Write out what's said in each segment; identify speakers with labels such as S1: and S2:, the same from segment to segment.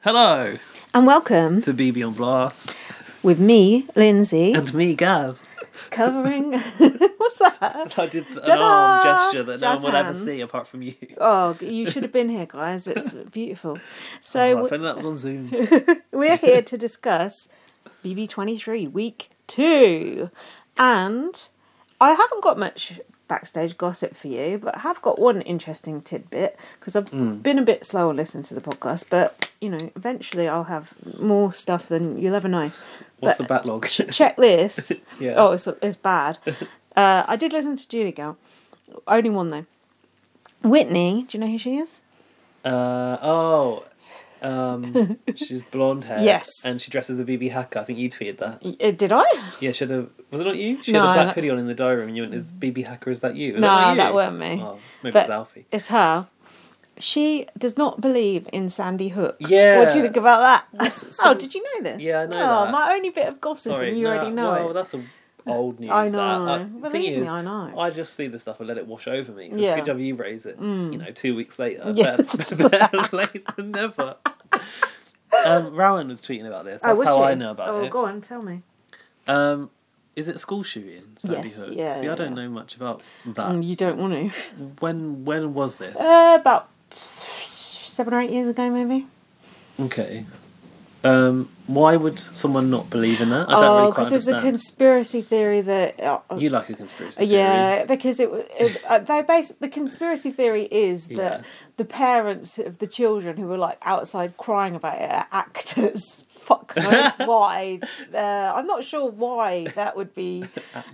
S1: Hello
S2: And welcome
S1: to BB on Blast
S2: with me, Lindsay,
S1: and me, Gaz.
S2: covering. What's that?
S1: I did an
S2: Ta-da!
S1: arm gesture that no
S2: Jazz
S1: one will ever
S2: hands.
S1: see apart from you.
S2: Oh, you should have been here, guys. It's beautiful.
S1: Oh,
S2: So,
S1: I think that was on Zoom.
S2: we're here to discuss BB23 week two. And I haven't got much backstage gossip for you, but I have got one interesting tidbit because I've
S1: Hmm.
S2: been a bit slower listening to the podcast. But, you know, eventually I'll have more stuff than you'll ever know.
S1: What's the
S2: But-
S1: backlog?
S2: check this.
S1: Yeah.
S2: Oh, it's, it's bad. Uh, I did listen to Judy Girl. Only one though. Whitney, do you know who she is?
S1: uh, oh, um, she's blonde hair.
S2: Yes.
S1: And she dresses as a BB hacker. I think you tweeted that.
S2: Y- uh, Did I?
S1: Yeah, she had a. Was it not you? She
S2: No,
S1: had a
S2: no.
S1: black hoodie on in the diary room and you went, Is BB hacker, is that you? Was
S2: No,
S1: not you?
S2: that weren't me.
S1: Oh, maybe
S2: But-
S1: it's Alfie.
S2: It's her. She does not believe in Sandy Hook. What
S1: Yeah.
S2: do you think about that?
S1: What's-
S2: oh,
S1: so-
S2: did you know this?
S1: Yeah, I know
S2: Oh,
S1: that.
S2: my only bit of gossip,
S1: Sorry,
S2: and you
S1: no,
S2: already know
S1: well,
S2: it.
S1: that's a old news.
S2: I
S1: That. Like,
S2: know.
S1: the thing
S2: Believe me,
S1: is,
S2: I know.
S1: I just see the stuff and let it wash over me. So it's
S2: Yeah. Mm.
S1: a good job you raise it. You know, two weeks later,
S2: Yeah.
S1: better, better late than never. Um, Rowan was tweeting about this. That's
S2: oh, was
S1: how
S2: she?
S1: I know about
S2: oh,
S1: it.
S2: go on, tell me.
S1: Um, is it a school shooting, Sandy
S2: Yes,
S1: Hook?
S2: yeah,
S1: See,
S2: yeah,
S1: I don't
S2: yeah.
S1: know much about that.
S2: Um, you don't want
S1: When when was this?
S2: to. Uh, about seven or eight years ago, maybe.
S1: okay. Um, why would someone not believe in that? I don't
S2: oh,
S1: really quite
S2: there's a
S1: understand.
S2: conspiracy theory that uh,
S1: you like a conspiracy theory.
S2: Yeah, because it, wa- it uh, they base the conspiracy theory is that
S1: Yeah.
S2: the parents of the children who were like outside crying about it are actors. Fuck knows why. Uh, I'm not sure why that would be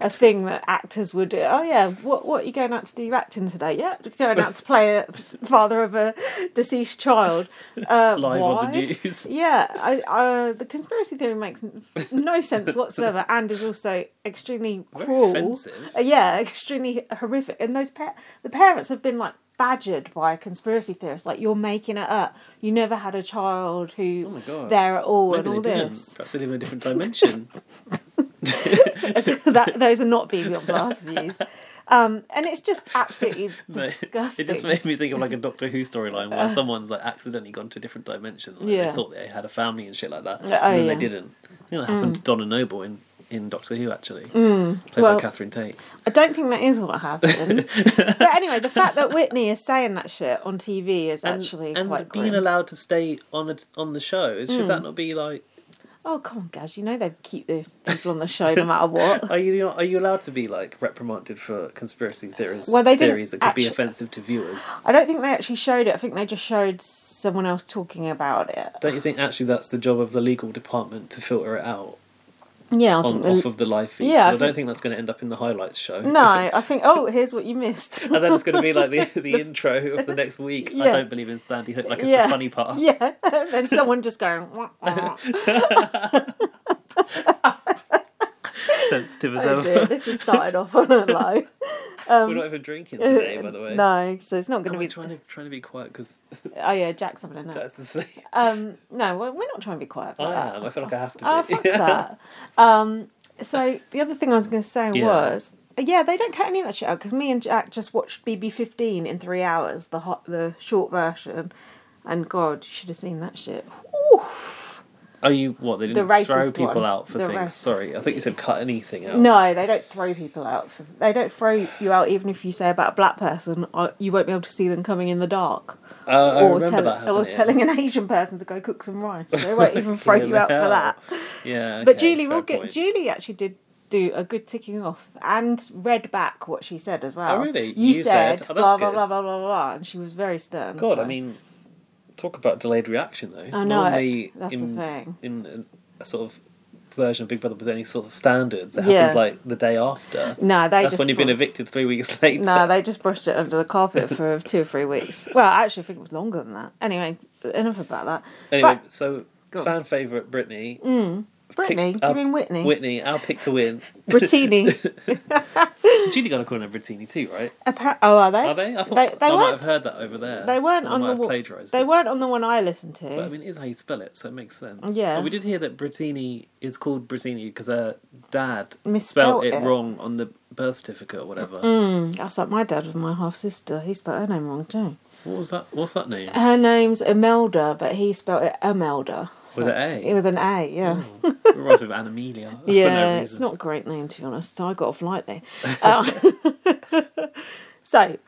S2: a thing that actors would do. Oh yeah, what what are you going out to do? You're acting today? Yeah, you're going out to play a father of a deceased child. Uh,
S1: Live on
S2: why?
S1: the news.
S2: Yeah, I, uh, the conspiracy theory makes n- no sense whatsoever, and is also extremely
S1: Very
S2: cruel.
S1: offensive.
S2: Uh, yeah, extremely horrific. And those pa- the parents have been like badgered by conspiracy theorists, like you're making it up. You never had a child who
S1: Oh my god.
S2: there at all,
S1: Maybe
S2: and all
S1: they didn't.
S2: this.
S1: Perhaps they live in a different dimension.
S2: that those are not BB on blast views. Um, and it's just absolutely
S1: No,
S2: disgusting. Uh.
S1: It just made me think of like a Doctor Who storyline where someone's like accidentally gone to a different dimension. Like,
S2: Yeah.
S1: They thought they had a family and shit like that, and
S2: oh,
S1: then
S2: yeah. Mm.
S1: they didn't. You know, it happened to Donna Noble in, in Doctor Who actually, played
S2: well-
S1: by Catherine Tate.
S2: I don't think that is what happened. but anyway, the fact that Whitney is saying that shit on TV is
S1: And,
S2: actually
S1: and
S2: quite
S1: being
S2: grim. Mm.
S1: allowed to stay on a, on the show should that not be like?
S2: Oh come on, Gaz! You know they keep the people on the show no matter what.
S1: Are you are you allowed to be like reprimanded for conspiracy theories?
S2: Well, they didn't
S1: theories that could be
S2: actu-
S1: offensive to viewers.
S2: I don't think they actually showed it. I think they just showed someone else talking about it.
S1: Don't you think actually that's the job of the legal department to filter it out
S2: Yeah, I
S1: on
S2: think
S1: off
S2: the-
S1: of the live feeds?
S2: Yeah, I
S1: 'Cause I don't
S2: think-
S1: think that's going to end up in the highlights show.
S2: no. I think oh, here's what you missed.
S1: And then it's going to be like the, the intro of the next week. I
S2: Yeah.
S1: don't believe in Sandy Hook. Like it's
S2: Yeah.
S1: the funny part.
S2: yeah, and then someone just going. Wah, wah.
S1: Sensitive as
S2: Oh, dear,
S1: ever.
S2: this has started off on a low.
S1: We're not even drinking today, by the way.
S2: Um, No, so it's not going
S1: Are
S2: to
S1: we
S2: be.
S1: trying to trying to be quiet because
S2: Oh yeah, Jack's having a nap.
S1: Jack's asleep?
S2: Um, no, we're we're not trying to be quiet. about that.
S1: I am. I feel like I have to.
S2: Oh,
S1: be.
S2: Ah. fuck that. Um, so the other thing I was going to say
S1: Yeah.
S2: was, yeah, they don't cut any of that shit out because me and Jack just watched BB15 in three hours, the hot, the short version, and God, you should have seen that shit. Whew.
S1: Are you what? They didn't
S2: racist
S1: throw people
S2: one.
S1: out for
S2: The
S1: things.
S2: rac-
S1: Sorry, I think you said cut anything out.
S2: No, they don't throw people out. for- They don't throw you out even if you say about a black person, uh, you won't be able to see them coming in the dark.
S1: Uh, I remember
S2: tell-
S1: that
S2: or
S1: happening.
S2: telling an Asian person to go cook some rice. They won't even throw you out for
S1: Hell.
S2: that.
S1: Yeah,
S2: But
S1: okay,
S2: Julie
S1: fair
S2: will get
S1: point.
S2: Julie actually did do a good ticking off and read back what she said as well.
S1: Oh, really?
S2: You,
S1: You
S2: said,
S1: said- oh, that's
S2: blah, blah
S1: good.
S2: blah blah blah blah and she was very stern.
S1: God,
S2: so-
S1: I mean, talk about delayed reaction though.
S2: I know,
S1: Normally,
S2: that's the
S1: in,
S2: thing.
S1: in a sort of version of Big Brother with any sort of standards, it
S2: Yeah.
S1: happens like the day after.
S2: No, they
S1: that's
S2: just
S1: when you've been
S2: bru-
S1: evicted three weeks later.
S2: No, they just brushed it under the carpet for two or three weeks. Well, actually, I think it was longer than that. Anyway, enough about that.
S1: anyway,
S2: But
S1: so
S2: Go on. Mm.
S1: fan favorite Britney,
S2: Brittany,
S1: pick
S2: do you
S1: up
S2: mean Whitney?
S1: Whitney, our pick to win.
S2: Brittini.
S1: Julie got a corner Brittini too, right?
S2: Appar- oh, are they?
S1: Are they? I thought
S2: They- they
S1: I might
S2: weren't-
S1: have heard that over there.
S2: They weren't
S1: I
S2: on
S1: might
S2: the
S1: have
S2: wa-
S1: plagiarized.
S2: They
S1: it.
S2: weren't on the one I listened to.
S1: But I mean, it is how you spell it, so it makes sense.
S2: Yeah.
S1: But we did hear that Brittini is called Brittini because her dad spelled
S2: Misspelt
S1: it,
S2: it.
S1: wrong on the birth certificate or whatever.
S2: That's like my dad with my half sister. He spelled her name wrong too.
S1: What was that? What's that name?
S2: Her name's Imelda, but he spelled it Amelda.
S1: With an A?
S2: With an A, yeah.
S1: Oh, it reminds me of Anna Amelia. for no
S2: yeah, it's
S1: reason.
S2: not a great name to be honest. I got off light there. Uh, so,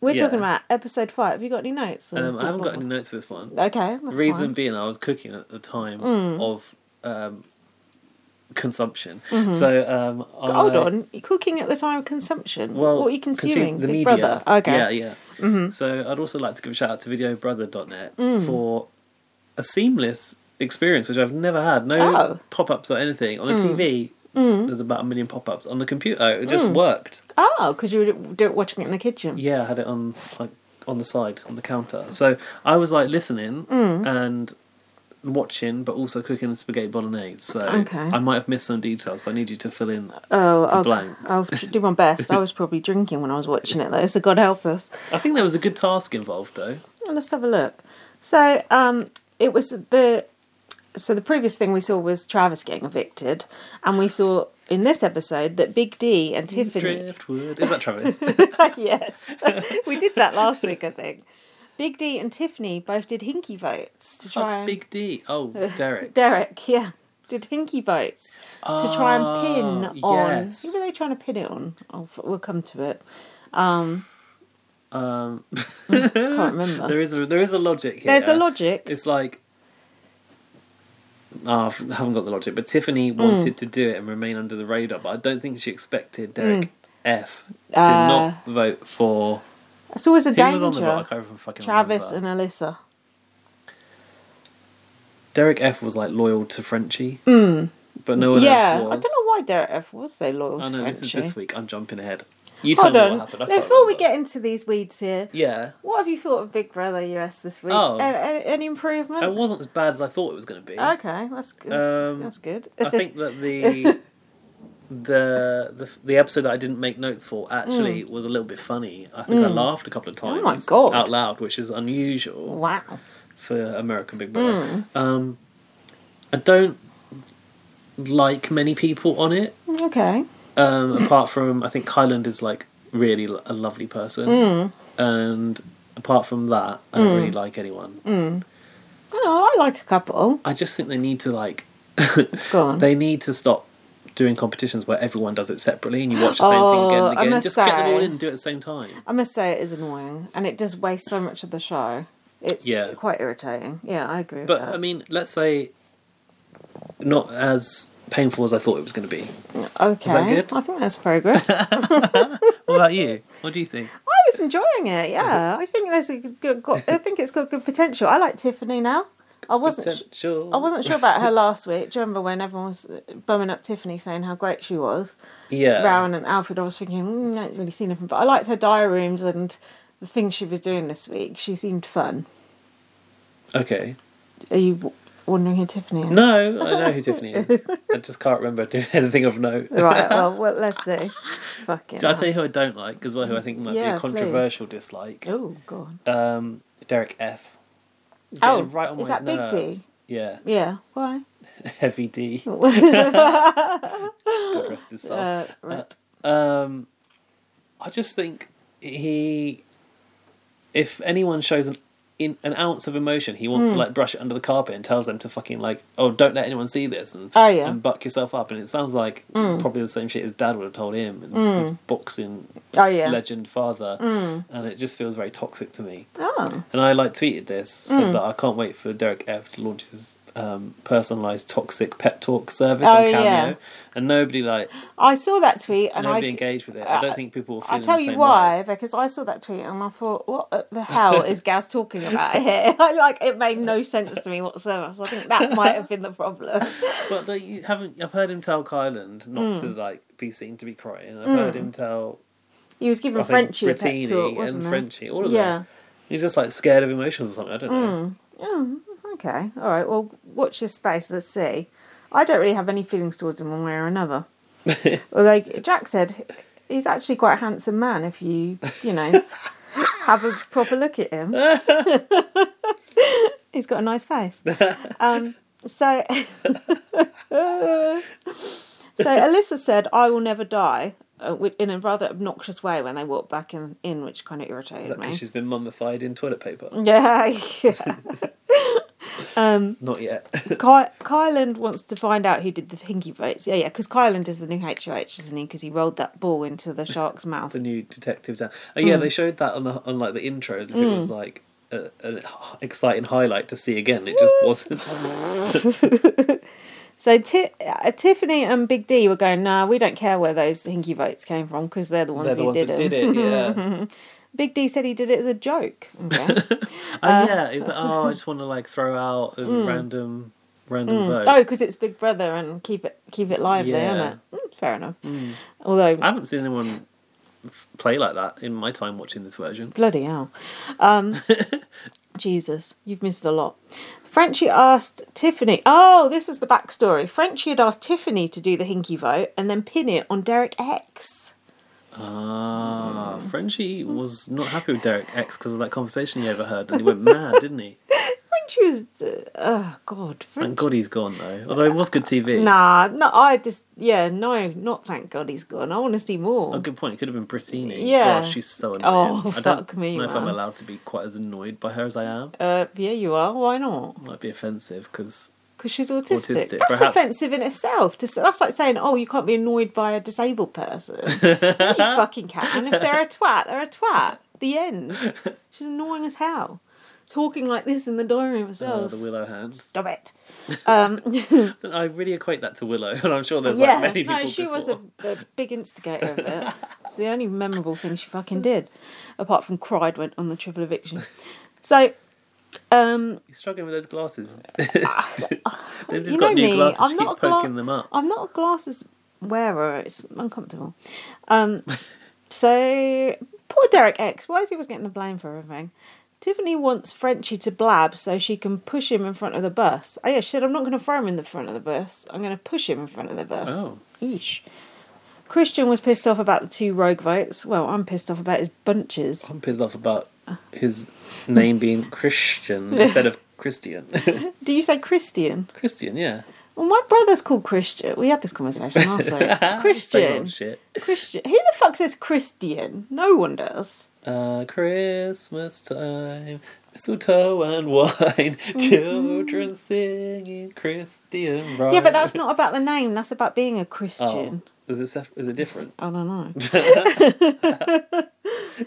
S2: we're
S1: Yeah.
S2: talking about episode five. Have you got any notes?
S1: Um, I haven't got any notes for this one.
S2: Okay, that's
S1: The reason
S2: fine. Mm.
S1: being, I was cooking at the time of um, consumption. So um, I,
S2: Mm-hmm. Hold on, you're cooking at the time of consumption.
S1: Well,
S2: what are you
S1: consume
S2: consuming?
S1: The
S2: Big
S1: media.
S2: Brother. Okay. Mm-hmm.
S1: Yeah, yeah. So I'd also like to give a shout out to VideoBrother.net
S2: Mm.
S1: for a seamless experience, which I've never had. No
S2: Oh. Mm.
S1: pop-ups or anything on the TV. There's about a million pop-ups on the computer. It
S2: Mm.
S1: just worked.
S2: Oh, because you were do- watching it in the kitchen.
S1: Yeah, I had it on like on the side on the counter. So I was like listening
S2: Mm.
S1: and watching, but also cooking spaghetti bolognese. So
S2: Okay.
S1: I might have missed some details. So I need you to fill in.
S2: Oh, I'll,
S1: blanks.
S2: I'll do my best. I was probably drinking when I was watching it, though, so God help us.
S1: I think there was a good task involved though.
S2: Well, Oh, Let's have a look. So, um, it was the so the previous thing we saw was Travis getting evicted, and we saw in this episode that Big D and Tiffany.
S1: Driftwood. Is that Travis?
S2: yes, we did that last week, I think. Big D and Tiffany both did hinky votes to try
S1: That's
S2: and
S1: Big D. Oh, Derek.
S2: Derek, yeah, did hinky votes to try and pin
S1: Ah,
S2: on.
S1: yes.
S2: Who were they trying to pin it on? Oh, f- we'll come to it.
S1: Um,
S2: Can't remember.
S1: there is a there is a logic here.
S2: There's a logic.
S1: It's like Ah, I haven't got the logic, but Tiffany wanted
S2: Mm.
S1: to do it and remain under the radar, but I don't think she expected Derek F to
S2: Uh,
S1: not vote for
S2: it's always a
S1: who was on the vote. I
S2: danger.
S1: can't even fucking
S2: Travis
S1: remember.
S2: and Alyssa.
S1: Derek F was like loyal to Frenchie, but no one
S2: Mm. yeah,
S1: else was.
S2: I don't know why Derek F was so loyal
S1: I
S2: to
S1: know this is
S2: Frenchie.
S1: this week. I'm jumping ahead. You tell
S2: Hold
S1: me
S2: on.
S1: what happened. I
S2: Now,
S1: can't
S2: Before we
S1: remember.
S2: get into these weeds here,
S1: yeah,
S2: what have you thought of Big Brother US this week?
S1: Oh.
S2: A- a- any improvement?
S1: it wasn't as bad as I thought it was going to be.
S2: Okay, that's good. That's-
S1: Um,
S2: that's good.
S1: I think that the the the the episode that I didn't make notes for actually was a little bit funny. I think I laughed a couple of times.
S2: Mm. Oh my God.
S1: Out loud, which is unusual
S2: wow.
S1: for American Big Brother.
S2: Mm.
S1: Um, I don't like many people on it.
S2: Okay.
S1: Um, apart from I think Kyland is like really l- a lovely person,
S2: Mm.
S1: and apart from that, I don't really like anyone.
S2: Oh, I like a couple.
S1: I just think they need to like
S2: Go on.
S1: they need to stop doing competitions where everyone does it separately and you watch the same
S2: Oh,
S1: thing again
S2: I
S1: and again.
S2: must
S1: Just get them all
S2: say-
S1: in and do it at the same time.
S2: I must say it is annoying, and it does waste so much of the show. It's
S1: Yeah.
S2: quite irritating. Yeah, I agree.
S1: But uh,
S2: with that.
S1: I mean, let's say not as painful as I thought it was going to be.
S2: okay,
S1: that good?
S2: I think that's progress.
S1: What about you? What do you think?
S2: I was enjoying it. Yeah, I think there's a good. Got, I think it's got good potential. I like Tiffany now. I wasn't. su-
S1: Potential.
S2: I wasn't sure about her last week. Do you remember when everyone was bumming up Tiffany saying how great she was?
S1: Yeah.
S2: Rowan and Alfred, I was thinking, mm, I haven't really seen anything. But I liked her diary rooms and the things she was doing this week. She seemed fun.
S1: Okay.
S2: Are you w- wondering who Tiffany is?
S1: No, I know who Tiffany is. I just can't remember doing anything of note.
S2: Right, well, well, let's see. Fucking.
S1: Shall I tell you who I don't like as well? Who I think might
S2: Yeah,
S1: be a
S2: please.
S1: controversial dislike?
S2: Oh, God.
S1: Um, Derek F. He's
S2: Oh,
S1: getting right on
S2: is
S1: my
S2: that Big D?
S1: nerves. Yeah,
S2: Yeah, why? Oh,
S1: heavy D. God rest his soul.
S2: Uh, right.
S1: Um, I just think he, if anyone shows an in an ounce of emotion, he wants
S2: Hmm.
S1: to like brush it under the carpet and tells them to fucking like, oh, don't let anyone see this, and
S2: Oh, yeah. Hmm.
S1: and buck yourself up. And it sounds like probably the same shit his dad would have told him, and his boxing
S2: Oh, Hmm. yeah. Hmm.
S1: legend father, and it just feels very toxic to me.
S2: Oh,
S1: And I like tweeted this said
S2: Mm.
S1: that I can't wait for Derek F to launch his um, personalized toxic pep talk service on
S2: Oh,
S1: Cameo,
S2: yeah.
S1: and nobody like
S2: I saw that tweet and
S1: nobody
S2: I.
S1: engaged with it. I
S2: uh,
S1: don't think people were feeling
S2: I'll tell
S1: the
S2: you
S1: same
S2: why,
S1: way.
S2: because I saw that tweet and I thought, what the hell is Gaz talking about here? I like it made no sense to me whatsoever. So I think that might have been the problem.
S1: But they you haven't. I've heard him tell Kyland not
S2: Mm.
S1: to like be seen to be crying. I've heard him tell
S2: He was
S1: I
S2: giving
S1: think
S2: Mm. Frenchie a
S1: Brittini
S2: pep talk, wasn't
S1: and
S2: he?
S1: Frenchie, all of
S2: Yeah.
S1: them. He's just like scared of emotions or something. I don't know.
S2: Okay. All right. Well, watch this space. Let's see. I don't really have any feelings towards him one way or another. Although Jack said he's actually quite a handsome man if you, you know, have a proper look at him. he's got a nice face. Um, so, Mm. so Alyssa said, "I will never die," uh, wi- in a rather obnoxious way when they walked back in, in which kind of irritated
S1: Is that
S2: me.
S1: because she's been mummified in toilet paper?
S2: Yeah, yeah. Mm.
S1: Not yet.
S2: Ky- Kyland wants to find out who did the hinky votes. Yeah, yeah, because Kyland is the new HOH, isn't he? Because he rolled that ball into the shark's mouth.
S1: the new detective town. Oh yeah,
S2: Hmm.
S1: they showed that on the on like the intro as if it was like a, an exciting highlight to see again. It just wasn't.
S2: So Ti- uh, Tiffany and Big D were going, nah, we don't care where those hinky votes came from because they're the ones
S1: They're the
S2: who
S1: ones
S2: did,
S1: that
S2: it.
S1: did it. Yeah.
S2: Big D said he did it as a joke. Okay. Uh.
S1: oh yeah. It's like oh, I just want to like throw out a random random vote.
S2: Hmm. Oh, because it's Big Brother and keep it keep it lively,
S1: Yeah.
S2: isn't it? Mm, fair enough. Although
S1: I haven't seen anyone f- play like that in my time watching this version.
S2: bloody hell, um, Jesus, you've missed a lot. Frenchie asked Tiffany. Oh, this is the backstory. Frenchie had asked Tiffany to do the hinky vote and then pin it on Derek X.
S1: Ah,
S2: Hmm.
S1: Frenchie was not happy with Derek X because of that conversation he overheard, and he went mad, didn't he?
S2: Frenchie was, uh, oh God, Frenchie.
S1: Thank God he's gone though. Although it was good TV.
S2: Nah, no, I just yeah, no, not thank God he's gone. I want to see more.
S1: Oh, good point. It could have been Brittini.
S2: Yeah.
S1: Gosh, she's so annoying.
S2: Oh,
S1: I don't
S2: fuck me,
S1: know if I'm
S2: man.
S1: allowed to be quite as annoyed by her as I am.
S2: Uh, yeah, you are. Why not?
S1: Might be offensive because
S2: Because she's autistic.
S1: Autistic,
S2: that's
S1: perhaps.
S2: offensive in itself. To, s- that's like saying, oh, you can't be annoyed by a disabled person. Yeah, you
S1: Uh-huh. Uh,
S2: fucking can. If they're a twat, they're a twat. The end. She's annoying as hell. Talking like this in the diary of
S1: uh,
S2: herself.
S1: the Willow hands.
S2: Stop it. Um,
S1: I really equate that to Willow, and I'm sure there's
S2: yeah,
S1: like many people.
S2: no, she was a,
S1: before.
S2: a big instigator of it. it's the only memorable thing she fucking did, apart from cried when on the triple eviction. So, um,
S1: He's struggling with those glasses. Lindsay's
S2: you
S1: got
S2: know
S1: new
S2: me,
S1: glasses.
S2: I'm
S1: she
S2: not
S1: keeps
S2: a gla-
S1: poking them up.
S2: I'm not a glasses wearer. It's uncomfortable. Um, so poor Derek X. Why is he always getting the blame for everything? Tiffany wants Frenchie to blab so she can push him in front of the bus. Oh yeah, she said I'm not going to throw him in the front of the bus. I'm going to push him in front of the bus.
S1: Oh.
S2: Eesh. Christian was pissed off about the two rogue votes. Well, I'm pissed off about his bunches.
S1: I'm pissed off about his name being Christian instead of Christian.
S2: Do you say Christian?
S1: Christian, yeah.
S2: Well, my brother's called Christian. We had this conversation last night.
S1: Same
S2: Christian.
S1: old shit.
S2: Christian. Who the fuck says Christian? No one does.
S1: Uh, Christmas time, mistletoe and wine,
S2: Mm-hmm.
S1: children singing Christian rhymes.
S2: Yeah, but that's not about the name. That's about being a
S1: Oh,
S2: Christian.
S1: is it sef- is it different?
S2: I don't know.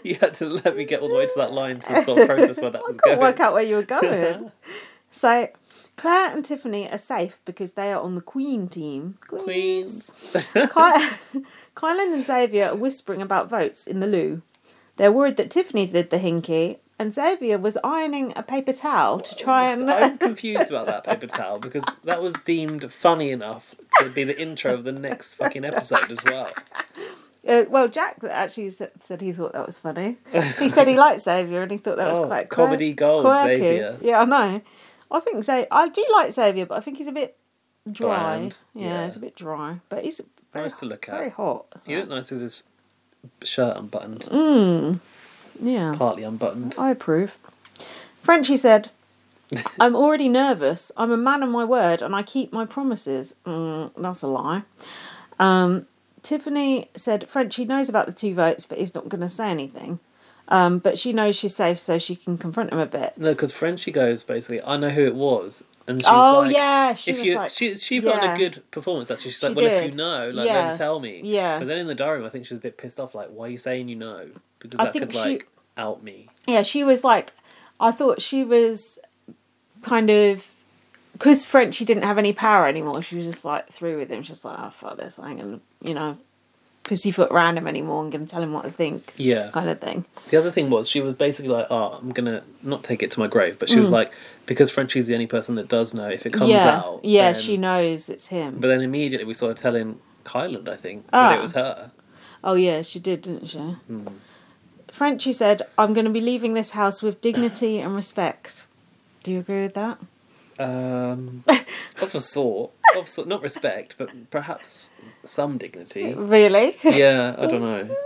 S1: You had to let me get all the way to that line to sort of process where that was
S2: Couldn't
S1: going.
S2: work out where you were going. so, Claire and Tiffany are safe because they are on the Queen team.
S1: Queens.
S2: Ky- Kylan and Xavier are whispering about votes in the loo. They're worried that Tiffany did the hinky, and Xavier was ironing a paper towel to try and.
S1: I'm confused about that paper towel because that was deemed funny enough to be the intro of the next fucking episode as well.
S2: Uh, well, Jack actually said, said he thought that was funny. He said he liked Xavier and he thought that was
S1: Oh,
S2: quite quirk-
S1: comedy gold,
S2: quirky.
S1: Xavier.
S2: Yeah, I know. I think so. I do like Xavier, but I think he's a bit dry.
S1: Bland,
S2: Yeah,
S1: yeah.
S2: he's a bit dry, but he's very,
S1: Nice to look at.
S2: Very hot.
S1: You look nice with this shirt unbuttoned,
S2: Mm. Yeah,
S1: partly unbuttoned.
S2: I approve. Frenchie said, "I'm already nervous. I'm a man of my word, and I keep my promises." Mm, that's a lie. Um, Tiffany said Frenchie knows about the two votes, but he's not going to say anything. Um, but she knows she's safe, so she can confront him a bit.
S1: No, because Frenchie goes basically, I know who it was. And she's
S2: oh
S1: like,
S2: yeah, she
S1: if
S2: was
S1: you,
S2: like,
S1: she she put on
S2: yeah.
S1: a good performance actually. She's like,
S2: She
S1: well, if
S2: did.
S1: you know, like,
S2: Yeah.
S1: then tell me.
S2: Yeah.
S1: But then in the diary, room, I think she was a bit pissed off. Like, why are you saying you know? Because
S2: I
S1: that
S2: think
S1: could
S2: she-
S1: like out me.
S2: yeah, she was like, I thought she was kind of because Frenchie didn't have any power anymore. She was just like through with him. She's just like, oh fuck this, I ain't gonna, you know, pussyfoot around him anymore. I'm gonna tell him what I think,
S1: Yeah.
S2: kind of thing.
S1: The other thing was she was basically like, oh, I'm gonna not take it to my grave, but she was like, because Frenchie's the only person that does know. If it comes
S2: Mm. yeah,
S1: out,
S2: yeah,
S1: then-
S2: she knows it's him.
S1: But then immediately we saw her telling Kyland, I think, that
S2: Ah.
S1: it was her.
S2: Oh yeah, she did, didn't she?
S1: Hmm.
S2: Frenchie said, "I'm going to be leaving this house with dignity and respect." Do you agree with that?
S1: Um, of a sort, of sort, not respect, but perhaps some dignity.
S2: Really?
S1: Yeah, I don't know.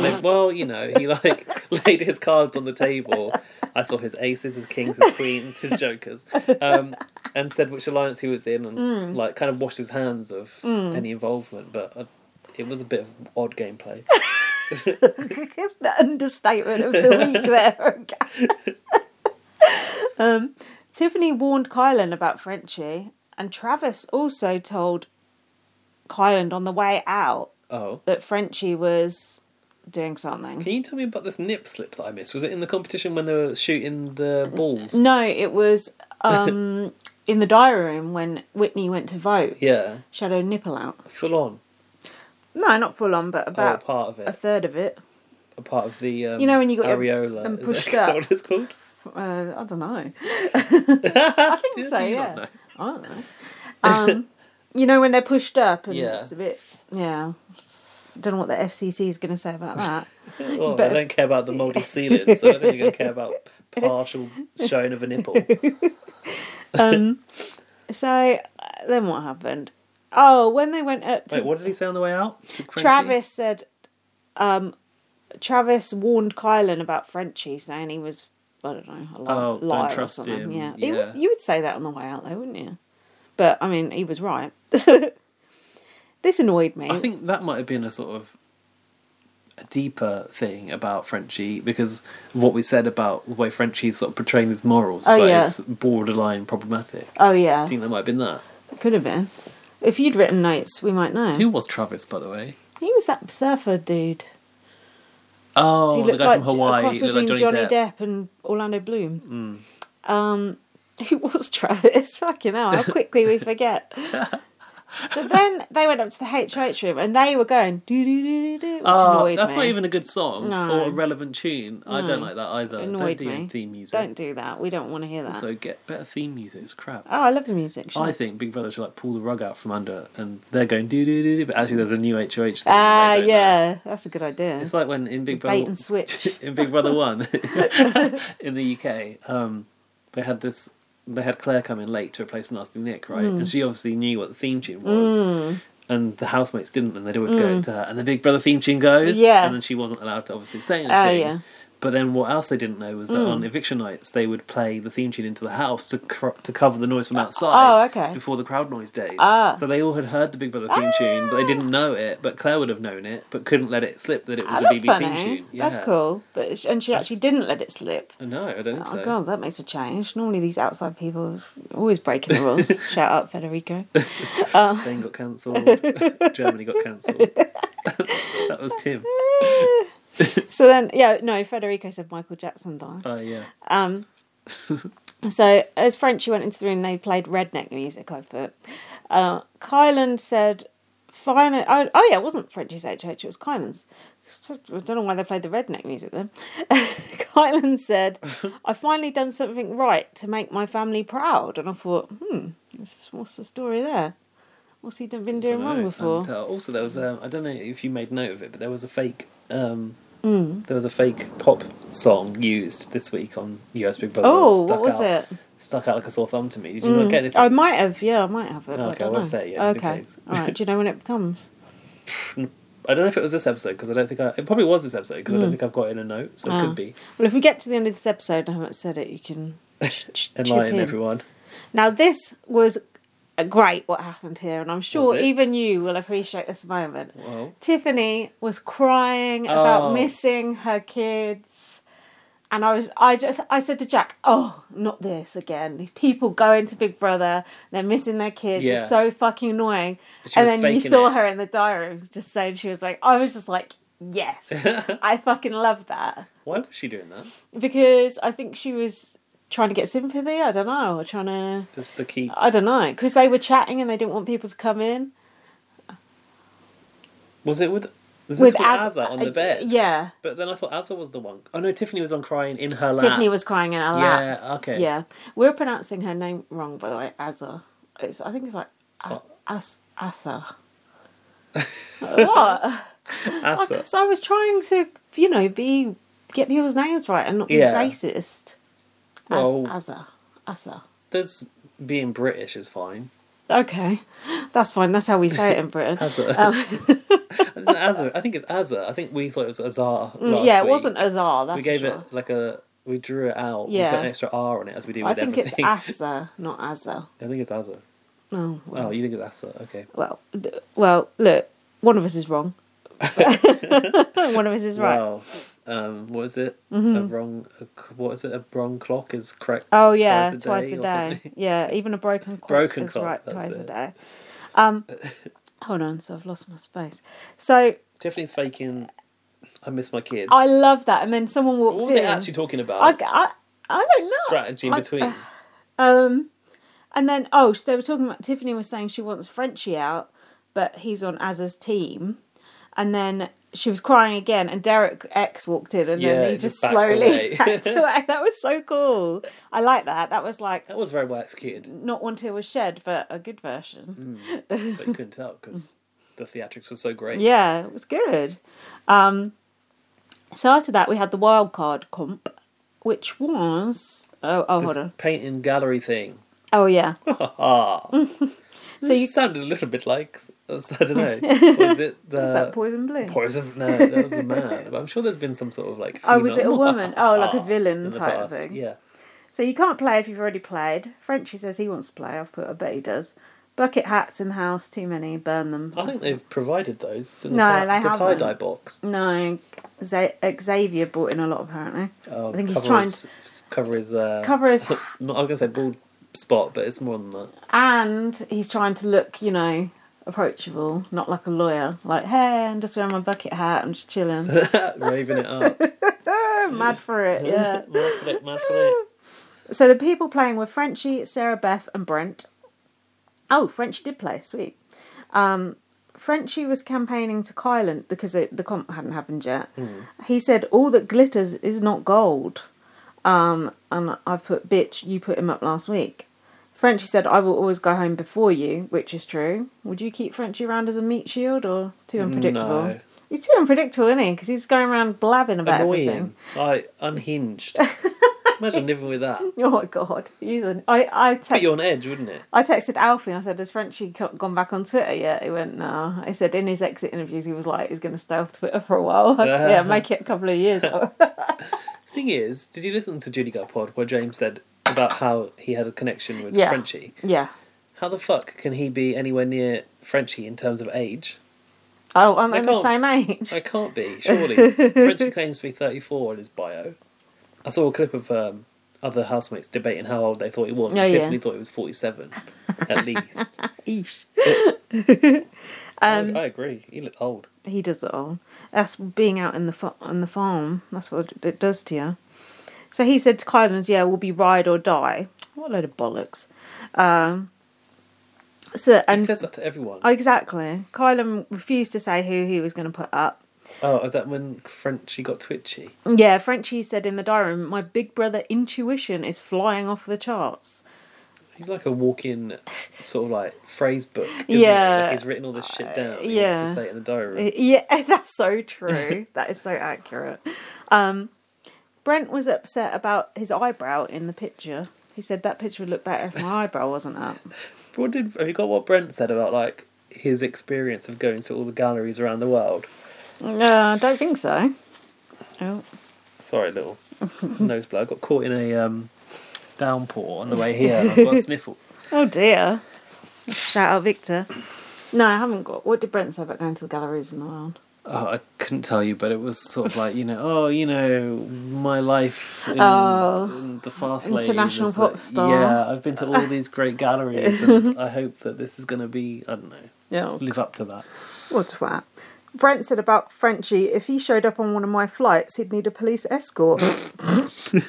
S1: Like, well, you know, he like laid his cards on the table. I saw his aces, his kings, his queens, his jokers, um, and said which alliance he was in, and like kind of washed his hands of any involvement. But I, it was a bit of odd gameplay.
S2: the understatement of the week there. I guess. um, Tiffany warned Kylan about Frenchie, and Travis also told Kylan on the way out
S1: Oh,
S2: that Frenchie was doing something.
S1: can you tell me about this nip slip that I missed? Was it in the competition when they were shooting the balls?
S2: No, it was um, in the diary room when Whitney went to vote.
S1: Yeah,
S2: Shadow nipple out.
S1: full on.
S2: No, not full on, but
S1: Oh,
S2: about
S1: part of
S2: a
S1: it,
S2: third of it.
S1: a part of the um,
S2: You know when you got your-
S1: areola
S2: and
S1: is that-
S2: pushed
S1: is that
S2: up.
S1: what it's called?
S2: Uh, I don't know.
S1: I
S2: think so, yeah.
S1: know?
S2: I don't know. Um, you know when they're pushed up and
S1: Yeah.
S2: it's a bit, yeah. Don't know what the FCC is going to say about that.
S1: Well,
S2: But-
S1: Oh, I don't care about the mouldy ceilings. so I don't think you're going to care about partial showing of a nipple.
S2: so uh, then what happened? Oh, when they went up to
S1: Wait, what did he say on the way out? To Crunchy?
S2: Travis said, um, Travis warned Kylan about Frenchie, saying he was, I don't know, a li-
S1: Oh, don't
S2: liar
S1: trust
S2: or
S1: him,
S2: something. Yeah, He would-
S1: yeah.
S2: you would say that on the way out, though, wouldn't you? But I mean, he was right. this annoyed me.
S1: I think that might have been a sort of a deeper thing about Frenchie because of what we said about the way Frenchie's sort of portraying his morals,
S2: Oh,
S1: but
S2: yeah.
S1: it's borderline problematic.
S2: oh yeah,
S1: I think that might have been that.
S2: could have been. If you'd written notes, we might know.
S1: Who was Travis, by the way?
S2: He was that surfer dude.
S1: Oh,
S2: He
S1: the guy from Hawaii.
S2: across
S1: He looked like Johnny,
S2: between Johnny
S1: Depp. Mm.
S2: Depp. and Orlando Bloom. Um, who was Travis? Fucking hell! How quickly we forget. so then they went up to the HH room and they were going do do do do do, which
S1: Oh,
S2: annoyed
S1: that's
S2: me.
S1: not even a good song
S2: No.
S1: or a relevant tune. I don't
S2: No.
S1: like that either.
S2: Annoyed
S1: Don't do
S2: me.
S1: theme music.
S2: Don't do that. We don't want to hear that.
S1: So get better theme music. It's crap.
S2: oh, I love the music.
S1: I
S2: Sure.
S1: think Big Brother should like pull the rug out from under, and they're going do do do do. But actually, there's a new HOH. thing and they
S2: Ah,
S1: don't know.
S2: yeah, that's a good idea.
S1: It's like when in Big Brother
S2: Bait and switch.
S1: in Big Brother One in the UK, um, they had this. They had Claire come in late to replace Nasty Nick, right?
S2: Hmm.
S1: And she obviously knew what the theme tune was. And the housemates didn't, and they'd always go to her. And the Big Brother theme tune goes,
S2: Hmm. Yeah.
S1: and then she wasn't allowed to obviously say anything.
S2: Oh, yeah. Hmm.
S1: But then what else they didn't know was that on eviction nights they would play the theme tune into the house to cr- to cover the noise from outside.
S2: Oh, okay.
S1: Before the crowd noise days.
S2: Ah.
S1: So they all had heard the Big Brother theme tune, but they didn't know it. But Claire would have known it, but couldn't let it slip that it was
S2: Ah,
S1: a
S2: that's
S1: BB
S2: funny.
S1: theme tune.
S2: That's cool. But sh- and she actually didn't let it slip.
S1: No, I don't think
S2: Oh
S1: so.
S2: god, that makes a change. Normally these outside people are always breaking the rules. Shout out Federico. Uh.
S1: Spain got cancelled. Germany got cancelled. that was Tim.
S2: So then, yeah, no, Federico said Michael Jackson died.
S1: Oh yeah.
S2: So as Frenchie went into the room, they played redneck music. I put. Uh, Kylan said, "Finally, oh, oh yeah, it wasn't Frenchie's HH. It was Kylan's." So, I don't know why they played the redneck music then. Kylan said, "I finally done something right to make my family proud," and I thought, "Hmm, what's what's the story there? What's he done- been doing
S1: Dunno,
S2: wrong
S1: can't
S2: before?"
S1: tell. Also, there was um, I don't know if you made note of it, but there was a fake. Um,
S2: Mm.
S1: There was a fake pop song used this week on US Big Brother.
S2: Oh,
S1: Stuck
S2: what was
S1: out,
S2: it? Mm.
S1: Stuck out like a sore thumb to me. Did you not get anything?
S2: Mm-hmm. I might have, yeah, I might have it. but
S1: Okay,
S2: I
S1: I
S2: don't
S1: won't
S2: know.
S1: say it yet, just in
S2: okay,
S1: case.
S2: all right. Do you know when it comes?
S1: I don't know if it was this episode because I don't think I. It probably was this episode because I don't think I've got it in a note, so it
S2: Mm. Ah.
S1: could be.
S2: Well, if we get to the end of this episode and I haven't said it, you can ch- ch- chip
S1: Enlighten
S2: in.
S1: everyone.
S2: Now, this was uh, great what happened here, and I'm sure
S1: it?
S2: even you will appreciate this moment.
S1: Well,
S2: Tiffany was crying about
S1: Oh.
S2: missing her kids. And I was, I just, I said to Jack, "Oh, not this again! These people go into Big Brother, they're missing their kids.
S1: Yeah.
S2: It's so fucking annoying."
S1: she
S2: And
S1: was
S2: then you
S1: faking
S2: saw
S1: it.
S2: her in the diary room, just saying she was like, "I was just like, yes, I fucking love that."
S1: why was she doing that?
S2: because I think she was trying to get sympathy. I don't know, or trying to.
S1: Just to keep.
S2: I don't know because they were chatting and they didn't want people to come in
S1: Was it with? Was this with
S2: Az- uh,
S1: Azza on the bed?
S2: Yeah,
S1: But then I thought Azza was the one. Oh no, Tiffany was on crying in her lap.
S2: Tiffany was crying in her lap.
S1: Yeah. Okay.
S2: Yeah, we're pronouncing her name wrong by the way. Azza, it's I think it's like A-
S1: Oh.
S2: As Asa. what?
S1: Azza.
S2: So I was trying to, you know, be get people's names right and not be
S1: Yeah.
S2: racist. As,
S1: Well-
S2: Azza, Asa.
S1: There's being British is fine.
S2: Okay, that's fine. That's how we say it in Britain.
S1: Azza.
S2: Um,
S1: Is it Azza? I think it's Azza. I think we thought it was Azar. last
S2: Mm, yeah, it
S1: week.
S2: wasn't Azar. That's
S1: We gave
S2: for sure.
S1: it like a. We drew it out. We
S2: Yeah.
S1: put an extra R on it as we do with
S2: I think it's
S1: everything.
S2: Asa, not Azza.
S1: I think it's Azza.
S2: Oh,
S1: Oh, you think it's Azza? Okay.
S2: well, d- well, look, one of us is wrong. one of us is right. Mm-hmm.
S1: Wow. Um, what is it? A wrong. A, c- what is it? A wrong clock is correct.
S2: oh yeah, twice a day.
S1: or something.
S2: Yeah, even a broken clock
S1: Broken
S2: is
S1: clock,
S2: right
S1: that's
S2: twice a
S1: it.
S2: day. Um, hold on, so I've lost my space. So
S1: Tiffany's faking. I miss my kids.
S2: I love that, and then someone walked
S1: what
S2: in.
S1: are they actually talking about?
S2: I, I, I don't know.
S1: Strategy in
S2: I-
S1: between.
S2: Um, and then oh, they were talking about Tiffany was saying she wants Frenchie out, but he's on Azza's team, and then she was crying again, and Derek X walked in, and
S1: Yeah,
S2: then he
S1: just
S2: just,
S1: backed away.
S2: slowly backed away. That was so cool. I like that. That was like
S1: that was very well executed,
S2: not one tear was shed, but a good version.
S1: but you couldn't tell because the theatrics were so great.
S2: Yeah, it was good. Um, so after that, we had the wild card comp, which was oh oh
S1: This Uh,
S2: hold on
S1: painting gallery thing.
S2: oh yeah
S1: so you
S2: you-
S1: sounded a little bit like uh, I don't know. Was it the
S2: was that poison blue
S1: poison? No, that was a man. But I'm sure there's been some sort of like.
S2: Oh, was it a
S1: female
S2: woman? Oh, like a
S1: in
S2: villain
S1: the
S2: type
S1: past.
S2: thing.
S1: Yeah.
S2: So you can't play if you've already played. Frenchie says he wants to play. I've put, I bet he does. Bucket hats in the house, too many, burn them.
S1: I think they've provided those in the,
S2: No,
S1: tie,
S2: they
S1: the
S2: haven't.
S1: tie dye box.
S2: No, Za- Xavier brought in a lot apparently.
S1: Oh,
S2: I think he's
S1: cover
S2: trying
S1: his,
S2: to
S1: cover his. Uh,
S2: cover his,
S1: not, I was gonna say bald spot, but it's more than that.
S2: and he's trying to look, you know, approachable, not like a lawyer. Like, hey, I'm just wearing my bucket hat. I'm just chilling.
S1: Raving it up.
S2: I'm mad for it. Yeah.
S1: mad for it, mad for it.
S2: So the people playing were Frenchie, Sarah Beth, and Brent. Oh, Frenchie did play. Sweet. Um, Frenchie was campaigning to Kylan because it, the comp hadn't happened yet.
S1: Hmm.
S2: He said, "All that glitters is not gold." Um, and I've put, "Bitch, you put him up last week." Frenchie said, "I will always go home before you," which is true. Would you keep Frenchie around as a meat shield or too unpredictable?
S1: No.
S2: He's too unpredictable, isn't he? Because he's going around blabbing about everything.
S1: Annoying. Like unhinged. Imagine living with that.
S2: Oh my god, he's an, I I
S1: Put
S2: text,
S1: you on edge, wouldn't it?
S2: I texted Alfie and I said, "Has Frenchie co- gone back on Twitter yet?" He went, "No." I said in his exit interviews, he was like, "He's going to stay off Twitter for a while. yeah, make it a couple of years."
S1: Thing is, did you listen to Judy Got Pod where James said about how he had a connection with
S2: Yeah.
S1: Frenchie?
S2: yeah.
S1: How the fuck can he be anywhere near Frenchie in terms of age?
S2: Oh, and
S1: I
S2: I'm the
S1: can't-
S2: same age.
S1: I can't be, surely. Frenchie claims to be 34 in his bio. I saw a clip of um, other housemates debating how old they thought he was, and
S2: Oh, yeah.
S1: Tiffany thought he was 47 at least.
S2: Eesh. Um,
S1: I, I agree, he looked old.
S2: He does it all. That's being out in the fa- on the farm. That's what it does to you. So he said to Kylan, "Yeah, we'll be ride or die." What a load of bollocks. Um, so
S1: He
S2: and oh,
S1: says that to everyone.
S2: exactly, Kylan refused to say who he was going to put up.
S1: Oh, is that when Frenchie got twitchy?
S2: Yeah, Frenchie said in the diary room, my big brother intuition is flying off the charts.
S1: He's like a walking sort of like phrase book. Isn't He?
S2: Yeah. Uh,
S1: Like he's written all this shit down. and He wants
S2: yeah.
S1: to say it in the diary room.
S2: Yeah, that's so true. that is so accurate. Um, Brent was upset about his eyebrow in the picture. He said that picture would look better if my eyebrow wasn't up.
S1: What did have you got? What Brent said about like his experience of going to all the galleries around the world.
S2: No, I don't think so. Oh,
S1: Sorry, little nose blow. I got caught in a um, downpour on the way here. and I got a sniffle.
S2: oh dear. Shout out Victor. No, I haven't got. What did Brent say about going to the galleries in the world?
S1: Oh, I couldn't tell you, but it was sort of like you know, oh, you know, my life in,
S2: Oh.
S1: in the fast lane.
S2: International
S1: is like-
S2: pop star.
S1: Yeah, I've been to all these great galleries, and I hope that this is going to be I don't know,
S2: Yeah,
S1: live up to that.
S2: What twat. Brent said about Frenchie, if he showed up on one of my flights, he'd need a police escort.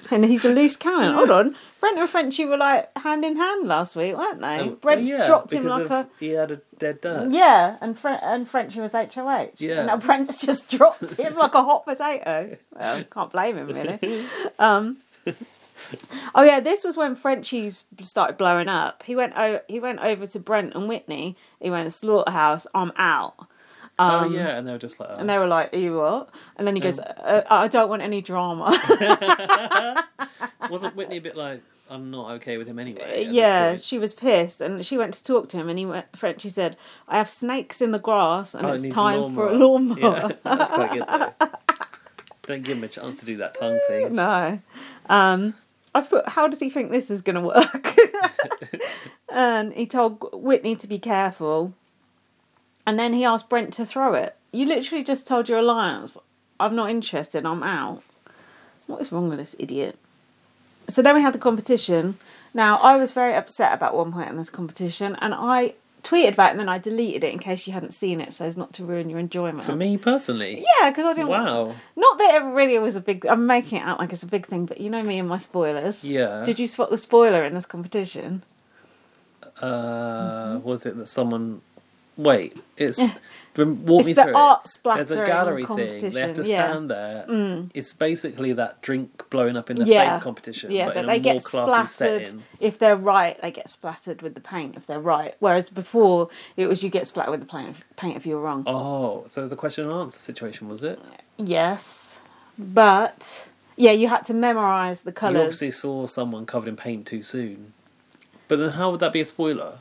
S2: and he's a loose cannon. Hold on. Brent and Frenchie were like hand in hand last week, weren't they?
S1: Um,
S2: Brent
S1: yeah,
S2: dropped him
S1: because
S2: like
S1: of-
S2: a. Um,
S1: He had a dead dad.
S2: Yeah, and Fre- and Frenchie was HOH.
S1: Yeah.
S2: And now Brent's just dropped him like a hot potato. Well, can't blame him, really. Um, oh, yeah, this was when Frenchie's started blowing up. He went, o- he went over to Brent and Whitney. He went, Slaughterhouse, I'm out.
S1: oh yeah, and they were just like, oh,
S2: And they were like, "Are you what?" And then he goes,
S1: Mm.
S2: uh, "I don't want any drama."
S1: oh, wasn't Whitney a bit like, I'm not okay with him anyway? at this
S2: Uh, yeah,
S1: point?
S2: she was pissed, and she went to talk to him, and he went. Frenchie said, "I have snakes in the grass, and
S1: Oh, I
S2: it's
S1: need a
S2: time for a
S1: lawnmower."
S2: lawnmower."
S1: Yeah, that's quite good though. Don't give him a chance to do that tongue thing.
S2: No, um, I thought, how does he think this is going to work? and he told Whitney to be careful. And then he asked Brent to throw it. You literally just told your alliance, I'm not interested, I'm out. What is wrong with this idiot? So then we had the competition. Now, I was very upset about one point in this competition, and I tweeted about it and then I deleted it in case you hadn't seen it, so as not to ruin your enjoyment.
S1: For me personally.
S2: Yeah, because I didn't.
S1: Wow.
S2: Not that it really was a big. I'm making it out like it's a big thing, but you know me and my spoilers.
S1: Yeah.
S2: Did you spot the spoiler in this competition? Mm-hmm.
S1: Uh, was it that someone? Wait, it's. rem- Walk
S2: It's
S1: me
S2: the
S1: through. it.
S2: art
S1: There's a gallery
S2: splattering
S1: thing. They have to
S2: competition, yeah. Mm.
S1: stand there. It's basically that drink blowing up in the
S2: Yeah.
S1: face competition,
S2: Yeah,
S1: but
S2: but
S1: in
S2: they
S1: a more
S2: get
S1: classy
S2: splattered.
S1: setting.
S2: If they're right, they get splattered with the paint if they're right. Whereas before, it was you get splattered with the paint, paint if you're wrong.
S1: Oh, so it was a question and answer situation, was it?
S2: Yes, but yeah, you had to memorize the
S1: You
S2: colors.
S1: obviously saw someone covered in paint too soon. But then, how would that be a spoiler?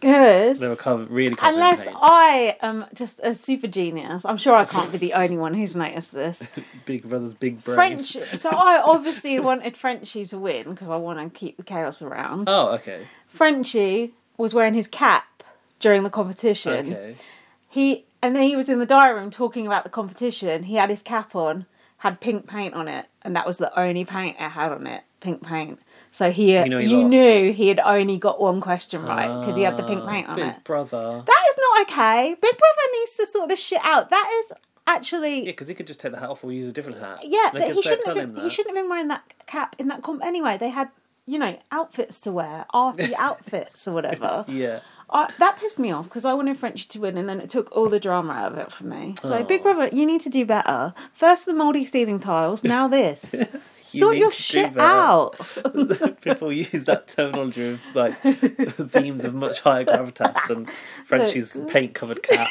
S2: Because
S1: They were covered, really covered
S2: unless
S1: in paint.
S2: I am just a super genius, I'm sure I can't be the only one who's noticed this.
S1: Big Brother's Big Brave.
S2: French. So I obviously wanted Frenchie to win because I want to keep the chaos around.
S1: Oh, okay.
S2: Frenchie was wearing his cap during the competition.
S1: Okay.
S2: He and then he was in the diary room talking about the competition. He had his cap on, had pink paint on it, and that was the only paint it had on it, pink paint. So he,
S1: know he
S2: you
S1: lost.
S2: knew he had only got one question right because he had the pink
S1: Ah,
S2: paint on
S1: Big
S2: it.
S1: Brother.
S2: That is not okay. Big Brother needs to sort this shit out. That is actually
S1: Yeah, because he could just take the hat off or use a different hat.
S2: yeah,
S1: they
S2: but
S1: could
S2: he
S1: say-
S2: shouldn't,
S1: tell
S2: have
S1: him
S2: been, he
S1: that.
S2: shouldn't have been wearing that cap in that comp anyway. They had, you know, outfits to wear, arty outfits or whatever.
S1: Yeah.
S2: I, that pissed me off because I wanted Frenchie to win and then it took all the drama out of it for me. So,
S1: Oh.
S2: Big Brother, you need to do better. First the mouldy ceiling tiles, now this. sort
S1: need
S2: your
S1: to do
S2: shit
S1: better.
S2: out.
S1: People use that terminology of like themes of much higher gravitas than Frenchie's paint covered cap.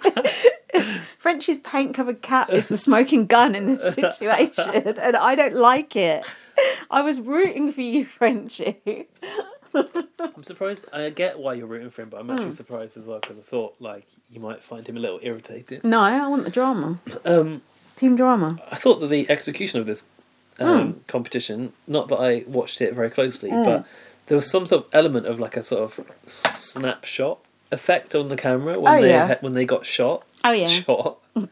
S2: Frenchie's paint covered cap is the smoking gun in this situation and I don't like it. I was rooting for you, Frenchie.
S1: I'm surprised. I get why you're rooting for him, but I'm
S2: Hmm.
S1: actually surprised as well because I thought like you might find him a little irritating.
S2: No, I want the drama.
S1: Um,
S2: Team drama.
S1: I thought that the execution of this
S2: Hmm.
S1: um, competition, not that I watched it very closely, but there was some sort of element of like a sort of snapshot effect on the camera when
S2: Oh,
S1: they
S2: yeah.
S1: when they got shot.
S2: Oh, yeah.
S1: Shot. when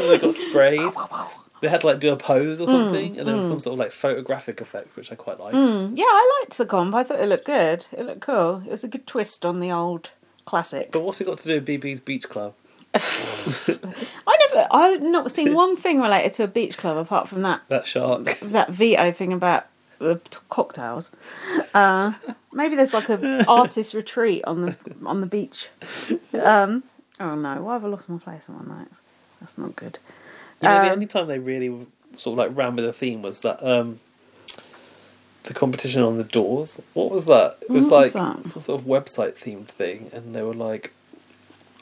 S1: they got sprayed.
S2: Mm,
S1: They had to like do a pose
S2: Hmm.
S1: or something, and there was some sort of like photographic effect which I quite liked.
S2: Yeah, I liked the comp. I thought it looked good. It looked cool. It was a good twist on the old classic.
S1: But what's it got to do with BB's Beach Club?
S2: I never, I've not seen one thing related to a beach club apart from that
S1: That shark.
S2: that veto thing about the t- cocktails. Uh, maybe there's like a artist retreat on the on the beach. Um, oh no, why have I lost my place on my nights? That's not good.
S1: You know, the
S2: Um,
S1: only time they really sort of like ran with a theme was that um the competition on the doors. What was that? It was
S2: What was
S1: like
S2: that?
S1: some sort of website themed thing, and they were like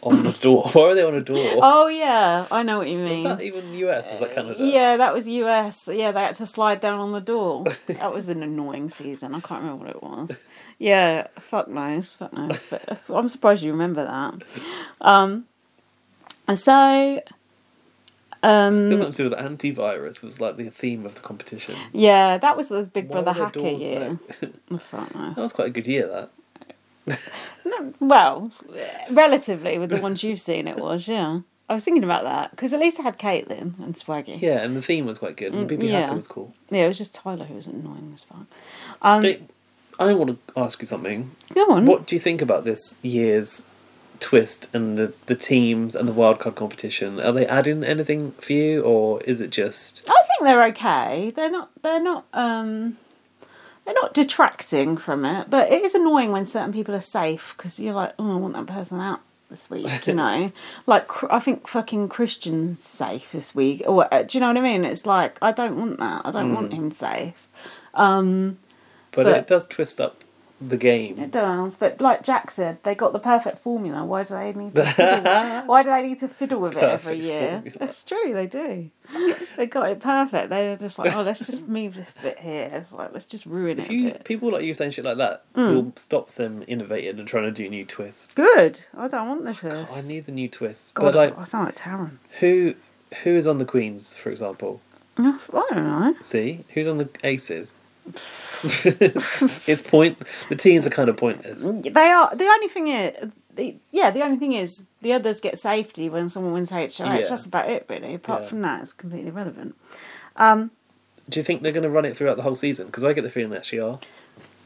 S1: on the door. Why were they on a door?
S2: Oh yeah, I know what you
S1: was
S2: mean.
S1: that even US? Was that Canada?
S2: Yeah, that was US. Yeah, they had to slide down on the door. that was an annoying season. I can't remember what it was. Yeah, fuck knows, fuck knows. But I'm surprised you remember that. Um, and so,
S1: It was
S2: um,
S1: something to do with antivirus. Was like the theme of the competition.
S2: yeah, that was the Big
S1: Why
S2: Brother
S1: were there
S2: hacker
S1: doors,
S2: year.
S1: though?
S2: Fuck knows.
S1: that was quite a good year. That
S2: No, well, relatively with the ones you've seen, it was yeah. I was thinking about that because at least I had Caitlin and Swaggy. Yeah.
S1: yeah, and the theme was quite good. And the BB
S2: Mm, yeah.
S1: hacker was cool.
S2: it was just Tyler who was annoying as fuck. Um,
S1: Don't- I want to ask you something.
S2: go on.
S1: What do you think about this year's twist and the, the teams and the wildcard competition? Are they adding anything for you, or is it just
S2: I think they're okay. They're not. They're not. Um, they're not detracting from it, but it is annoying when certain people are safe because you're like, oh, I want that person out this week. You know, like cr- I think fucking Christian's safe this week. Or uh, do you know what I mean? It's like I don't want that. I don't want him safe.
S1: but,
S2: but-
S1: it does twist up the game.
S2: It does, but like Jack said, they got the perfect formula. Why do they need to? fiddle, why do they need to fiddle with it every
S1: Perfect
S2: year?
S1: formula.
S2: That's true. They do. they got it perfect. They're just like, oh, let's just move this bit here. It's Like, let's just ruin it.
S1: If
S2: a
S1: you
S2: bit.
S1: people like you saying shit like that
S2: Hmm.
S1: will stop them innovating and trying to do new twists.
S2: Good. I don't want this. God,
S1: I need the new twists.
S2: God,
S1: Oh, But like
S2: I sound like Taron.
S1: who who is on the Queens, for example?
S2: I don't know.
S1: See? Who's on the aces? it's point. The teens are kind of pointless.
S2: They are the only thing. Is, the, yeah, the only thing is the others get safety when someone wins HIH.
S1: Yeah.
S2: That's about it, really. Apart
S1: Yeah.
S2: from that, it's completely irrelevant.
S1: Do you think they're going to run it throughout the whole season? Because I get the feeling they actually are.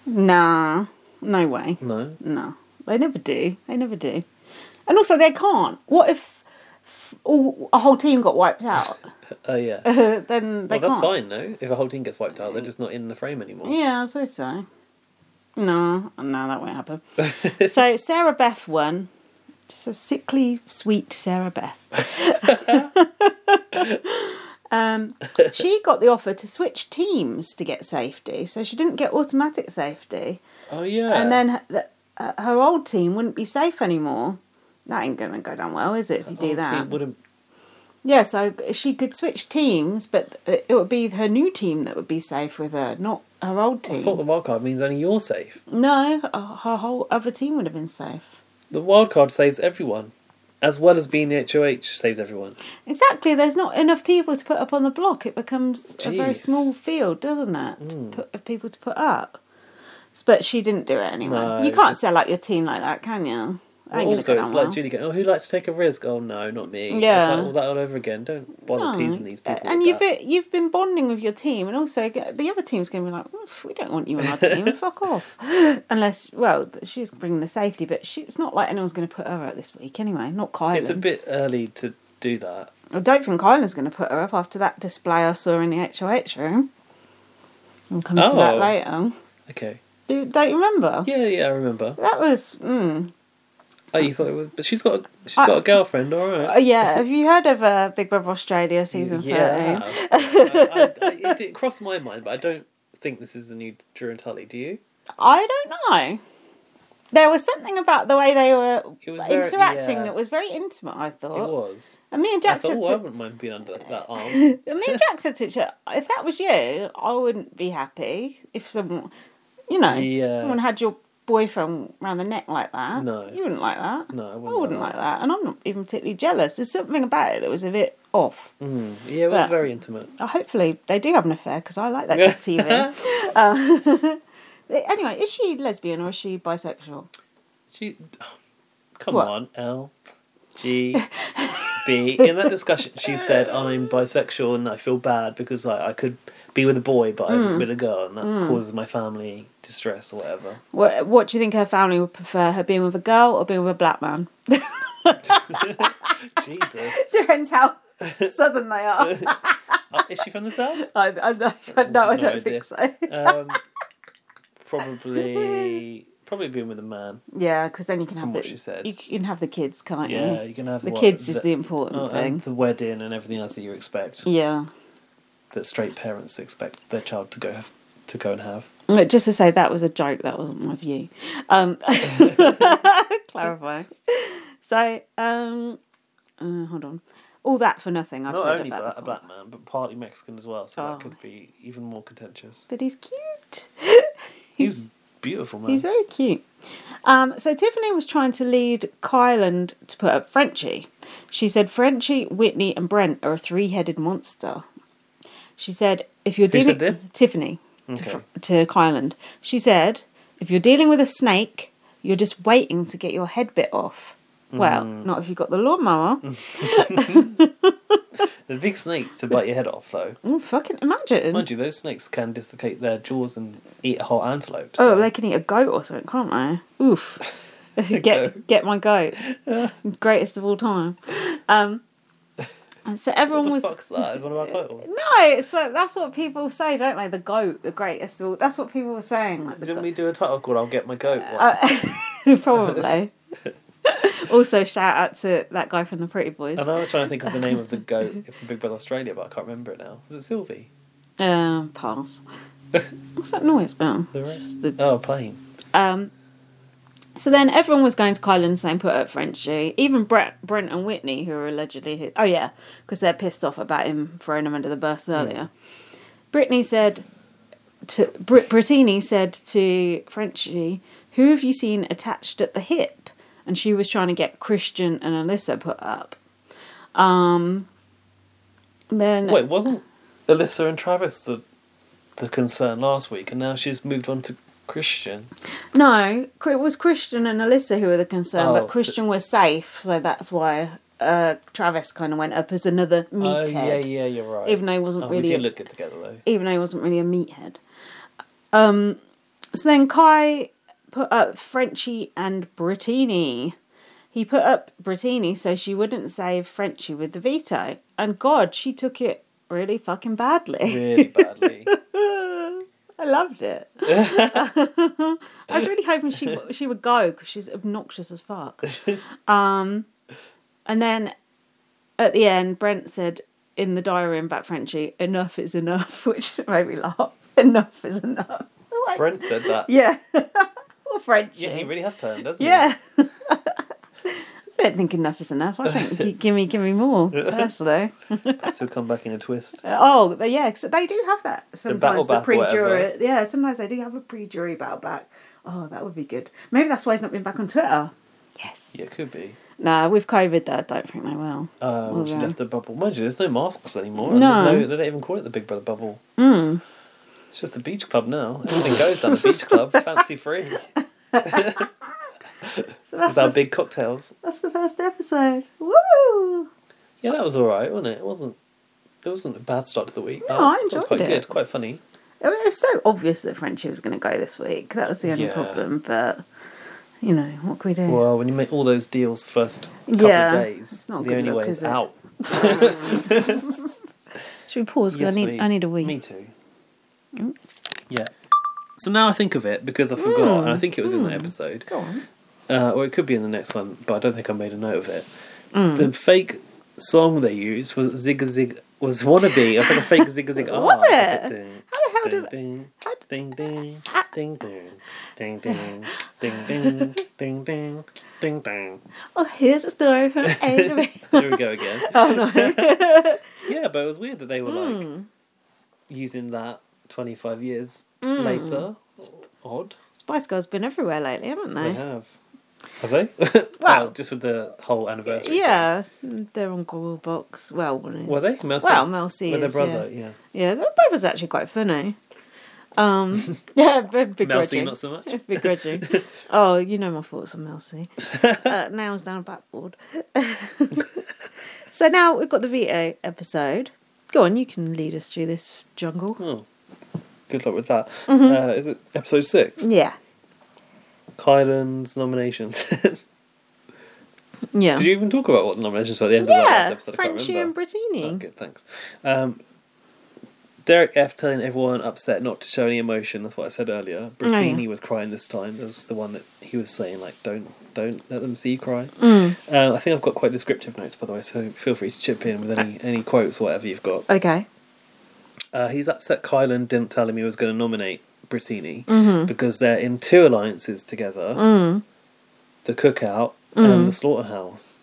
S2: Nah, no way.
S1: No.
S2: No, they never do. They never do. And also, they can't. What if f- all, a whole team got wiped out?
S1: Oh yeah.
S2: then they
S1: well,
S2: can't.
S1: that's fine. No, if a whole team gets wiped out, they're just not in the frame anymore.
S2: Yeah, I say so. No, no, that won't happen. so Sarah Beth won. Just a sickly, sweet Sarah Beth. um, she got the offer to switch teams to get safety, so she didn't get automatic safety.
S1: Oh yeah.
S2: And then her, the, uh, her old team wouldn't be safe anymore. That ain't going to go down well, is it? If you do
S1: Whole
S2: that,
S1: team wouldn't.
S2: yeah. So she could switch teams, but it would be her new team that would be safe with her, not her old
S1: I
S2: team.
S1: thought the wild card means only you're safe.
S2: No, uh, her whole other team would have been safe.
S1: The wild card saves everyone, as well as being the HOH saves everyone.
S2: Exactly, there's not enough people to put up on the block. It becomes a very
S1: Jeez. Mm.
S2: small field, doesn't it? To put, of people to put up. But she didn't do it anyway.
S1: No.
S2: you can't sell out your team like that, can you? That ain't
S1: But
S2: gonna
S1: also,
S2: go
S1: it's
S2: down
S1: like
S2: well.
S1: Julie going, "Oh, who likes to take a risk? Oh no, not me." It's
S2: Yeah.
S1: like all that all over again. Don't bother
S2: No.
S1: teasing these people.
S2: Uh, and
S1: with
S2: you've
S1: that.
S2: you've been bonding with your team, and also get- the other team's going to be like, "Oof, we don't want you on our team. Fuck off. Unless, well, she's bringing the safety, but she, it's not like anyone's going to put her out this week anyway. Not Kylan.
S1: It's a bit early to do that.
S2: I don't think Kylan's going to put her up after that display I saw in the HOH room. We'll come to that
S1: Oh.
S2: later.
S1: Okay.
S2: Do, don't you remember?
S1: Yeah, yeah, I remember.
S2: That was. Mm.
S1: Oh, you thought it was, but she's got a, she's
S2: I-
S1: got a girlfriend. All
S2: Oh,
S1: right.
S2: yeah, have you heard of uh, Big Brother Australia season 13?
S1: yeah. I, I, I- it, it crossed my mind, but I don't think this is the new Drew and Tully. Do you?
S2: I don't know. There was something about the way they were
S1: It was very-
S2: interacting
S1: yeah.
S2: that was very intimate, I
S1: It
S2: thought.
S1: was.
S2: And me and
S1: I
S2: Jack
S1: thought,
S2: said
S1: well, I
S2: to,
S1: wouldn't mind being under that arm.
S2: and me and Jack said to each other, if that was you, I wouldn't be happy if someone, you know,
S1: Yeah.
S2: someone had your boyfriend round the neck like that.
S1: No.
S2: You wouldn't like that.
S1: No, I
S2: I
S1: wouldn't.
S2: wouldn't like that. And I'm not even particularly jealous. There's something about it that was a bit off.
S1: Mm, Yeah, it was
S2: But-
S1: very intimate.
S2: Uh, Hopefully, they do have an affair because I like that good TV. Uh, anyway, is she lesbian or is she bisexual?
S1: She, come
S2: What?
S1: on, L, G, B. In that discussion, she said, "I'm bisexual and I feel bad because I, I could be with a boy, but I'm
S2: Mm.
S1: with a girl, and that causes my family distress or whatever."
S2: What, what do you think her family would prefer? Her being with a girl or being with a black man?
S1: Jesus,
S2: Depends how southern they are.
S1: Uh, is she from the south?
S2: I, I, no, I don't
S1: idea.
S2: think so.
S1: Um, probably, probably being with a man.
S2: Yeah, because then you can have
S1: what
S2: the,
S1: she said.
S2: you can have the kids, can't
S1: Yeah,
S2: you?
S1: you can have
S2: The
S1: what,
S2: kids is the important
S1: oh, and
S2: thing.
S1: the wedding and everything else that you expect
S2: Yeah.
S1: that straight parents expect their child to go have, to go and have.
S2: But just to say that was a joke. That wasn't my view. Um, clarify. So, um, uh, hold on. All that for nothing. I've
S1: Not
S2: said
S1: only
S2: about
S1: black,
S2: the
S1: a black man, but partly Mexican as well, so
S2: Oh.
S1: that could be even more contentious.
S2: but he's cute.
S1: He's, beautiful, man.
S2: He's very cute. Um, so Tiffany was trying to lead Kyland to put up Frenchie. She said Frenchie, Whitney, and Brent are a three-headed monster. She said, if you're
S1: Who
S2: dealing
S1: said this?
S2: Tiffany to,
S1: Okay.
S2: Fr- to Kyland, she said, if you're dealing with a snake, you're just waiting to get your head bit off. Well,
S1: Mm.
S2: not if you've got the lawnmower.
S1: the big snake to bite your head off, though.
S2: Oh, fucking imagine.
S1: Mind you, those snakes can dislocate their jaws and eat a whole antelope.
S2: Oh,
S1: so-
S2: they can eat a goat or something, can't they? Oof. get
S1: goat.
S2: get my goat. Greatest of all time. Um and so everyone
S1: what the
S2: was
S1: fuck's that? Is one of our titles.
S2: No, it's like that's what people say, don't they? The goat, the greatest of all that's what people were saying. Like, the
S1: Didn't
S2: goat.
S1: we do a title called "I'll Get My Goat"?
S2: Uh,
S1: once?
S2: Probably. also shout out to that guy from the Pretty Boys.
S1: and I was trying to think of the name of the goat from Big Brother Australia, but I can't remember it now. Was it Sylvie?
S2: Um pass. What's that noise? Oh,
S1: The
S2: it's
S1: rest?
S2: just the
S1: Oh, plane.
S2: Um, so then everyone was going to Kylan saying put up Frenchie. Even Brett, Brent and Whitney, who are allegedly his, oh yeah, because they're pissed off about him throwing them under the bus earlier. Brittany said to Brit, Brittini said to Frenchie, "Who have you seen attached at the hip?" And she was trying to get Christian and Alyssa put up. Um, then
S1: Wait, wasn't Alyssa and Travis the the concern last week, and now she's moved on to Christian.
S2: No, Chr- it was Christian and Alyssa who were the concern,
S1: Oh,
S2: but Christian was safe, so that's why uh, Travis kind of went up as another
S1: Oh
S2: meathead.
S1: yeah, yeah, you're right.
S2: Even though he wasn't
S1: oh,
S2: really
S1: we
S2: a-
S1: do look good together though.
S2: even though he wasn't really a meathead. Um, so then Kai put up Frenchie and Brittini. He put up Brittini so she wouldn't save Frenchie with the veto. And God, she took it really fucking badly.
S1: Really badly.
S2: I loved it. I was really hoping she she would go because she's obnoxious as fuck. Um, and then at the end, Brent said in the diary room about Frenchie, "Enough is enough," which made me laugh. Enough is enough. Like,
S1: Brent said that. Yeah,
S2: yeah, or Frenchie. Yeah,
S1: he really has turned, doesn't
S2: I don't think enough is enough. I think gi- give me, give me more. Personally,
S1: he? Perhaps he'll come back in a twist.
S2: Oh, they- yeah, 'cause they do have that sometimes.
S1: battle
S2: The,
S1: back or
S2: pre-jury,
S1: whatever.
S2: yeah, sometimes they do have a pre-jury battle back. Oh, that would be good. Maybe that's why he's not been back on Twitter. Yes.
S1: Yeah, it could be.
S2: Nah, with COVID, though, I don't think they will.
S1: Uh, when she
S2: Okay.
S1: left the bubble. Mind you, there's no masks anymore.
S2: Oh, No. Hmm.
S1: No. There's no, they don't even call it the Big Brother bubble. It's just the beach club now. Everything goes down the beach club, fancy free,
S2: So that's
S1: with our
S2: the,
S1: big cocktails.
S2: that's the first episode. Woo!
S1: Yeah, that was all right, wasn't it? It wasn't. It wasn't a bad start to the week.
S2: No, I
S1: It was
S2: enjoyed
S1: quite
S2: it.
S1: good, quite funny.
S2: I mean, it's so obvious that Frenchie was going to go this week. That was the only
S1: Yeah.
S2: problem, but you know what can we do?
S1: Well, when you make all those deals first couple
S2: Yeah,
S1: of days,
S2: it's not a
S1: the
S2: good
S1: only
S2: look,
S1: way
S2: is
S1: is
S2: it?
S1: out.
S2: Should we pause? 'Cause
S1: Yes,
S2: I need I
S1: please.
S2: need a Mm. wee.
S1: Me too. Yeah. So now I think of it because I forgot,
S2: Mm.
S1: and I think it was in that episode,
S2: Go on.
S1: uh, or it could be in the next one, but I don't think I made a note of it.
S2: Mm.
S1: The fake song they used was Zig Zig was wannabe. It was like a fake Zig Zig. R.
S2: Was
S1: It's like a
S2: it?
S1: ding,
S2: How the hell did-
S1: ding,
S2: how d-
S1: ding ding ding ding ding ding ding ding ding ding ding ding.
S2: Oh, here's a story from A to B.
S1: There we go again.
S2: Oh Hmm. no.
S1: Yeah, but it was weird that they were like using that 25 years
S2: Hmm.
S1: later. It's odd.
S2: Spice Girls been everywhere lately, haven't
S1: They
S2: they?
S1: have. Have they?
S2: Eh? Well-
S1: oh, just with the whole anniversary.
S2: Yeah, they're on Gogglebox. Well, one is.
S1: Were they? Mel C?
S2: Well, Mel C
S1: With their
S2: is,
S1: brother,
S2: yeah.
S1: yeah.
S2: Yeah, their brother's actually quite funny. Um, yeah, big
S1: Mel C,
S2: begrudging.
S1: not so much.
S2: begrudging. Oh, you know my thoughts on Mel C. Uh, nails down a backboard. so now we've got the veto episode. Go on, you can lead us through this jungle.
S1: Oh, good luck with that. Uh, is it episode six?
S2: Yeah,
S1: Kylan's nominations. Did
S2: yeah.
S1: you even talk about what the nominations were at the end of the last
S2: yeah,
S1: episode? I can't
S2: Frenchie
S1: remember.
S2: and Brittini.
S1: Oh, good, thanks. Um, Derek F telling everyone upset not to show any emotion. That's what I said earlier. Brittini was crying this time. That was the one that he was saying like, don't don't let them see you cry. Uh, I think I've got quite descriptive notes by the way, so feel free to chip in with any any quotes or whatever you've got.
S2: Okay.
S1: Uh, he's upset Kylan didn't tell him he was going to nominate Brittini
S2: Mm-hmm.
S1: because they're in two alliances together:
S2: Mm.
S1: the Cookout and the Slaughterhouse.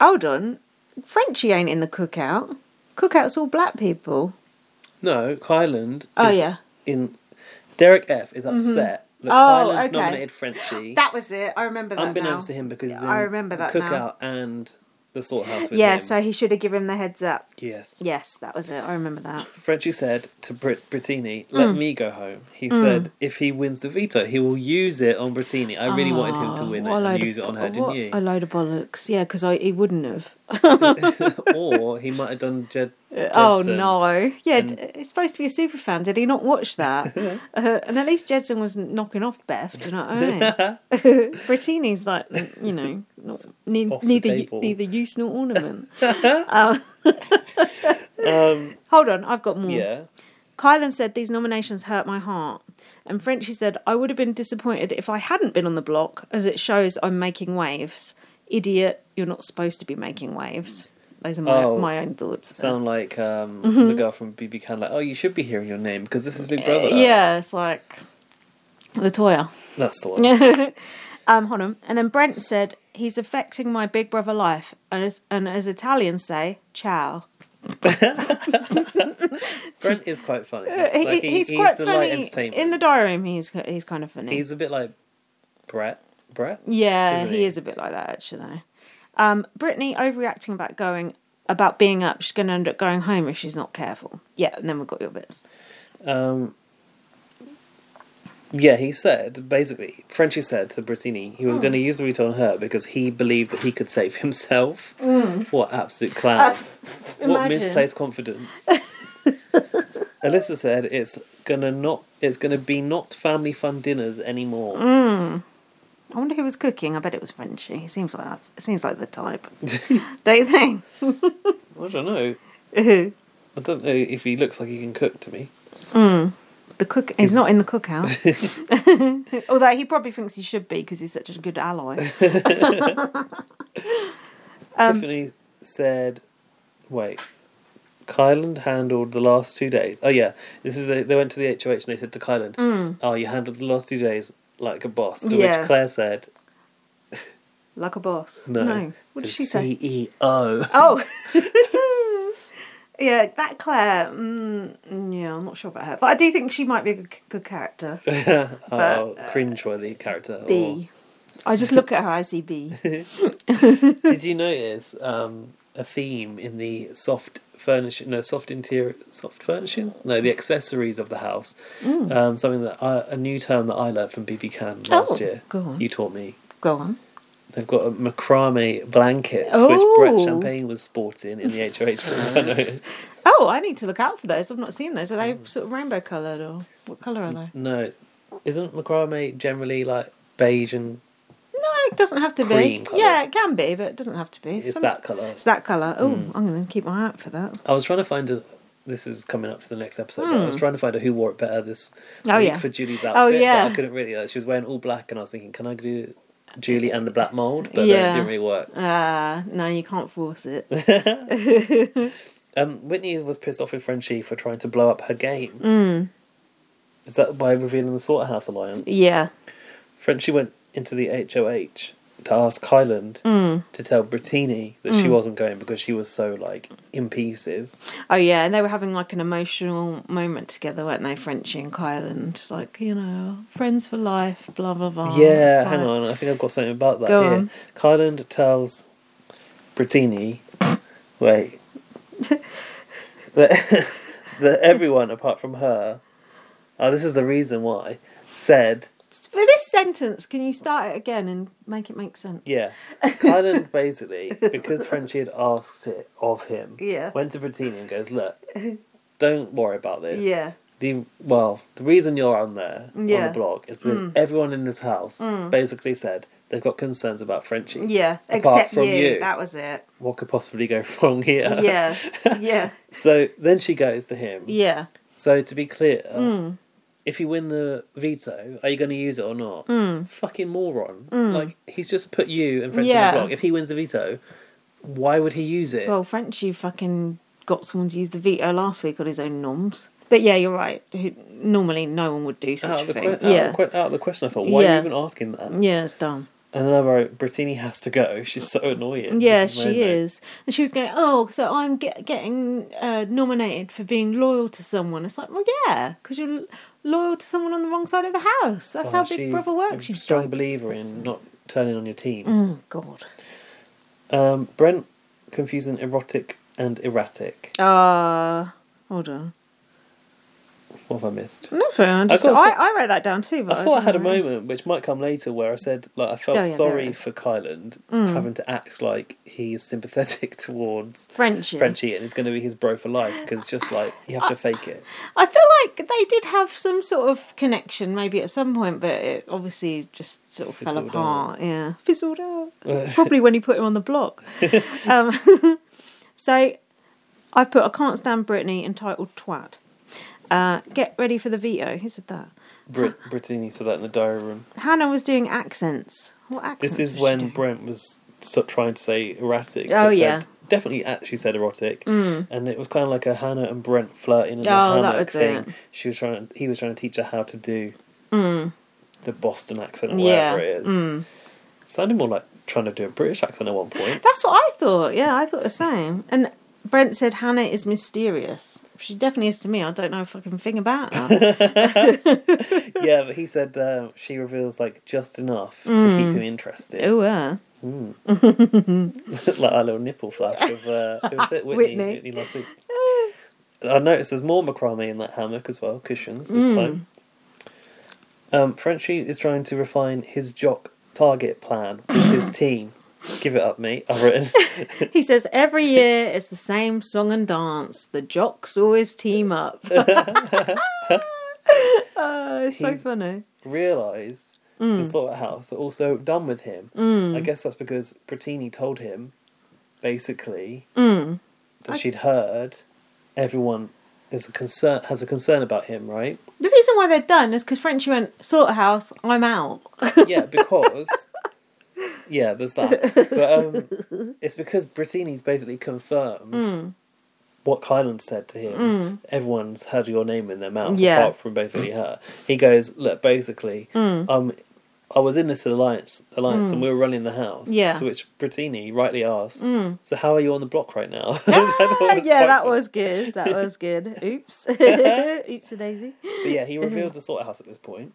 S2: Hold on. Frenchie ain't in the cookout. Cookout's all black people.
S1: No, Kylan.
S2: Oh,
S1: is
S2: yeah. Mm-hmm.
S1: In Derek F is upset that
S2: Oh,
S1: Kylan
S2: okay.
S1: nominated Frenchie,
S2: That was it. I remember that.
S1: unbeknownst
S2: now.
S1: to him because he's in
S2: I remember that
S1: the
S2: now.
S1: cookout and the slaughterhouse with
S2: Yeah,
S1: him.
S2: so he should have given him the heads up.
S1: yes.
S2: Yes, that was it. I remember that.
S1: Frenchie said to Brit- Brittini, "Let
S2: Mm.
S1: me go home." He said, "If he wins the veto, he will use it on Brittini." I really wanted him to
S2: Oh,
S1: win
S2: what a
S1: it
S2: load
S1: and
S2: of
S1: use it on
S2: bo-
S1: her, didn't
S2: what A
S1: you?
S2: load of bollocks. Yeah, because he wouldn't have.
S1: or he might have done Jed.
S2: Oh,
S1: Jedson.
S2: no. Yeah, d it's supposed to be a super fan. Did he not watch that? uh, and at least Jedson was knocking off Beth. Do you know what I mean? Brittini's like, you know, not, ne-
S1: Off the
S2: neither, u-
S1: table.
S2: neither use nor ornament. um, hold on, I've got more.
S1: Um, Yeah.
S2: Kylan said these nominations hurt my heart. And Frenchie said, I would have been disappointed if I hadn't been on the block, as it shows I'm making waves. Idiot, you're not supposed to be making waves. Those are my,
S1: Oh.
S2: my own thoughts.
S1: Sound like um,
S2: Mm-hmm.
S1: the girl from BB Can, like, oh, you should be hearing your name because this is Big Brother.
S2: yeah, it's like Latoya.
S1: that's the one.
S2: Um, hold on. And then Brent said, he's affecting my Big Brother life. And as, and as Italians say, ciao.
S1: Brent is quite funny.
S2: Uh, He,
S1: Like, he-
S2: he's, quite
S1: the light
S2: funny.
S1: entertainment.
S2: In the diary room, he's, he's kind of funny.
S1: He's a bit like Brett. Brett.
S2: Yeah,
S1: isn't
S2: he,
S1: he?
S2: is a bit like that actually. Um, Brittany overreacting about going about being up. She's going to end up going home if she's not careful. Yeah, and then we've got your bits.
S1: Yeah, he said basically. Frenchy said to Brittini he was going to use the veto on her because he believed that he could save himself. What absolute clown! what
S2: Imagine.
S1: misplaced confidence. Alyssa said it's gonna not. It's gonna be not family fun dinners anymore.
S2: I wonder who was cooking. I bet it was Frenchy. He seems like that. It seems like the type. Don't you think?
S1: I don't know.
S2: the
S1: I don't know if he looks like he can cook to me.
S2: cook. He's not in the cookout. Although he probably thinks he should be because he's such a good ally. Um,
S1: Tiffany said, "Wait." Kyland handled the last two days. Oh yeah, this is the, they went to the HOH and they said to Kyland, "Oh, you handled the last two days like a boss." To
S2: Mm. Yeah.
S1: which Claire said,
S2: Like a boss.
S1: "No."
S2: What
S1: the E
S2: did she say?
S1: CEO.
S2: Oh. yeah, that Claire. Mm, mm, yeah, I'm not sure about her, but I do think she might be a good, good character.
S1: oh, cringeworthy character. or-
S2: uh, B. I just look at her. I see B.
S1: Did you notice um, a theme in the soft furnish no soft interior soft furnishings no the accessories of the house
S2: Mm.
S1: um, something that I, a new term that I learned from BB Can last
S2: Oh,
S1: year
S2: go on.
S1: you taught me
S2: Go on.
S1: they've got a macrame blankets which
S2: Oh.
S1: Brett Champagne was sporting in the HOH I know.
S2: Oh, I need to look out for those. I've not seen those. Are they
S1: Mm.
S2: sort of rainbow coloured or what colour are they?
S1: no isn't macrame generally like beige and
S2: No, it doesn't have to
S1: Cream
S2: be.
S1: coloured.
S2: Yeah, it can be, but it doesn't have to be.
S1: it's
S2: Some-
S1: that Mm. colour
S2: It's that colour. Oh, I'm going to keep my eye out for that.
S1: I was trying to find a. This is coming up to the next episode, but I was trying to find out who wore it better this
S2: Hmm. Oh,
S1: week
S2: yeah.
S1: for Julie's outfit.
S2: Oh,
S1: But
S2: yeah.
S1: I couldn't really. Like, she was wearing all black, and I was thinking, can I do Julie and the black mold? But then it
S2: Yeah.
S1: didn't really work.
S2: Uh, no, you can't force it.
S1: Um, Whitney was pissed off with Frenchie for trying to blow up her game.
S2: Hmm.
S1: Is that by revealing the Slaughterhouse Alliance?
S2: yeah.
S1: Frenchie went into the HOH to ask Kyland
S2: Hmm.
S1: to tell Brittini that she wasn't going because she was so like in pieces.
S2: Oh, yeah. And they were having like an emotional moment together, weren't they? Frenchie and Kyland. Like, you know, friends for life, blah, blah, blah.
S1: Yeah,
S2: It's
S1: hang
S2: like-
S1: on. I think I've got something about that
S2: Oh, Go
S1: here.
S2: on.
S1: Kyland tells Brittini, wait, that, that everyone apart from her, oh, this is the reason why, said,
S2: For this sentence, can you start it again and make it make sense?
S1: yeah. Kyland basically, because Frenchie had asked it of him,
S2: Yeah.
S1: went to Brittini and goes, look, don't worry about this.
S2: Yeah.
S1: The, well, the reason you're on there on
S2: Yeah. Mm.
S1: the blog is because everyone in this house basically said they've got concerns about Frenchie.
S2: Yeah.
S1: Apart
S2: except
S1: from
S2: you.
S1: you.
S2: That was it.
S1: what could possibly go wrong here?
S2: Yeah. yeah.
S1: So then she goes to him.
S2: Yeah. Mm.
S1: So to be clear, if you win the veto, are you going to use it or not?
S2: Mm.
S1: Fucking moron! Like he's just put you and French
S2: Yeah.
S1: on the block. If he wins the veto, why would he use it?
S2: Well, Frenchie fucking got someone to use the veto last week on his own norms. But yeah, you're right. Who- Normally, no one would do
S1: out
S2: such
S1: of
S2: a
S1: Oh, the que-
S2: thing.
S1: out,
S2: yeah.
S1: of the que- out of the question. I thought, why are you
S2: Yeah.
S1: even asking that?
S2: yeah, it's dumb.
S1: And then I wrote, Brittini has to go. She's so annoying.
S2: Yeah,
S1: This my
S2: she
S1: note.
S2: is. And she was going, oh, so I'm get, getting uh, nominated for being loyal to someone. It's like, well, yeah, because you're loyal to someone on the wrong side of the house. That's
S1: Oh,
S2: how Big
S1: she's
S2: Brother
S1: a
S2: works. She's
S1: strong
S2: strong.
S1: believer in not turning on your team.
S2: Oh, God. Mm.
S1: Um, Brent confusing erotic and erratic.
S2: Uh, hold on.
S1: What have I missed?
S2: Nothing. I, just, I,
S1: got so-
S2: Mm, I wrote that down too. But
S1: I thought I had a
S2: didn't realise.
S1: moment, which might come later, where I said like I felt
S2: Oh, yeah, Mm. there
S1: sorry
S2: it is.
S1: for Kyland having to act like he is sympathetic towards
S2: Frenchie.
S1: Frenchie and is going to be his bro for life because just like you have to fake it.
S2: I feel like they did have some sort of connection maybe at some point, but it obviously just sort of fell
S1: Fizzled
S2: apart. Yeah, fizzled out. Probably when you put him on the block. um, so I've put I can't stand Britney entitled twat. Uh, get ready for the veto. Who said that?
S1: Brit- Brittany said that in the diary room.
S2: Hannah was doing accents. What accents?
S1: This is
S2: was she
S1: when
S2: doing?
S1: Brent was so- trying to say erratic.
S2: Oh,
S1: but said-
S2: yeah. Mm.
S1: Definitely actually said erotic, and it was kind of like a Hannah and Brent flirting in the
S2: Oh, that
S1: hammock
S2: was
S1: thing.
S2: it.
S1: She was trying. He was trying to teach her how to do the Boston accent or
S2: Mm. Yeah, Mm.
S1: whatever it is. Sounded more like trying to do a British accent at one point.
S2: That's what I thought. Yeah, I thought the same. And Brent said Hannah is mysterious. She definitely is to me. I don't know a fucking thing about her.
S1: yeah, but he said uh, she reveals like just enough to
S2: Mm.
S1: keep him interested.
S2: oh, uh.
S1: like our little nipple flash of uh, who was it? Whitney, Whitney.
S2: Whitney.
S1: last week. I noticed there's more macrame in that hammock as well, cushions this time. Um, Frenchie is trying to refine his jock target plan with his team. Give it up, mate. I've written.
S2: He says every year it's the same song and dance. The jocks always team up. oh, it's so
S1: He's-
S2: funny.
S1: realised the slaughterhouse are also done with him. I guess that's because Brittini told him, basically, that she'd heard everyone is a concern has a concern about him, right?
S2: The reason why they're done is because Frenchie went slaughterhouse. I'm out.
S1: yeah, because yeah, there's that. But um, it's because Brittini's basically confirmed
S2: Hmm.
S1: what Kylan said to him. Everyone's heard your name in their mouth,
S2: Yeah.
S1: apart from basically her. He goes, look, basically,
S2: Hmm.
S1: um, I was in this alliance, alliance, and we were running the house.
S2: Yeah.
S1: To which Brittini rightly asked, so how are you on the block right now?
S2: Ah, yeah,
S1: quite
S2: that
S1: funny.
S2: was good. That was good. Oops. Oops, Daisy.
S1: But yeah, he revealed the slaughterhouse at this point,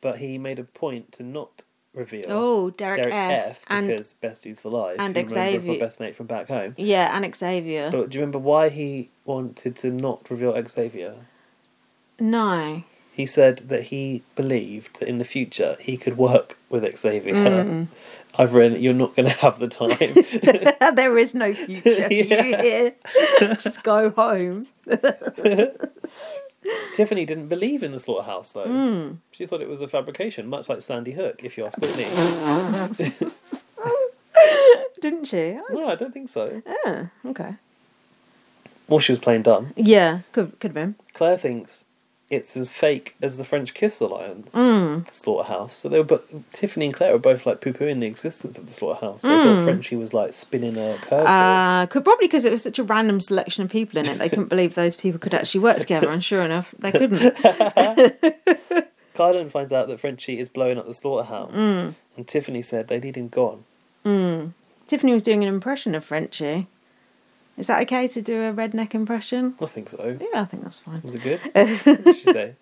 S1: but he made a point to not reveal.
S2: Hmm. Oh, Derek,
S1: Derek
S2: F.
S1: F,
S2: and
S1: because besties for life.
S2: and
S1: you remember
S2: Xavier.
S1: my best mate from back home.
S2: yeah, and Xavier.
S1: But do you remember why he wanted to not reveal Xavier?
S2: no.
S1: He said that he believed that in the future he could work with Xavier.
S2: Mm.
S1: I've written, you're not going to have the time.
S2: there is no future. for You
S1: Yeah.
S2: here. Just go home.
S1: Tiffany didn't believe in the slaughterhouse though.
S2: Mm.
S1: She thought it was a fabrication, much like Sandy Hook, if you ask Whitney.
S2: Didn't she?
S1: no, I don't think so.
S2: Oh, okay.
S1: Well, she was plain dumb.
S2: Yeah, could could have been.
S1: Claire thinks it's as fake as the French Kiss Alliance,
S2: Mm.
S1: the slaughterhouse. So they were, but Tiffany and Claire were both like poo pooing the existence of the slaughterhouse. They thought Frenchie was like spinning a curveball.
S2: Mm. Uh, could probably because it was such a random selection of people in it, they couldn't believe those people could actually work together. And sure enough, they couldn't.
S1: Carlin finds out that Frenchie is blowing up the slaughterhouse,
S2: Mm.
S1: and Tiffany said they need him gone.
S2: Tiffany was doing an impression of Frenchie. Is that okay to do a redneck impression?
S1: I think so.
S2: Yeah, I think that's fine.
S1: Was it good? what did she say?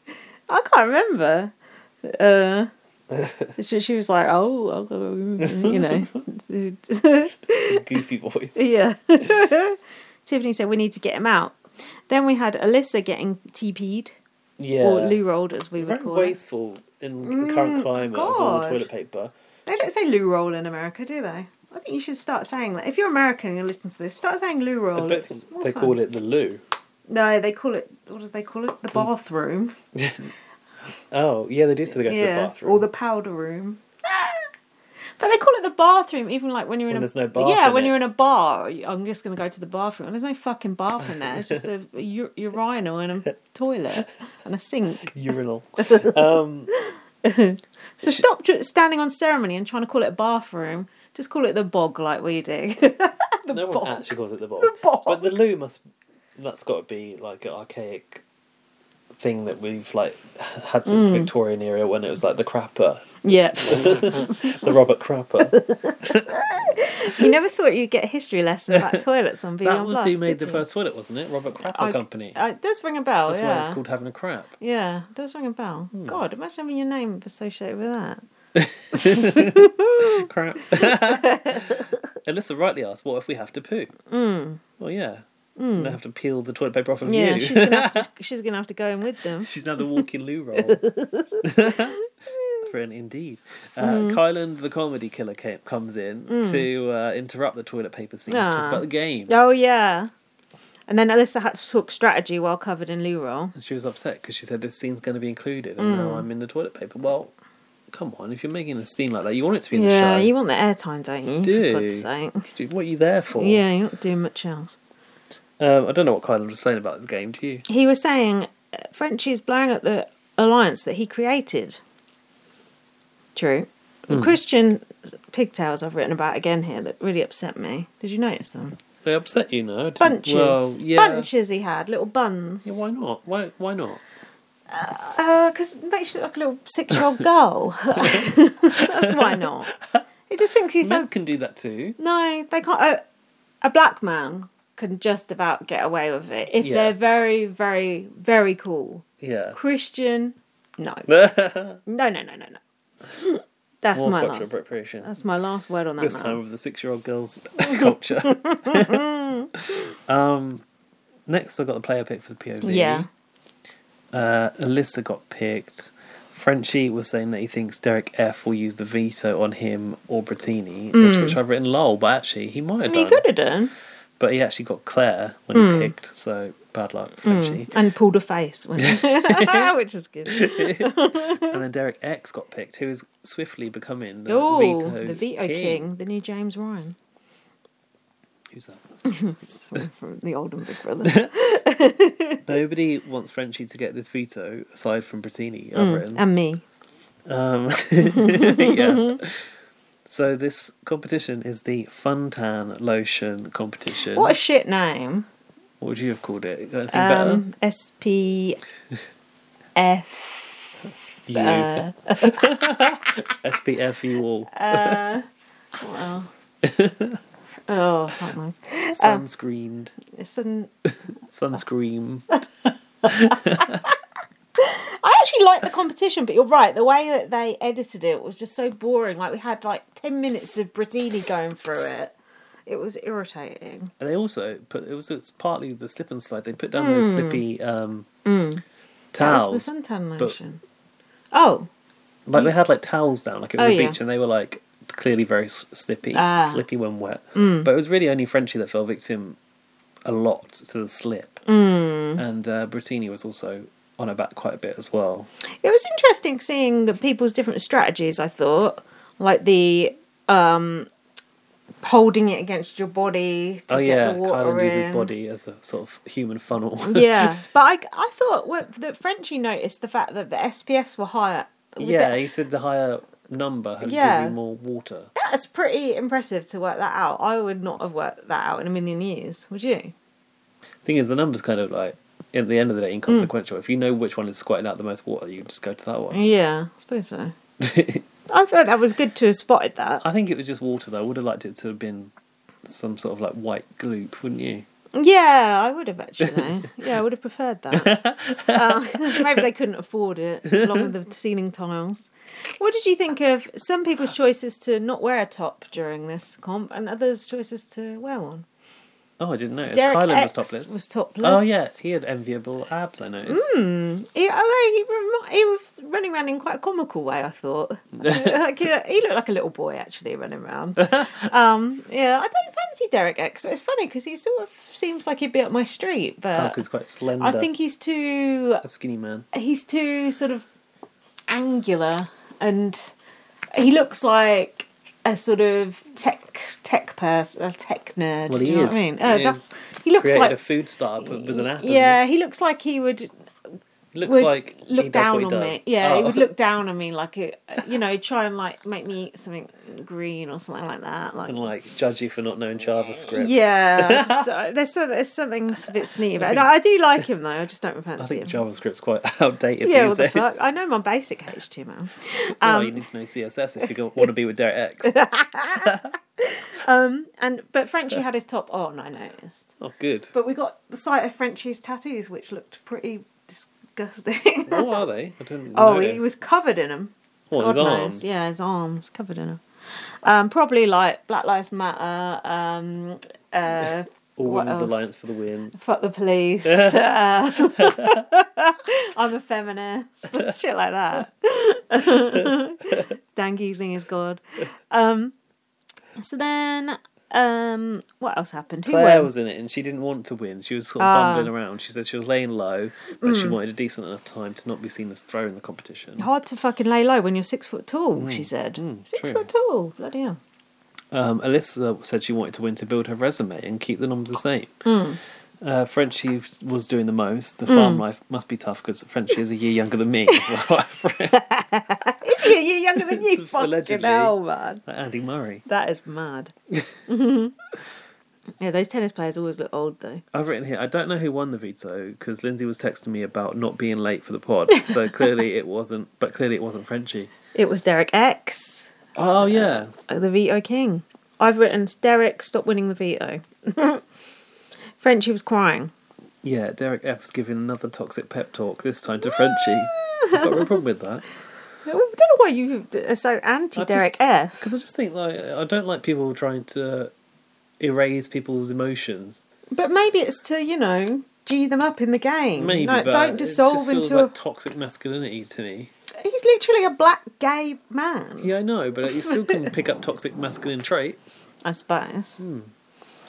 S2: I can't remember. Uh, she, she was like, oh, oh," you know.
S1: Goofy voice.
S2: yeah. Tiffany said, we need to get him out. Then we had Alyssa getting TP'd,
S1: Yeah.
S2: or loo rolled as we would
S1: Very
S2: call it.
S1: wasteful in the current climate of all the
S2: God.
S1: toilet paper.
S2: They don't say loo roll in America, do they? I think you should start saying that. If you're American and you listen to this, start saying loo
S1: I
S2: roll.
S1: don't
S2: It's
S1: think
S2: Oh, more
S1: they
S2: fun.
S1: call it Hmm. the loo.
S2: No, they call it, what do they call it? The bathroom.
S1: Oh, yeah, they do. So they go to the
S2: yeah,
S1: bathroom.
S2: or the powder room. Ah! but they call it the bathroom, even like when you're in
S1: When
S2: a
S1: there's no bath
S2: yeah,
S1: in
S2: when
S1: it.
S2: you're in a bar, I'm just going to go to the bathroom. And there's no fucking bath in there. It's just a u- urinal and a toilet and a sink.
S1: urinal. um,
S2: So stop tr- standing on ceremony and trying to call it a bathroom. Just call it the bog, like we do.
S1: no
S2: bog.
S1: one actually calls it the bog.
S2: bog.
S1: But the loo must. That's got to be like an archaic thing that we've like had since
S2: Mm.
S1: Victorian era when it was like the crapper,
S2: yeah,
S1: the Robert Crapper.
S2: you never thought you'd get a history lesson about toilets on Beyond
S1: that was
S2: Blast,
S1: who made
S2: did
S1: the
S2: you?
S1: first toilet, wasn't it? Robert Crapper
S2: I-
S1: Company.
S2: Uh, it does ring a bell.
S1: That's
S2: yeah.
S1: why it's called Hmm. having a crap.
S2: Yeah, it does ring a bell. God, imagine having your name associated with that.
S1: Crap. Alyssa rightly asked, "What if we have to poo?" Well, yeah, I'm gonna have to peel the toilet paper off of
S2: Mm. Yeah,
S1: you.
S2: she's gonna have to, she's gonna have to go in with them.
S1: She's now the walking loo roll. Friend, indeed. Uh,
S2: Mm-hmm.
S1: Kylan, the comedy killer, came, comes in to uh, interrupt the toilet paper scene to
S2: Mm. Ah.
S1: talk about the game.
S2: Oh yeah, and then Alyssa had to talk strategy while covered in loo roll.
S1: And she was upset because she said this scene's going to be included, and
S2: Mm.
S1: now I'm in the toilet paper. Well, come on, if you're making a scene like that, you want it to be in
S2: Yeah,
S1: the show.
S2: you want the airtime, don't you?
S1: do.
S2: For God's sake.
S1: Do- What are you there for?
S2: Yeah, you're not doing much else.
S1: Um, I don't know what Kylan was saying about the game. Do you?
S2: He was saying uh, Frenchie is blowing up the alliance that he created. True.
S1: Hmm.
S2: Christian pigtails I've written about again here that really upset me. Did you notice them?
S1: They upset you, no? I didn't-
S2: Bunches,
S1: Well, yeah.
S2: bunches he had, little buns.
S1: Yeah, why not? Why? Why not?
S2: because it makes you look like a little six-year-old girl. That's why not. He just thinks he's
S1: Men
S2: so.
S1: can do that too.
S2: No, they can't. A, a black man can just about get away with it if
S1: Yeah.
S2: they're very, very, very cool.
S1: Yeah.
S2: Christian, no, no,
S1: More
S2: no, no, no, no. That's my
S1: cultural
S2: last.
S1: appropriation.
S2: That's my last word on that.
S1: this
S2: man.
S1: time of the six year old girls culture. um, Next, I got the player pick for the POV.
S2: Yeah.
S1: Uh, Alyssa got picked. Frenchie was saying that he thinks Derek F will use the veto on him or Brattini, which, which I've written lol, but actually he might have
S2: Hmm. He Hmm.
S1: done.
S2: could have done.
S1: But he actually got Claire when he picked, so bad luck, Frenchie.
S2: And pulled a face, when- which was good. Hmm.
S1: And then Derek X got picked, who is swiftly becoming the
S2: Oh,
S1: veto,
S2: the veto king. the new James Ryan
S1: Who's that?
S2: from the older Big Brother,
S1: Nobody wants Frenchie to get this veto aside from Brattini, I've written.
S2: and me.
S1: Um, yeah.
S2: Mm-hmm.
S1: So this competition is the Fun Tan Lotion competition.
S2: What a shit name.
S1: What would you have called it? Got anything
S2: Um, S P F. uh,
S1: better? You. SPF you all.
S2: Well. Oh, not nice.
S1: Sunscreened.
S2: It's an,
S1: Sunscreen.
S2: I actually like the competition, but you're right. The way that they edited it was just so boring. Like we had like ten minutes of Brattini going through it. It was irritating.
S1: And they also put it was it's partly the slip and slide. They put down
S2: Hmm.
S1: those slippy um
S2: That
S1: towels.
S2: was the suntan lotion. Oh,
S1: like they had like towels down, like it was
S2: Oh,
S1: a
S2: yeah.
S1: beach, and they were like clearly very s- slippy,
S2: Ah. Mm.
S1: slippy when wet. But it was really only Frenchie that fell victim a lot to the slip,
S2: Mm.
S1: and uh, Brittini was also on her back quite a bit as well.
S2: It was interesting seeing the people's different strategies. I thought, like the um, holding it against your body to
S1: oh
S2: get
S1: yeah,
S2: the water
S1: Kylan
S2: in.
S1: uses body as a sort of human funnel.
S2: yeah, but I, I thought what, that Frenchie noticed the fact that the SPFs were higher. Was
S1: yeah,
S2: it-
S1: he said the higher number had
S2: Yeah.
S1: given you more water.
S2: that's pretty impressive to work that out. I would not have worked that out in a million years. Would you?
S1: thing is, the numbers kind of like at the end of the day
S2: Mm.
S1: inconsequential. If you know which one is squirting out the most water, you just go to that one.
S2: Yeah, I suppose so. I thought that was good to have spotted that.
S1: I think it was just water though. I would have liked it to have been some sort of like white gloop, wouldn't you?
S2: Yeah, I would have actually. Yeah, I would have preferred that. Uh, maybe they couldn't afford it, along with the ceiling tiles. What did you think of some people's choices to not wear a top during this comp, and others' choices to wear one?
S1: Oh, I didn't notice.
S2: Derek
S1: Kylan
S2: X
S1: was topless.
S2: was topless. Hmm.
S1: Oh yeah, he had enviable abs. I noticed.
S2: He, although he, remi- he was running around in quite a comical way, I thought. like, he, he looked like a little boy actually running around. um, yeah, I don't fancy Derek X. It's funny because he sort of seems like he'd be up my street, but
S1: Parker's quite slender.
S2: I think he's too
S1: a skinny man.
S2: he's too sort of angular and he looks like a sort of tech tech person, a tech nerd.
S1: Well,
S2: do
S1: he
S2: you know
S1: is.
S2: what I mean?
S1: He
S2: Uh,
S1: is.
S2: that's, he looks
S1: Created
S2: like
S1: a food startup with with an app. hasn't
S2: yeah, he looks like he would
S1: he? looks
S2: would
S1: like
S2: look
S1: he does
S2: down
S1: what he
S2: on me.
S1: does.
S2: Yeah, he
S1: Oh.
S2: would look down on me like it, you know, try and like make me eat something green or something like that. Like,
S1: and like judge you for not knowing JavaScript.
S2: yeah, so, there's so, there's something a bit sneaky about. it. No, I do like him though. I just don't
S1: I
S2: fancy
S1: think
S2: him.
S1: JavaScript's quite outdated
S2: yeah, what
S1: these
S2: the
S1: days.
S2: fuck? Um, I know my basic HTML.
S1: well, Oh, you need to know CSS if you go- want to be with Derek X.
S2: And but Frenchie had his top on. I noticed.
S1: Oh, good.
S2: But we got the sight of Frenchie's tattoos, which looked pretty disgusting.
S1: Oh, are they? I didn't.
S2: oh,
S1: notice.
S2: he was covered in them.
S1: What, his arms?
S2: Yeah, his arms covered in them. Um, probably like Black Lives Matter, um, uh,
S1: All
S2: What
S1: Women's
S2: else?
S1: Alliance for the Win.
S2: fuck the police. uh, I'm a feminist, shit like that. Dan Giesling is god. Um, so then, um, what else happened? Who
S1: Claire
S2: won?
S1: was in it, and she didn't want to win. She was sort of bumbling around. She said she was laying low, but she wanted a decent enough time to not be seen as throwing the competition.
S2: Hard to fucking lay low when you're six foot tall, she said. six
S1: Mm, true.
S2: foot tall, bloody hell.
S1: Um, Alyssa said she wanted to win to build her resume and keep the numbers the same. Uh, Frenchie was doing the most. The farm life must be tough because Frenchie is a year younger than me. as well.
S2: Is he a year younger than you? fucking
S1: Allegedly.
S2: hell, man.
S1: Like Andy Murray.
S2: That is mad. yeah, those tennis players always look old though.
S1: I've written here. I don't know who won the veto because Lindsay was texting me about not being late for the pod. So clearly it wasn't. But clearly it wasn't Frenchie.
S2: It was Derek X, uh,
S1: Oh yeah,
S2: the veto king. I've written Derek, stop winning the veto. Frenchie was crying.
S1: Yeah, Derek F's giving another toxic pep talk, this time to Frenchie. I've got a real problem with that.
S2: I don't know why you are so anti Derek F.
S1: Because I just think, like, I don't like people trying to erase people's emotions.
S2: But maybe it's to, you know, G them up in the game.
S1: Maybe,
S2: No,
S1: but
S2: don't
S1: it
S2: dissolve
S1: just feels
S2: into
S1: like toxic masculinity to me.
S2: a. He's literally a black gay man.
S1: Yeah, I know, but you still can pick up toxic masculine traits.
S2: I suppose.
S1: Hmm.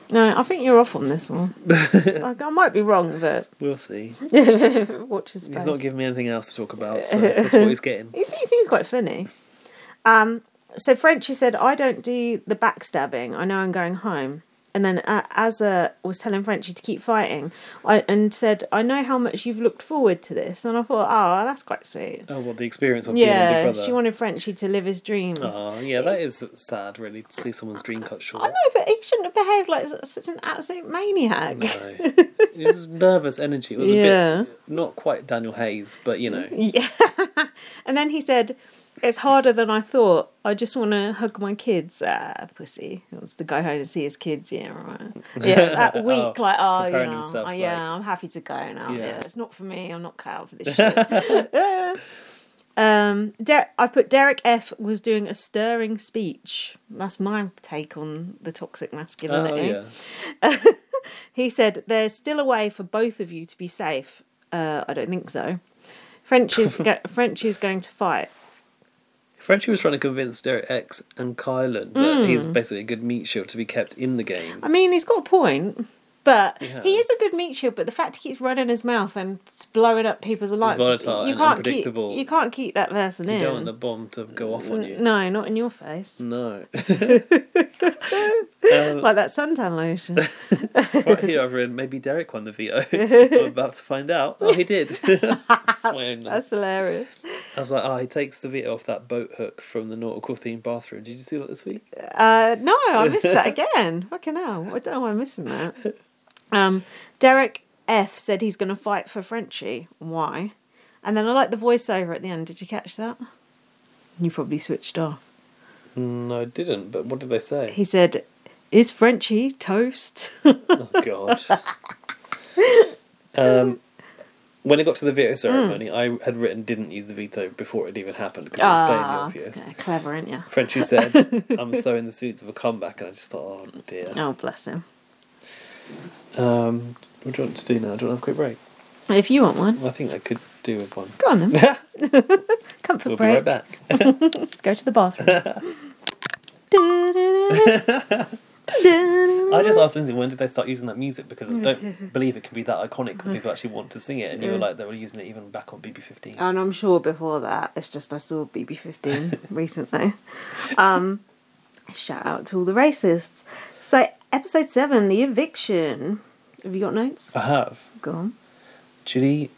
S2: No, I think you're off on this one. like, I might be wrong, but
S1: We'll see.
S2: watch his
S1: He's
S2: space.
S1: not giving me anything else to talk about, so that's what he's getting.
S2: He se- he seems quite funny. Um, so Frenchie said, "I don't do the backstabbing. I know I'm going home." And then uh, Azza was telling Frenchie to keep fighting, I, and said, "I know how much you've looked forward to this." And I thought, "Ah, that's quite sweet."
S1: Oh, well, the experience of being a
S2: yeah,
S1: big brother.
S2: she wanted Frenchie to live his dreams.
S1: Oh, yeah, that is sad, really, to see someone's dream cut short.
S2: I know, but he shouldn't have behaved like su- such an absolute maniac.
S1: No. His nervous energy was
S2: Yeah.
S1: a bit not quite Daniel Hayes, but you know.
S2: Yeah. and then he said, It's harder than I thought. I just want to hug my kids. Ah, pussy. It was the guy home to see his kids. Yeah, right. Yeah, that week,
S1: Oh,
S2: like, oh, you
S1: preparing
S2: know,
S1: himself,
S2: oh, yeah,
S1: like-
S2: I'm happy to go now. Yeah.
S1: Yeah.
S2: it's not for me. I'm not cut out for this shit. um, Der- I've put Derek F. was doing a stirring speech. That's my take on the toxic
S1: Oh,
S2: masculinity.
S1: yeah.
S2: He said, "There's still a way for both of you to be safe." Uh, I don't think so. French is go- French is going to fight.
S1: Frenchie was trying to convince Derek X and Kylan that
S2: Hmm.
S1: he's basically a good meat shield to be kept in the game.
S2: I mean, he's got a point, but he is
S1: has.
S2: a good meat shield. But the fact he keeps running his mouth and blowing up people's alliances,
S1: Volatile
S2: you
S1: and
S2: can't
S1: unpredictable.
S2: keep you can't keep that person
S1: You
S2: in.
S1: don't want the bomb to go off on you.
S2: No, not in your face.
S1: No.
S2: Like that suntan lotion.
S1: right here I've written, maybe Derek won the veto. I'm about to find out. Oh, he did. It's my own note.
S2: That's hilarious.
S1: I was like, oh, he takes the veto off that boat hook from the nautical themed bathroom. Did you see that this week?
S2: Uh, no, I missed that again. Fucking hell. I don't know why I'm missing that. Um, Derek F said he's going to fight for Frenchie. Why? And then I like the voiceover at the end. Did you catch that? You probably switched off.
S1: No, I didn't. But what did they say?
S2: He said, Is Frenchie toast?
S1: Oh God. um, when it got to the veto ceremony,
S2: Hmm.
S1: I had written didn't use the veto before it even happened because it was plainly
S2: Ah,
S1: obvious.
S2: yeah, clever, aren't you?
S1: French who said, "I'm so in the suits of a comeback," and I just thought, "Oh dear."
S2: Oh, bless him.
S1: Um, what do you want to do now? Do you want to have a quick break?
S2: If you want one,
S1: I think I could do with one.
S2: go on then. Comfort
S1: We'll be right
S2: break.
S1: back.
S2: Go to the bathroom. Da-da-da-da. Da-da-da-da.
S1: I just asked Lindsay when did they start using that music because I don't believe it can be that iconic
S2: Mm.
S1: that people actually want to sing it, and you were like they were using it even back on BB15.
S2: And I'm sure before that, it's just I saw BB15 recently. Um, shout out to all the racists. So, episode seven, the eviction. Have you got notes?
S1: I have.
S2: Go on.
S1: Judy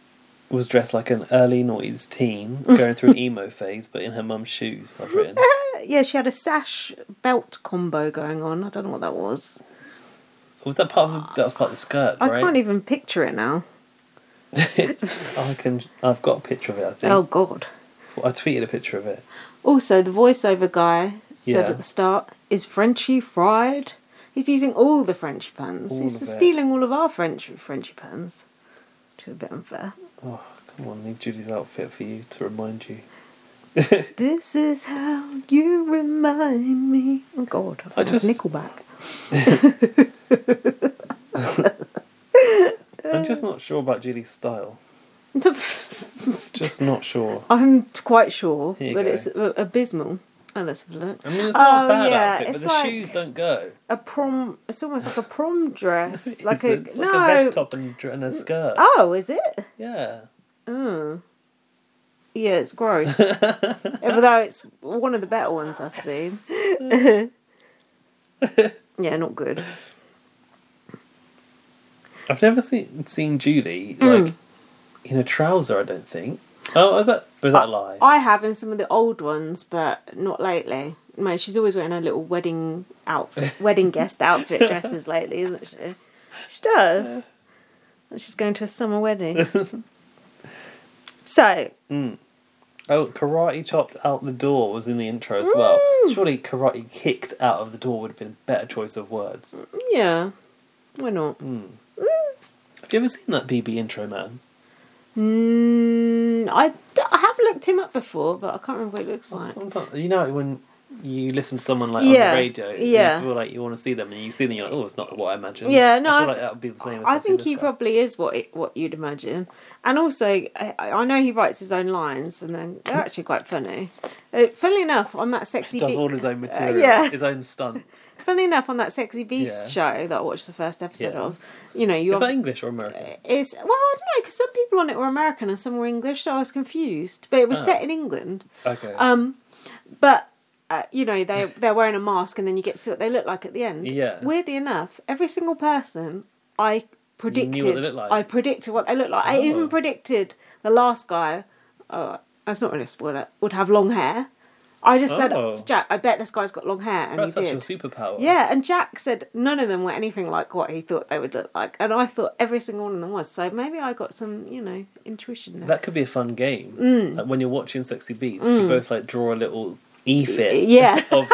S1: was dressed like an early noughties teen going through an emo phase, but in her mum's shoes. I've written.
S2: Uh, yeah, she had a sash belt combo going on. I don't know what that was.
S1: Was that part of the, that was part of the skirt?
S2: I
S1: right?
S2: can't even picture it now.
S1: I can. I've got a picture of it. I think
S2: Oh, God.
S1: I tweeted a picture of it.
S2: Also, the voiceover guy said
S1: Yeah.
S2: at the start, "Is Frenchy fried?" He's using all the Frenchy puns.
S1: All
S2: He's
S1: of it.
S2: stealing all of our French Frenchy puns, which is a bit unfair.
S1: Oh come on! Need Judy's outfit for you to remind you.
S2: This is how you remind me. Oh God, I
S1: I
S2: think that's
S1: just-
S2: Nickelback.
S1: I'm just not sure about Judy's style. Just not sure.
S2: I'm quite sure,
S1: Here you
S2: but
S1: go.
S2: it's a- abysmal. Oh, let's have a look.
S1: I mean, it's not
S2: Oh,
S1: a bad
S2: yeah,
S1: outfit,
S2: it's
S1: but the
S2: like-
S1: shoes don't go.
S2: A prom. It's almost like a prom dress, like
S1: it's
S2: a
S1: it's
S2: no.
S1: like a vest top and, dr- and a skirt.
S2: Oh, is it?
S1: Yeah.
S2: Yeah, it's gross. Although it's one of the better ones I've seen. yeah, not good.
S1: I've never seen seen Judy
S2: Hmm.
S1: like in a trouser. I don't think. Oh, is that? Was that a lie?
S2: I have in some of the old ones, but not lately. Mate, she's always wearing her little wedding outfit, wedding guest outfit dresses lately, isn't she? She does. And She's going to a summer wedding. so,
S1: Oh, karate chopped out the door was in the intro as well.
S2: Hmm.
S1: Surely karate kicked out of the door would have been a better choice of words.
S2: yeah, why not?
S1: Mm. Have you ever seen that BB intro, man?
S2: Mm, I, I have looked him up before, but I can't remember what he looks like.
S1: Sometimes, you know when you listen to someone like on
S2: Yeah,
S1: the radio, and
S2: yeah.
S1: you feel like you want to see them, and you see them, you're like, oh, it's not what I imagined.
S2: Yeah, no,
S1: I feel
S2: I-
S1: like that would be the same. If
S2: I
S1: seen
S2: think
S1: this
S2: he
S1: guy.
S2: probably is what it, what you'd imagine, and also I, I know he writes his own lines, and then they're actually quite funny. Uh, funnily enough, on that sexy
S1: does
S2: Bee-
S1: all his own material,
S2: uh, yeah.
S1: his own stunts.
S2: Funnily enough, on that sexy beast show that I watched the first episode
S1: Yeah.
S2: of, you know, you
S1: Is that English or American?
S2: it's well, I don't know because some people on it were American and some were English, so I was confused. But it was
S1: Ah.
S2: set in England,
S1: Okay.
S2: um, but uh, you know they they're wearing a mask, and then you get to see what they look like at the end.
S1: Yeah.
S2: Weirdly enough, every single person I predicted,
S1: knew what they looked like.
S2: I predicted what they looked like. I
S1: Oh.
S2: even predicted the last guy. Uh, that's not really a spoiler. Would have long hair. I just said,
S1: Oh.
S2: to Jack, I bet this guy's got long hair, and
S1: Perhaps
S2: he
S1: that's
S2: did.
S1: your superpower.
S2: Yeah, and Jack said none of them were anything like what he thought they would look like, and I thought every single one of them was. So maybe I got some, you know, intuition there.
S1: That could be a fun game.
S2: Mm.
S1: Like when you're watching Sexy Beasts, you both like draw a little e fit
S2: Yeah.
S1: of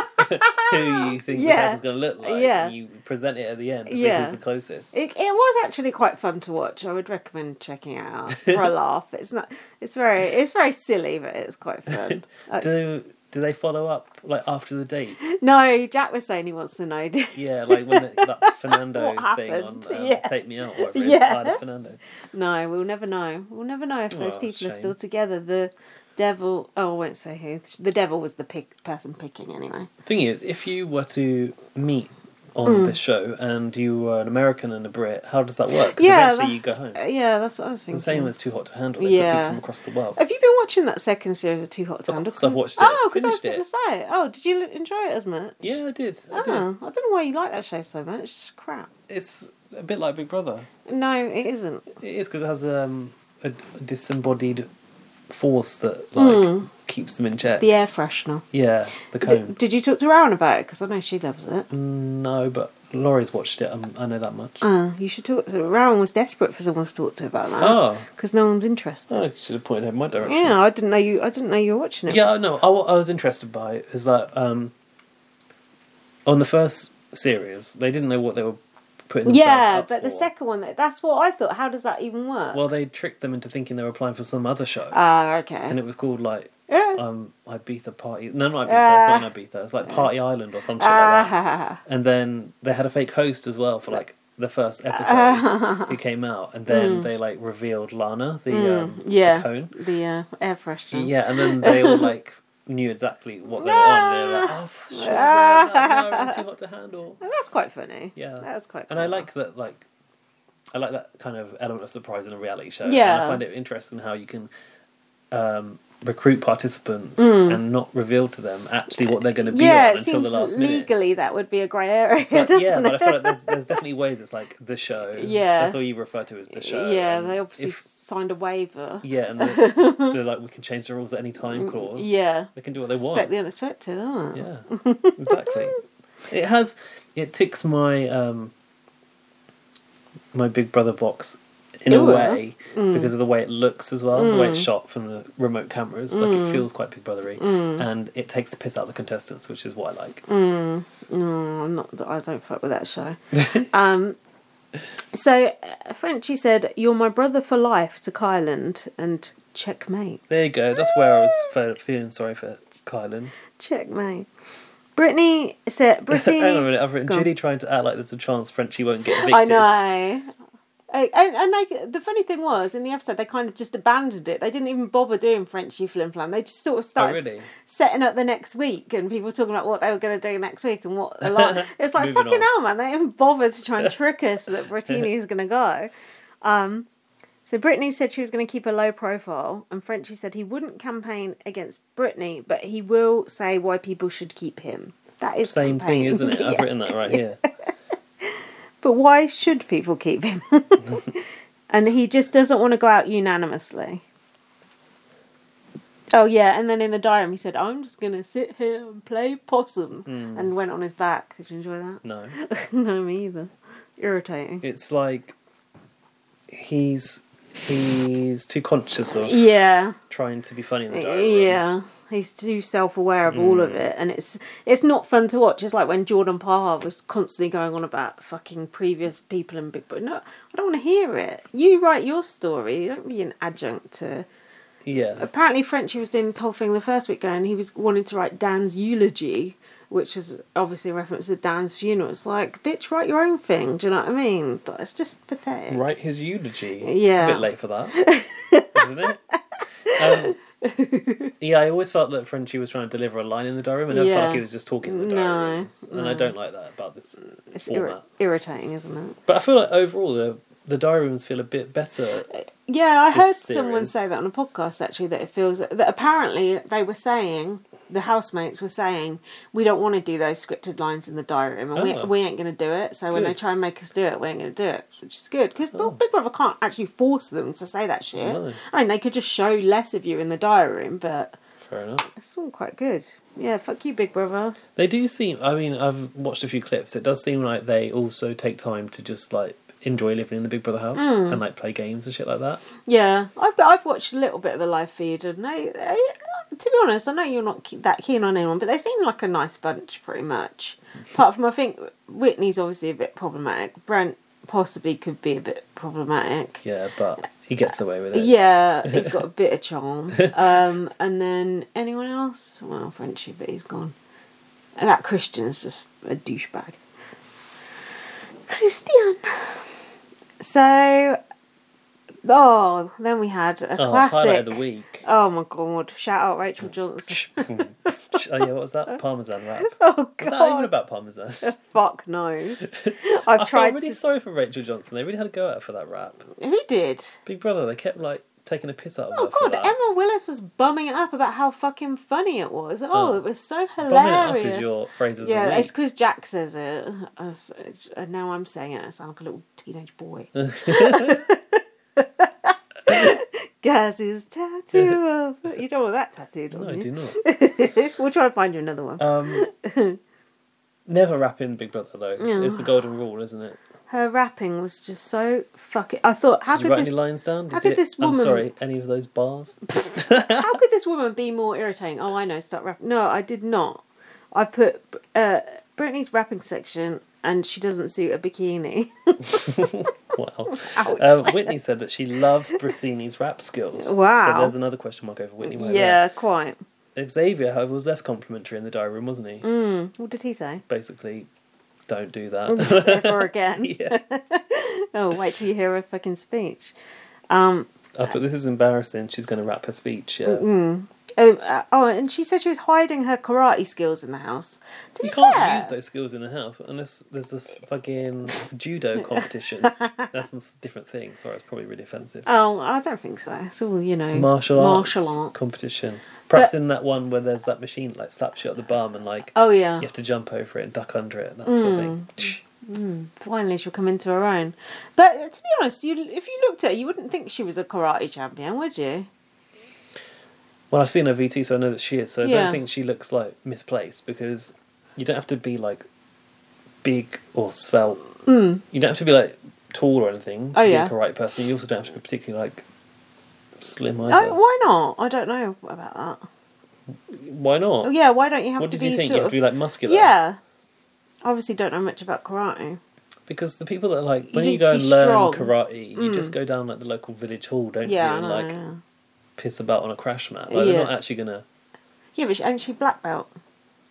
S1: who you think
S2: Yeah.
S1: the person's going to look like.
S2: Yeah.
S1: And you present it at the end to see
S2: Yeah.
S1: who's the closest.
S2: It, it was actually quite fun to watch. I would recommend checking it out for a laugh. It's not. It's very. It's very silly, but it's quite fun. Uh,
S1: do do they follow up like after the date?
S2: no, Jack was saying he wants to know.
S1: Yeah, like when the, that Fernando's
S2: What
S1: thing on
S2: happened?
S1: um,
S2: Yeah.
S1: Take Me Out, or whatever it is,
S2: Yeah.
S1: Ida Fernando.
S2: no, we'll never know. We'll never know if those
S1: Oh,
S2: people are
S1: shame.
S2: still together. The devil. Oh, I won't say who. The devil was the pick person picking anyway.
S1: Thing is, if you were to meet on
S2: Mm.
S1: this show and you were an American and a Brit, how does that work? 'Cause
S2: Yeah,
S1: eventually
S2: that-
S1: you go home.
S2: Uh, yeah, that's what I was
S1: It's the
S2: thinking.
S1: same as Too Hot to Handle. They put
S2: Yeah.
S1: people from across the world.
S2: Have you been watching that second series of Too Hot to
S1: Of
S2: Handle?
S1: course I've watched it.
S2: Oh, because I was
S1: Finished
S2: going
S1: it.
S2: to say. Oh, did you l- enjoy it as much?
S1: Yeah, I did. I did.
S2: Oh, I don't know why you like that show so much. Crap.
S1: It's a bit like Big Brother.
S2: No, it isn't.
S1: It is because it has um, a disembodied force that like keeps them in check.
S2: Hmm. The air freshener.
S1: Yeah, the
S2: D-
S1: cone.
S2: did you talk to Rowan about it? Because I know she loves it.
S1: Mm. No, but Laurie's watched it. Um, I know that much.
S2: Uh, you should talk to Rowan was desperate for someone to talk to about that.
S1: Oh.
S2: Because no one's interested.
S1: Oh, you should have pointed out my direction.
S2: yeah, I didn't know you. I didn't know you were watching it.
S1: Yeah, no, I, what I was interested by is that um, on the first series, they didn't know what they were putting themselves
S2: Yeah,
S1: up
S2: but the
S1: for.
S2: second one. that- That's what I thought. How does that even work?
S1: Well, they tricked them into thinking they were applying for some other show.
S2: Ah, okay.
S1: and it was called, like,
S2: Yeah.
S1: um, Ibiza Party. No, not Ibiza, it's not
S2: Ah.
S1: on Ibiza. It's like Party Island or some shit
S2: Ah,
S1: like that. And then they had a fake host as well for, like, the first
S2: Uh-huh.
S1: episode who came out. And then they, like, revealed Lana, the, um,
S2: Hmm. yeah.
S1: the cone.
S2: The uh, air freshener.
S1: Yeah, and then they all like knew exactly what they were on. They were like, oh, f- sure, no, no, no, it's too hot to handle.
S2: And Oh, that's quite funny.
S1: Yeah,
S2: That's quite
S1: And I
S2: clever.
S1: like that, like, I like that kind of element of surprise in a reality show. and I
S2: Yeah.
S1: find it interesting how you can um, recruit participants and not reveal to them actually what they're going to be
S2: Mm. yeah,
S1: on
S2: it
S1: until
S2: seems
S1: the last minute.
S2: legally that would be a grey area,
S1: But,
S2: doesn't
S1: yeah,
S2: it?
S1: but I feel like there's, there's definitely ways it's like the show.
S2: Yeah.
S1: That's all you refer to as the show.
S2: yeah,
S1: and
S2: they obviously
S1: if-
S2: signed a waiver.
S1: yeah, and the, the like we can change the rules at any time clause.
S2: Mm, Yeah.
S1: They can do what they want.
S2: Expect the unexpected, aren't they?
S1: Yeah, exactly. it has. It ticks my um, my Big Brother box in a
S2: Ooh.
S1: way
S2: Mm.
S1: because of the way it looks as well, the way it's shot from the remote cameras. Like
S2: Mm.
S1: it feels quite Big Brothery, and it takes the piss out of the contestants, which is what I like.
S2: Mm. No, Oh, I'm not. I don't fuck with that show. um, so uh, Frenchie said, "You're my brother for life" to Kyland and checkmate.
S1: There you go. That's where I was fe- feeling sorry for Kylan.
S2: Checkmate. Brittany said, "Brittany."
S1: Hang on a minute. I've written
S2: Go on.
S1: Judy trying to act like there's a chance Frenchie won't get evicted.
S2: I know. I- And, and they, the funny thing was, in the episode, they kind of just abandoned it. They didn't even bother doing Frenchy Flim Flam. They just sort of started
S1: Oh, really?
S2: s- setting up the next week and people talking about what they were going to do next week and what the lot. It's like,
S1: Moving on.
S2: fucking hell, man. They didn't bother to try and trick us that Brittini is going to go. Um, so Brittany said she was going to keep a low profile, and Frenchy said he wouldn't campaign against Brittany, but he will say why people should keep him. That is
S1: Same thing,
S2: campaigning.
S1: isn't it? I've
S2: Yeah.
S1: written that right here.
S2: But why should people keep him? and he just doesn't want to go out unanimously. Oh yeah, and then in the diary he said, "I'm just gonna sit here and play possum,"
S1: Hmm.
S2: and went on his back. Did you enjoy that?
S1: No.
S2: no, me either. Irritating.
S1: it's like he's he's too conscious of
S2: Yeah,
S1: trying to be funny in the diary room. Hmm.
S2: yeah. He's too self-aware of all of it, and it's it's not fun to watch. It's like when Jordan Parhar was constantly going on about fucking previous people in Big Brother. No, I don't want to hear it. You write your story. Don't be an adjunct to
S1: yeah.
S2: apparently Frenchie was doing this whole thing the first week going he was wanted to write Dan's eulogy, which was obviously a reference to Dan's funeral. It's like, bitch, write your own thing. Do you know what I mean? Like, It's just pathetic.
S1: Write his eulogy.
S2: Yeah.
S1: A bit late for that, isn't it? Um, yeah, I always felt that Frenchie was trying to deliver a line in the diary room. I never
S2: Yeah.
S1: felt like he was just talking in the diary
S2: No,
S1: rooms, and I don't like that about this
S2: It's
S1: format.
S2: irri- irritating, isn't it?
S1: But I feel like overall the the diary rooms feel a bit better.
S2: Uh, Yeah, I
S1: This
S2: heard someone
S1: series.
S2: say that on a podcast actually that it feels that apparently they were saying the housemates were saying we don't want to do those scripted lines in the diary room and
S1: Oh.
S2: we, we ain't going to do it. So when they
S1: Good. Oh.
S2: try and make us do it, we ain't going to do it, which is good because Big Brother can't actually force them to say that shit.
S1: No.
S2: I mean, they could just show less of you in the diary room, but
S1: Fair enough.
S2: it's all quite good. Yeah, fuck you, Big Brother.
S1: They do seem. I mean, I've watched a few clips. It does seem like they also take time to just like enjoy living in the Big Brother house
S2: Hmm.
S1: and like play games and shit like that.
S2: Yeah, I've I've watched a little bit of the live feed, and they, they- to be honest, I know you're not ke- that keen on anyone, but they seem like a nice bunch, pretty much. Apart from, I think Whitney's obviously a bit problematic. Brent possibly could be a bit problematic.
S1: Yeah, but he gets away with it.
S2: Yeah, he's got a bit of charm. Um, and then anyone else? Well, Frenchie, but he's gone. And that Christian's just a douchebag. Christian. So, oh, then we had a
S1: Oh, highlight
S2: classic.
S1: of the week.
S2: Oh my god! Shout out Rachel Johnson.
S1: oh yeah, what was that parmesan wrap?
S2: Oh
S1: Was that even
S2: god!
S1: about parmesan?
S2: Fuck knows.
S1: I
S2: I've
S1: feel
S2: tried
S1: really
S2: to.
S1: sorry for Rachel Johnson. They really had a go at her for that rap.
S2: Who did?
S1: Big Brother, they kept like taking a piss out of
S2: Oh
S1: her for
S2: god,
S1: that.
S2: Emma Willis was bumming it up about how fucking funny it was. Oh,
S1: Oh.
S2: it was so
S1: Bumming it
S2: hilarious.
S1: up is your phrase of
S2: yeah,
S1: the week.
S2: it's because Jack says it. I was- it's- And now I'm saying it. I sound like a little teenage boy. Gaz's tattoo. of- You don't want that tattooed on
S1: No, I do
S2: you.
S1: not.
S2: we'll try and find you another one.
S1: Um, never rap in Big Brother though.
S2: Yeah.
S1: It's the golden rule, isn't it?
S2: Her rapping was just so fucking. I thought, how
S1: Did you
S2: could
S1: write
S2: this?
S1: any lines down?
S2: how
S1: Did
S2: could
S1: you-
S2: this
S1: I'm
S2: woman-
S1: sorry, any of those bars?
S2: How could this woman be more irritating? Oh, I know, start rapping. No, I did not. I put uh, Britney's rapping section, and she doesn't suit a bikini.
S1: wow.
S2: Ouch.
S1: Um, Whitney said that she loves Brissini's rap skills.
S2: Wow.
S1: So there's another question mark over Whitney. right
S2: yeah, quite.
S1: there. Xavier, however, was less complimentary in the diary room, wasn't he?
S2: Mm, what did he say?
S1: Basically, don't do
S2: Ever
S1: that.
S2: again.
S1: yeah.
S2: Oh, wait till you hear her fucking speech.
S1: Oh, but this is embarrassing. She's going to rap her speech. Yeah.
S2: Oh, uh, oh, and she said she was hiding her karate skills in the house. To
S1: You
S2: be
S1: can't
S2: fair,
S1: use those skills in the house unless there's this fucking judo competition. That's a different thing. Sorry, it's probably really offensive.
S2: Oh, I don't think so. It's all you know.
S1: Martial arts,
S2: Martial arts.
S1: competition. Perhaps in that one where there's that machine that, like slaps you at the bum and like
S2: Oh Mm. yeah.
S1: you have to jump over it and duck under it and that sort of thing.
S2: Finally, she'll come into her own. But uh, to be honest, you if you looked at her, you wouldn't think she was a karate champion, would you?
S1: Well, I've seen her VT, so I know that she is. So I
S2: Yeah.
S1: don't think she looks like misplaced because you don't have to be like big or svelte. You don't have to be like tall or anything to
S2: Mm. Oh,
S1: be
S2: yeah.
S1: a right person. You also don't have to be particularly like slim either.
S2: Oh, why not? I don't know about that.
S1: Why not?
S2: Oh yeah, why don't you have
S1: What
S2: to
S1: did
S2: be
S1: you think?
S2: sort
S1: You have
S2: of
S1: to be like muscular.
S2: yeah? Obviously, don't know much about karate.
S1: Because the people that like when
S2: need
S1: you,
S2: to
S1: go
S2: be
S1: and learn
S2: strong. Mm.
S1: karate, you just go down like the local village hall, don't
S2: Yeah,
S1: you?
S2: I
S1: And
S2: know.
S1: like
S2: yeah.
S1: piss about on a crash mat. Like they're
S2: Yeah.
S1: not actually gonna
S2: yeah, but she, and she black belt.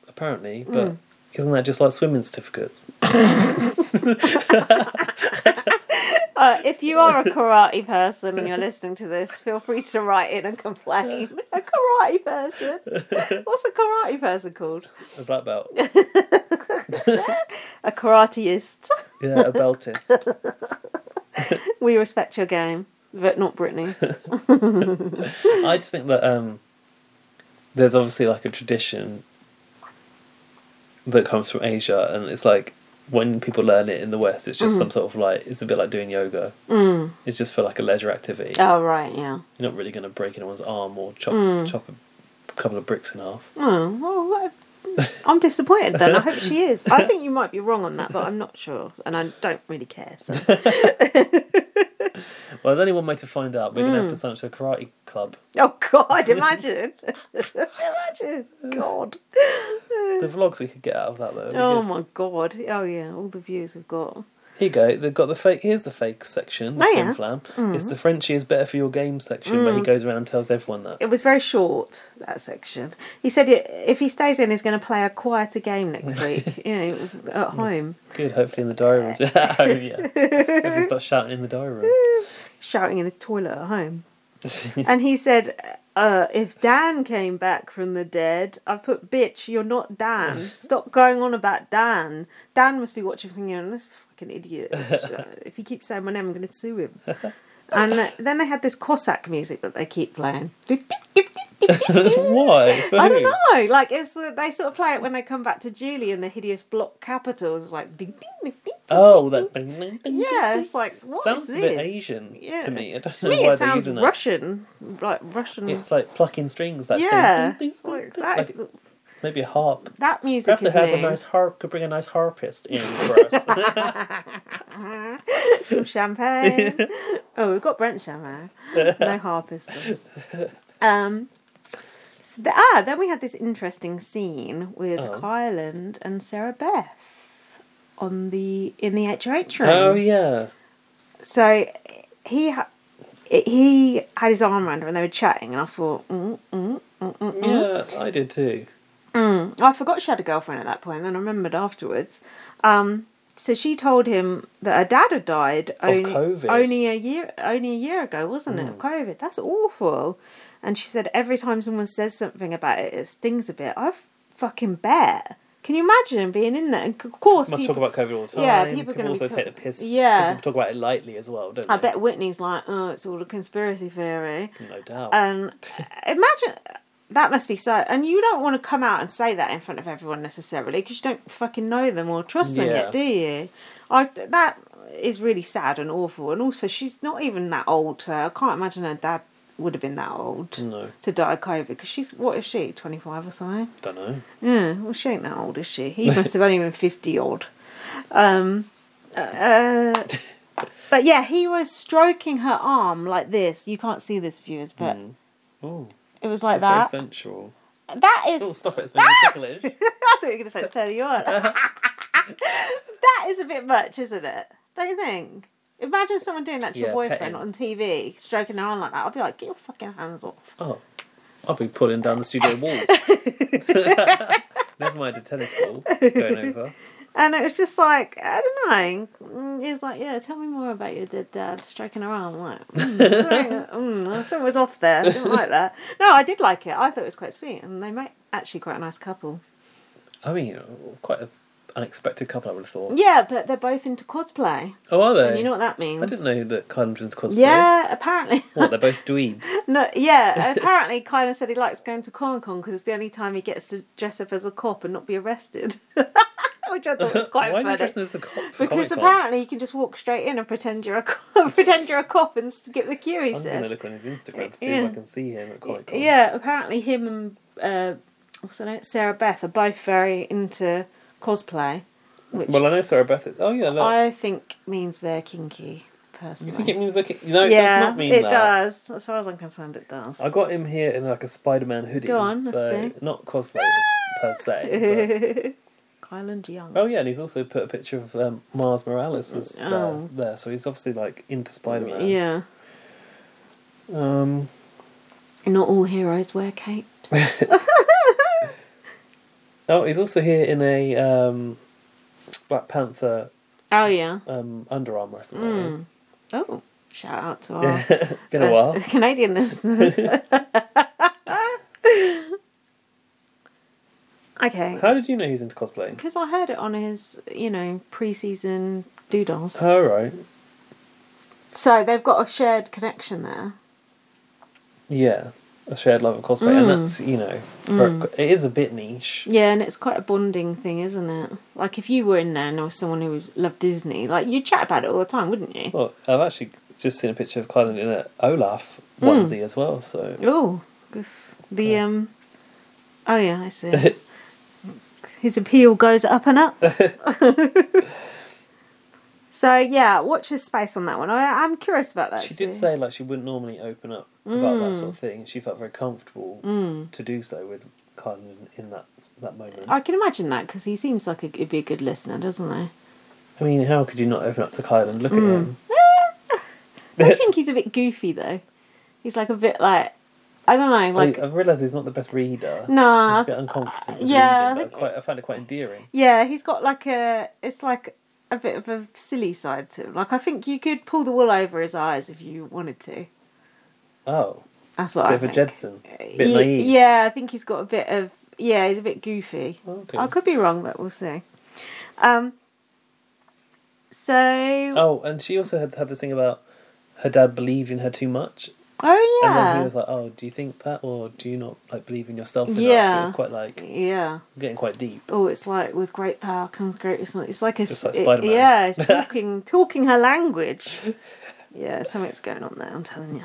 S1: apparently,
S2: Mm.
S1: but isn't that just like swimming certificates?
S2: Uh, if you are a karate person and you're listening to this, feel free to write in and complain. A karate person? What's a karate person called?
S1: A black belt.
S2: A karateist.
S1: Yeah, a beltist.
S2: We respect your game, but not Britney's.
S1: I just think that um there's obviously like a tradition that comes from Asia and it's like when people learn it in the West it's just
S2: Mm.
S1: some sort of like it's a bit like doing yoga. Mm. It's just for like a leisure activity.
S2: Oh, right, yeah.
S1: You're not really going to break anyone's arm or chop
S2: Hmm.
S1: chop a couple of bricks in half.
S2: Oh, well, I- I'm disappointed then. I hope she is. I think you might be wrong on that, but I'm not sure. And I don't really care. So.
S1: Well, there's only one way to find out. We're going
S2: Hmm.
S1: to have to sign up to a karate club.
S2: Oh, God, imagine. imagine. God.
S1: The vlogs we could get out of that though. would be
S2: Oh,
S1: good.
S2: my God. Oh, yeah. All the views we've got.
S1: Here you go. They've got the fake. Here's the fake section. The
S2: Oh,
S1: flim
S2: yeah. Hmm.
S1: flam. It's the Frenchie is better for your game section where he goes around and tells everyone that.
S2: It was very short that section. He said i- if he stays in, he's going to play a quieter game next week. you know, at home,
S1: Good. Hopefully in the diary room. oh yeah. If he starts shouting in the diary room.
S2: shouting in his toilet at home. and he said, uh, if Dan came back from the dead, I've put bitch. You're not Dan. Stop going on about Dan. Dan must be watching from you. This fucking idiot. Uh, if he keeps saying my name, I'm going to sue him. And uh, then they had this Cossack music that they keep playing.
S1: Why? For
S2: I
S1: who?
S2: don't know. Like it's the, they sort of play it when they come back to Julie in the hideous block capitals. It's like ding ding ding ding.
S1: Oh, that. Ding, ding, ding.
S2: Yeah, it's like what
S1: Sounds
S2: is
S1: a bit
S2: this?
S1: Asian
S2: Yeah.
S1: to me. I don't
S2: To
S1: know
S2: me,
S1: why
S2: it
S1: they're
S2: sounds
S1: using that.
S2: Russian, like Russian.
S1: It's like plucking strings. That ding,
S2: Mm. yeah,
S1: ding, ding,
S2: it's
S1: ding,
S2: like,
S1: ding.
S2: that, is,
S1: Like maybe a harp.
S2: that music
S1: Perhaps they
S2: is
S1: have a
S2: new.
S1: nice harp. Could bring a nice harpist in for us.
S2: Some champagne. oh, we've got Brent champagne. No harpist. though. Um. So the, ah, then we had this interesting scene with
S1: Oh.
S2: Kyland and Sarah Beth on the in the HRH room.
S1: oh yeah.
S2: so he ha- he had his arm around her and they were chatting, and I thought, mm, mm, mm, mm, mm.
S1: Yeah, I did too.
S2: Oh, I forgot she had a girlfriend at that point, and then I remembered afterwards. Um, so she told him that her dad had died only,
S1: COVID. Hmm.
S2: only a year only a year ago, wasn't it? Of COVID. That's awful. And she said every time someone says something about it, it stings a bit. I fucking bet. Can you imagine being in there? And of course,
S1: Must
S2: people,
S1: talk about COVID all the time.
S2: Yeah, people
S1: people,
S2: are gonna be
S1: also
S2: talk-
S1: take the piss.
S2: Yeah.
S1: people talk about it lightly as well, don't
S2: I
S1: they?
S2: bet Whitney's like, oh, it's all a conspiracy theory.
S1: No doubt.
S2: And Um, imagine that must be so. And you don't want to come out and say that in front of everyone necessarily because you don't fucking know them or trust them
S1: Yeah.
S2: yet, do you? I that is really sad and awful. And also, she's not even that old. To her. I can't imagine her dad would have been that old
S1: no,
S2: to die of COVID because she's what is she twenty five or something?
S1: don't know.
S2: Yeah, well, she ain't that old, is she? He must have only been 50 odd. Um, uh, but yeah, he was stroking her arm like this. You can't see this, viewers, but
S1: Oh,
S2: it was like
S1: it's very
S2: that.
S1: sensual.
S2: That is.
S1: Oh, stop it! It's making me ticklish.
S2: I thought you were going to say it's turning you on. that is a bit much, isn't it? Don't you think? Imagine someone doing that to your
S1: Yeah,
S2: boyfriend
S1: petting.
S2: on TV, stroking her arm like that. I'd be like, get your fucking hands off.
S1: Oh, I'll be pulling down the studio walls. Never mind a tennis ball going over.
S2: And it was just like, I don't know. He was like, yeah, tell me more about your dead dad stroking her arm. I'm like, mm, something, mm, something was off there. I didn't like that. No, I did like it. I thought it was quite sweet. And they make actually quite a nice couple.
S1: I mean, quite an unexpected couple, I would have thought.
S2: Yeah, but they're both into cosplay.
S1: Oh, are they?
S2: And you know what that means?
S1: I didn't know that Kylan's cosplay.
S2: Yeah, apparently.
S1: What, they're both dweebs?
S2: no, yeah, apparently Kylan said he likes going to Comic Con because it's the only time he gets to dress up as a cop and not be arrested. Which I thought was quite
S1: Why are
S2: funny.
S1: you dressing as a cop for
S2: Because
S1: Comic-Con?
S2: apparently you can just walk straight in and pretend you're a cop, pretend you're a cop and skip the queue. He
S1: I'm going to
S2: said.
S1: look on his Instagram to see
S2: Yeah.
S1: if I can see him at Comic Con.
S2: Yeah, apparently him and uh, what's her name, Sarah Beth, are both very into cosplay, which
S1: Well, I know Sarah Beth is. Oh, yeah, look.
S2: I think means they're kinky.
S1: You
S2: Personally,
S1: think it means like. No, it
S2: yeah,
S1: does not mean
S2: it
S1: that.
S2: does. As far as I'm concerned, it does.
S1: I got him here in like a Spider Man hoodie.
S2: Go on, let's
S1: so
S2: see.
S1: Not cosplay per se.
S2: Kylan Young.
S1: But... Oh, yeah, and he's also put a picture of um, Mars Morales as
S2: Oh.
S1: there, there, so he's obviously like into Spider Man.
S2: yeah,
S1: Um,
S2: not all heroes wear capes.
S1: oh, he's also here in a um, Black Panther
S2: oh yeah.
S1: um, Under Armour, I think that is.
S2: Oh, shout out to our
S1: Been a
S2: Uh,
S1: while.
S2: Canadian listeners. okay.
S1: How did you know he's into cosplay?
S2: Because I heard it on his, you know, pre-season doodles.
S1: Oh, right.
S2: So they've got a shared connection there.
S1: Yeah, a shared love of cosplay, and that's you know, very- it is a bit niche.
S2: Yeah, and it's quite a bonding thing, isn't it? Like if you were in there and there was someone who was, loved Disney, like you'd chat about it all the time, wouldn't you?
S1: Well, I've actually just seen a picture of Kylan in a Olaf onesie as well. So
S2: Oh, the um. Oh yeah, I see. His appeal goes up and up. so yeah, watch this space on that one. I, I'm curious about that.
S1: she did
S2: Sue.
S1: say like she wouldn't normally open up about that sort of thing. She felt very comfortable to do so with Kylan in that that moment.
S2: I can imagine that because he seems like a, he'd be a good listener, doesn't he?
S1: I mean, how could you not open up to Kyle and look at him?
S2: I think he's a bit goofy though. He's like a bit like I don't know,
S1: Like,
S2: like
S1: I've realised he's not the best reader.
S2: nah.
S1: Oh, He's a bit unconfident. with
S2: yeah,
S1: reading,
S2: I
S1: but quite, I find it quite endearing.
S2: Yeah, he's got like a it's like a bit of a silly side to him. Like I think you could pull the wool over his eyes if you wanted to.
S1: Oh,
S2: That's what
S1: bit
S2: I
S1: of a
S2: think.
S1: Jedson, bit
S2: Ye-
S1: naive.
S2: Yeah, I think he's got a bit of yeah, he's a bit goofy.
S1: Okay.
S2: I could be wrong, but we'll see. Um. So oh,
S1: Oh, and she also had had this thing about her dad believed in her too much, and then he
S2: yeah,
S1: was like, "Oh, do you think that, or do you not like believe in yourself enough?"
S2: Yeah.
S1: It was quite like it
S2: yeah.
S1: was getting quite deep.
S2: Oh, it's like with great power comes great. It's like it's like a
S1: Just like
S2: it-
S1: Spider-Man.
S2: yeah, it's talking talking her language. Yeah, something's going on there. I'm telling you.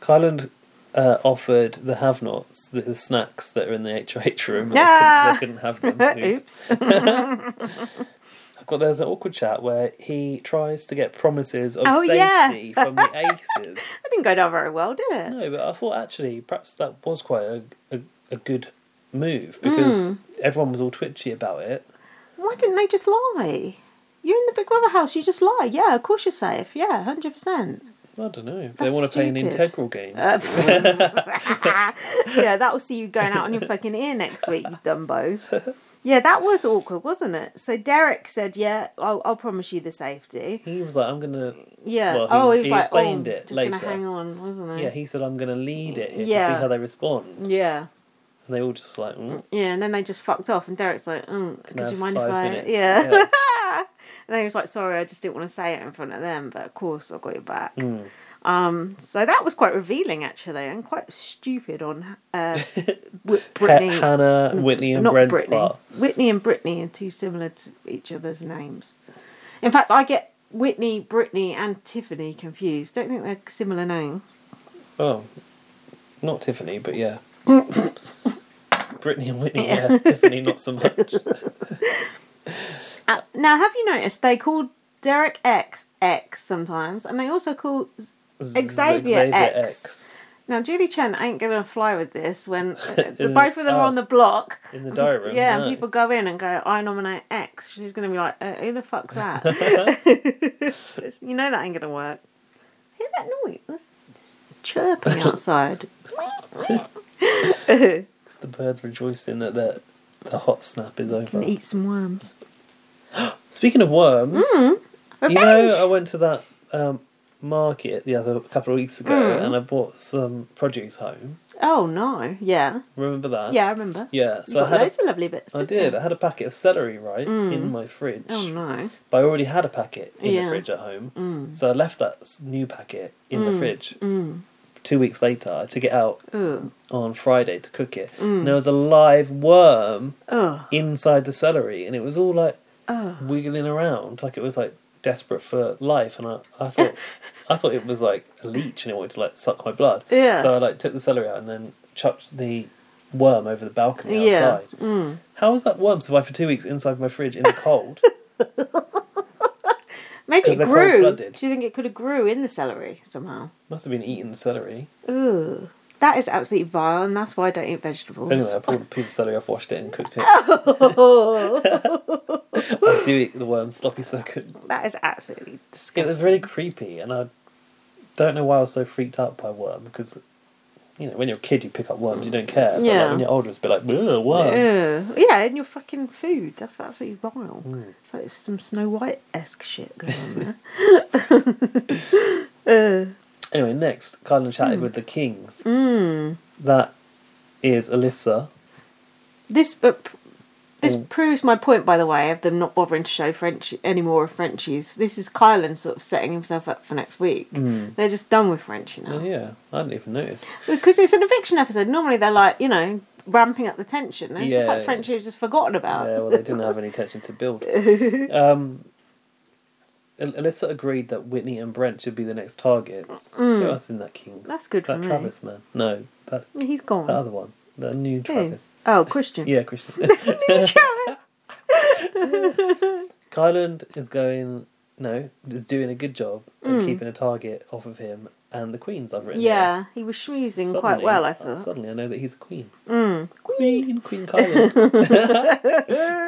S1: Kyland uh, offered the have-nots the, the snacks that are in the HOH room. And
S2: Yeah.
S1: they, couldn't, they couldn't have them.
S2: Uh, Oops.
S1: I've got there's an awkward chat where he tries to get promises of
S2: Oh, yeah.
S1: safety from the aces.
S2: That didn't go down very well, did it?
S1: No, but I thought actually perhaps that was quite a, a, a good move
S2: Hmm.
S1: because everyone was all twitchy about it.
S2: Why didn't they just lie? You're in the Big Brother house, you just lie. Yeah, of course you're safe. Yeah, 100%.
S1: I don't know.
S2: That's
S1: they want to play an
S2: stupid.
S1: integral game.
S2: Uh, yeah, that'll see you going out on your fucking ear next week, you dumbos. Yeah, that was awkward, wasn't it? So Derek said, Yeah, I'll, I'll promise you the safety.
S1: he was like, I'm going to.
S2: Yeah.
S1: Well, he-
S2: oh, he was
S1: he
S2: like,
S1: explained
S2: oh,
S1: it
S2: just going to
S1: later.
S2: hang on, wasn't
S1: Yeah,
S2: it?
S1: he said, I'm going to lead it here to
S2: Mm. Yeah.
S1: see how they respond.
S2: Yeah.
S1: And they all just like, mm,
S2: Yeah, and then they just fucked off, and Derek's like, mm,
S1: I
S2: "Could you
S1: have
S2: mind if
S1: five
S2: I?"
S1: minutes?
S2: Yeah.
S1: Yeah.
S2: and he was like, "Sorry, I just didn't want to say it in front of them, but of course I got your back."
S1: Mm.
S2: Um, so that was quite revealing, actually, and quite stupid on uh, Whit-
S1: Pet
S2: Brittany, Mm.
S1: Hannah, Whitney, and
S2: not
S1: Brent's
S2: Brittany.
S1: part.
S2: Whitney and Brittany are too similar to each other's names. In fact, I get Whitney, Brittany, and Tiffany confused. Don't think they're similar names.
S1: Oh, not Tiffany, but yeah. Brittany and Whitney, yes. Tiffany, not so much.
S2: Uh, now, have you noticed they call Derek X X sometimes, and they also call
S1: Z-
S2: Xavier X. Now, Julie Chen ain't going to fly with this when uh, the both of them are
S1: Oh.
S2: on the block.
S1: In the diary room.
S2: Yeah,
S1: no.
S2: and people go in and go, I nominate X. She's going to be like, uh, who the fuck's that? you know that ain't going to work. Hear that noise? It's chirping outside. Can
S1: It's the birds rejoicing that the, the hot snap is over.
S2: eat some worms.
S1: Speaking of worms, you
S2: Hmm, Revenge!
S1: know, I went to that um, market the other couple of weeks ago
S2: Mm.
S1: and I bought some produce home.
S2: Oh, no. Yeah.
S1: Remember that?
S2: Yeah, I remember.
S1: Yeah,
S2: You
S1: so I
S2: got
S1: had a,
S2: loads of lovely bits.
S1: I
S2: didn't
S1: did.
S2: you?
S1: I had a packet of celery, right, in my fridge.
S2: Oh, no.
S1: But I already had a packet in
S2: Yeah. Hmm.
S1: the fridge at home, so I left that s- new packet in the fridge. Two weeks later, I took it out
S2: Ugh.
S1: on Friday to cook it.
S2: Hmm.
S1: And there was a live worm
S2: Ugh.
S1: inside the celery, and it was all like
S2: Ugh.
S1: wiggling around, like it was like desperate for life. And I, I thought, I thought it was like a leech, and it wanted to like suck my blood.
S2: Yeah.
S1: So I like took the celery out and then chucked the worm over the balcony
S2: Yeah. Mm.
S1: outside. How has that worm survived for two weeks inside my fridge in the cold?
S2: Maybe
S1: 'Cause
S2: it
S1: they're
S2: grew. Do
S1: cold-blooded.
S2: you think it could have grew in the celery somehow?
S1: Must have been eating the celery.
S2: Ooh, that is absolutely vile, and that's why I don't eat vegetables.
S1: Anyway, I pulled a piece of celery off, washed it, and cooked it.
S2: Oh,
S1: I do eat the worm sloppy seconds.
S2: that is absolutely
S1: It
S2: disgusting.
S1: was really creepy, and I don't know why I was so freaked out by worm because. You know, when you're a kid, you pick up worms, you don't care. But
S2: Mm. Yeah.
S1: like, when you're older, it's a bit like, ugh, worm.
S2: Ew. Yeah, in your fucking food. That's absolutely vile.
S1: Mm.
S2: It's like some Snow White esque shit going on there.
S1: Anyway, next, Carlin chatted
S2: Hmm.
S1: with the Kings. That is Alyssa.
S2: this but p- this
S1: Mm.
S2: proves my point by the way of them not bothering to show french any more of frenchies this is kylan sort of setting himself up for next week
S1: Mm.
S2: they're just done with frenchie
S1: Oh,
S2: now
S1: yeah, I didn't even notice.
S2: because it's an eviction episode normally they're like you know ramping up the tension and it's just
S1: Yeah,
S2: like
S1: yeah.
S2: frenchie was just forgotten about
S1: Yeah, well, they didn't have any intention to build. Um, Al- Alyssa agreed that Whitney and Brent should be the next targets. Who else in that Kings?
S2: Hmm. That's good
S1: That
S2: for me.
S1: Travis man. No, that,
S2: he's gone
S1: that other one. That new
S2: Who?
S1: Travis.
S2: oh christian
S1: Yeah, Christian.
S2: Travis.
S1: Kylan is going no, is doing a good job at keeping a target off of him and the queens I've written. down.
S2: Hmm. Yeah, he was schmoozing quite
S1: Suddenly-
S2: well, I
S1: uh,
S2: thought. Mm.
S1: Suddenly I know that he's a queen. Queen, Queen Kylan.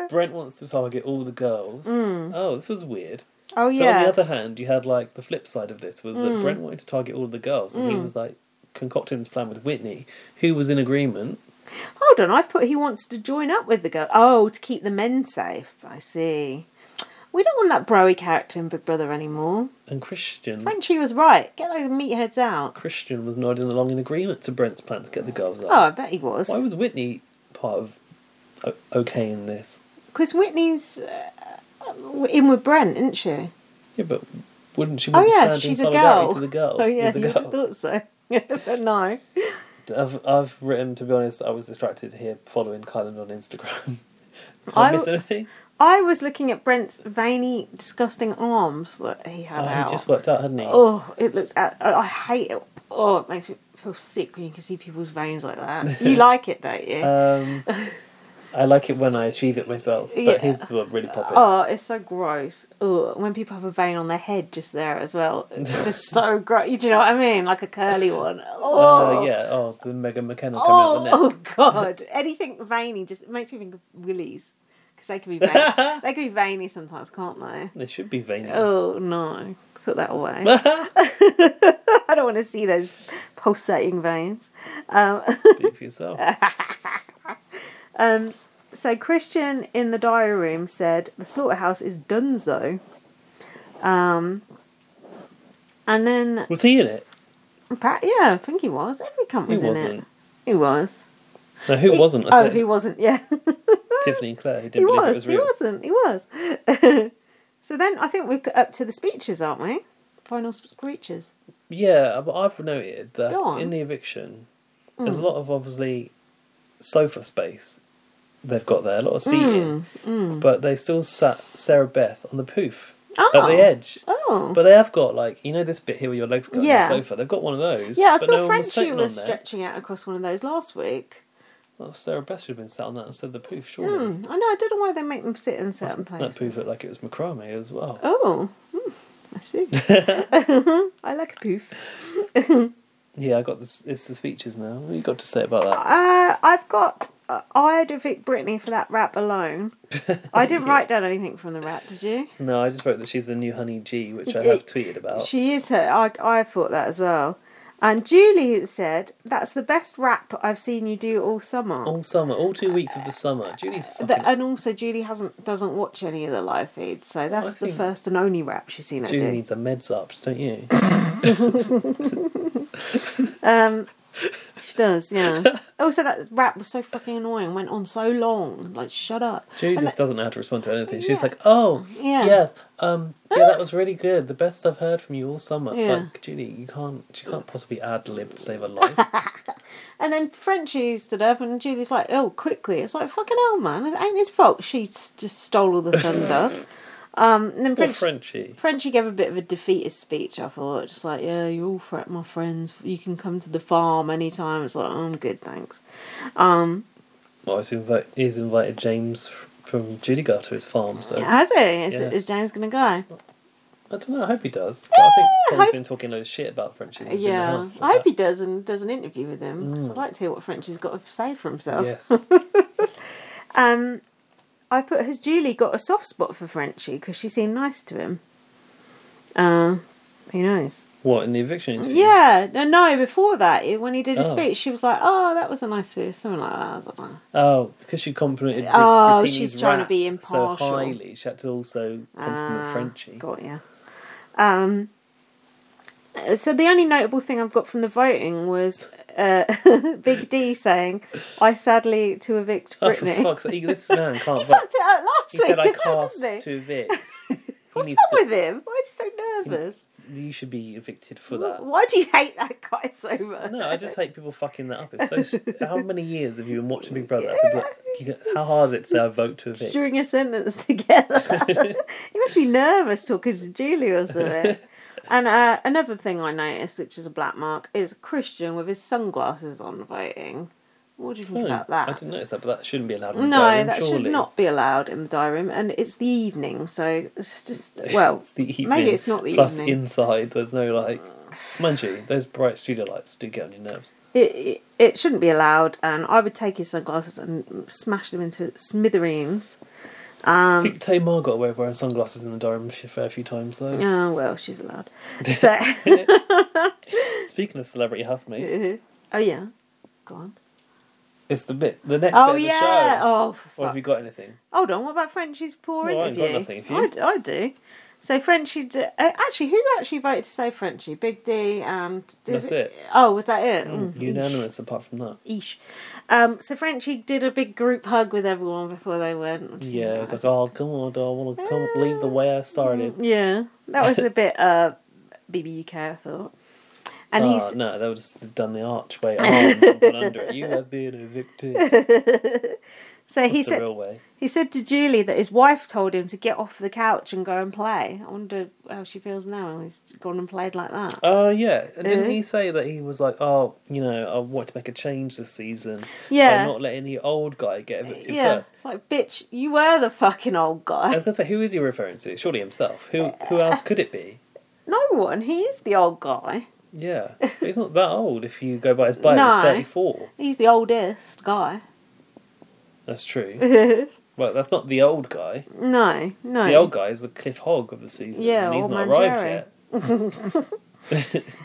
S1: Brent wants to target all the girls. Oh, this was weird.
S2: Mm. Oh
S1: So on
S2: yeah. Mm.
S1: the other hand, you had like the flip side of this was that Brent wanted to target all the girls, and he was like concocting this plan with Whitney, who was in agreement.
S2: Hold on, I've put he wants to join up with the girl. Oh, to keep the men safe. I see. We don't want that broy character in Big Brother anymore.
S1: And Christian,
S2: Frenchie was right. Get those meatheads out.
S1: Christian was nodding along in agreement to Brent's plan to get the girls
S2: Oh,
S1: out.
S2: I bet he was.
S1: Why was Whitney part of o- okay in this?
S2: Because Whitney's uh, in with Brent, isn't she?
S1: Yeah, but wouldn't she
S2: Oh
S1: want
S2: yeah,
S1: to stand in
S2: she's a
S1: solidarity
S2: girl.
S1: to the girls?
S2: Oh yeah,
S1: with the
S2: yeah, I
S1: girls?
S2: thought so. but no.
S1: I've I've written to be honest. I was distracted here following Kylan on Instagram. Did I,
S2: I-
S1: miss anything?
S2: I was looking at Brent's veiny, disgusting arms that he had
S1: Oh,
S2: out.
S1: he just worked out, hadn't he?
S2: Oh, it looks. I, I hate it. Oh, it makes me feel sick when you can see people's veins like that. You like it, don't you?
S1: Um, I like it when I achieve it myself, but
S2: Yeah.
S1: his were really popping. Uh,
S2: oh, it's so gross. Oh, when people have a vein on their head just there as well, it's just so gross. You do you know what I mean? Like a curly one. Oh,
S1: Uh, yeah. Oh, the Megan McKenna's
S2: Oh,
S1: coming out the
S2: oh
S1: neck.
S2: God! Anything veiny just it makes me think of willies because they can be veiny. they can be veiny sometimes, can't they?
S1: They should be veiny.
S2: Oh no! Put that away. I don't want to see those pulsating veins. Um,
S1: Speak for yourself.
S2: um, so Christian in the diary room said the slaughterhouse is dunzo. Um, and then
S1: Was he in it?
S2: Pat, yeah, I think he was. Every cunt
S1: He
S2: was in it.
S1: wasn't.
S2: He was.
S1: No, who wasn't? I
S2: Oh,
S1: said.
S2: he wasn't. Yeah,
S1: Tiffany and Claire, who didn't
S2: he
S1: believe it
S2: was.
S1: was
S2: He
S1: real.
S2: wasn't. He was. so then I think we're up to the speeches, aren't we? Final speeches.
S1: Yeah, but I've noted that
S2: Go on. Mm.
S1: in the eviction, there's a lot of obviously sofa space they've got there, a lot of seating,
S2: Mm,
S1: but they still sat Sarah Beth on the poof at
S2: Oh.
S1: the edge.
S2: Oh.
S1: But they have got like you know this bit here where your legs go
S2: Yeah.
S1: on the sofa. They've got one of those.
S2: Yeah, I
S1: but
S2: saw
S1: no one was
S2: Frenchie
S1: sitting on
S2: was
S1: there.
S2: stretching out across one of those last week.
S1: Well, Sarah Beth should have been sat on that instead of the poof. Surely
S2: Hmm, I know, I don't know why they make them sit in certain
S1: that
S2: places.
S1: poof looked like it was macrame as well.
S2: Oh, hmm, I see. I like a poof.
S1: Yeah, I got this. It's the speeches now. What you got to say about that?
S2: Uh, I've got. Uh, I'd evict Brittany for that rap alone. I didn't write down anything from the rap, did you?
S1: No, I just wrote that she's the new Honey G, which I have tweeted about.
S2: She is her. I, I thought that as well. And Julie said, "That's the best rap I've seen you do all summer."
S1: all summer, all two weeks of the summer. Julie's fucking.
S2: But- and also, Julie hasn't doesn't watch any of the live feeds, so that's the
S1: think-
S2: first and only rap she's seen her
S1: Oh, Julie
S2: do.
S1: needs a meds up, don't you?
S2: Um, she does, yeah. also, that rap was so fucking annoying. Went on so long. Like, shut up.
S1: Julie just doesn't know how to respond to anything. She's
S2: Yeah.
S1: like, oh,
S2: Yeah. Ah.
S1: yes, um, yeah, that was really good. The best I've heard from you all summer. It's
S2: Yeah.
S1: like, Julie, you can't, she can't possibly ad lib to save her life.
S2: And then Frenchie stood up, and Julie's like, "Oh, quickly!" It's like fucking hell, man. It ain't his fault. She s- just stole all the thunder. um, and then
S1: Poor
S2: French,
S1: Frenchie.
S2: Frenchie gave a bit of a defeatist speech. I thought, just like, "Yeah, you all fret my friends. You can come to the farm anytime." It's like, oh, "I'm good, thanks." Um,
S1: Well, he's, invi- he's invited James from Judy Gar to his farm, so
S2: has he? Is,
S1: Yeah.
S2: is James gonna go?
S1: I don't know. I hope he does. But I think probably
S2: hope-
S1: been talking a lot of shit about Frenchie. in the
S2: Yeah,
S1: house.
S2: I hope he does and does an interview with him. 'cause I'd like to hear what Frenchie's got to say for himself.
S1: Mm. Yes.
S2: Um, I put has Julie got a soft spot for Frenchie because she seemed nice to him. Uh, who knows?
S1: what in the eviction interview?
S2: Yeah, no, no. Before that, it- when he did his
S1: Oh.
S2: speech, she was like, "Oh, that was a nice series," something like that. I was like, "Oh."
S1: Oh, because she complimented. Brit-
S2: Oh,
S1: Brittini's
S2: she's trying to
S1: rap
S2: be
S1: So
S2: impartial.
S1: highly, she had to also compliment
S2: Ah,
S1: Frenchie.
S2: Got ya. Um, uh, so the only notable thing I've got from the voting was uh, Big D saying, "I sadly to evict
S1: Oh, for
S2: Brittany."
S1: fuck's sake! This man can't. vote.
S2: Fucked it out last
S1: He
S2: week.
S1: said, "I
S2: as well,
S1: cast
S2: didn't he?
S1: to evict." He
S2: What's
S1: needs
S2: wrong
S1: to-
S2: with him? Why is he so nervous?
S1: You should be evicted for
S2: Wh-
S1: that.
S2: Why do you hate that guy so much?
S1: No, I just hate people fucking that up. It's so. st- how many years have you been watching Big Brother? People like, you go- how hard is it to say I vote to evict?
S2: During a sentence together. he must be nervous talking to Julie or something. and uh, another thing I noticed, which is a black mark, is Christian with his sunglasses on voting. What do you think
S1: Oh,
S2: about
S1: I
S2: that?
S1: didn't notice that, but that shouldn't be allowed. In the
S2: No,
S1: diary room,
S2: that
S1: surely.
S2: should not be allowed in the diary room, and it's the evening, so it's just well,
S1: it's the evening.
S2: maybe it's not the
S1: Plus,
S2: evening.
S1: inside, there's no like. Mind you, those bright studio lights do get on your nerves.
S2: It, it it shouldn't be allowed, and I would take his sunglasses and smash them into smithereens. Um,
S1: I think Tamar got away with wearing sunglasses in the diary room a fair few times, though.
S2: Oh well, she's allowed. So,
S1: Speaking of celebrity housemates,
S2: oh yeah, go on.
S1: it's the bit, the next
S2: Oh
S1: bit of
S2: yeah.
S1: the show.
S2: Oh, for
S1: Or have
S2: fuck.
S1: you got anything?
S2: hold on. What about Frenchie's poor
S1: Well, I ain't
S2: interview?
S1: got nothing, have you?
S2: I d- I do. So Frenchie, d- uh, actually, who actually voted to say Frenchie? Big D and did
S1: That's it.
S2: Oh, was that it? Mm,
S1: Unanimous, apart from that.
S2: Eesh. Um, so Frenchie did a big group hug with everyone before they went. which is
S1: Yeah, it's
S2: nice.
S1: like, oh, come on, doll, I want to
S2: Mm.
S1: come leave the way I started.
S2: yeah. That was a bit uh, BBUK, I thought. And
S1: oh,
S2: he's
S1: no, they would have done the archway arms and gone under it. You have been evicted. That's
S2: so he
S1: the
S2: said
S1: real way.
S2: he said to Julie that his wife told him to get off the couch and go and play. I wonder how she feels now. He's gone and played like that.
S1: Oh, yeah. And didn't
S2: Uh.
S1: he say that he was like, oh, you know, I want to make a change this season
S2: Yeah.
S1: by not letting the old guy get evicted
S2: yeah,
S1: first?
S2: like bitch, you were the fucking old
S1: I
S2: guy.
S1: was going to say, who is he referring to? Surely himself. Who
S2: Uh,
S1: who else could it be?
S2: No one. He is the old guy.
S1: Yeah. But he's not that old if you go by his bio. He's
S2: No.
S1: 34.
S2: He's the oldest guy.
S1: That's true.
S2: no,
S1: Well, that's not the old guy.
S2: no.
S1: The old guy is the Cliff Hog of the season.
S2: Yeah,
S1: and he's
S2: old
S1: not
S2: man
S1: arrived
S2: Jerry.
S1: yet.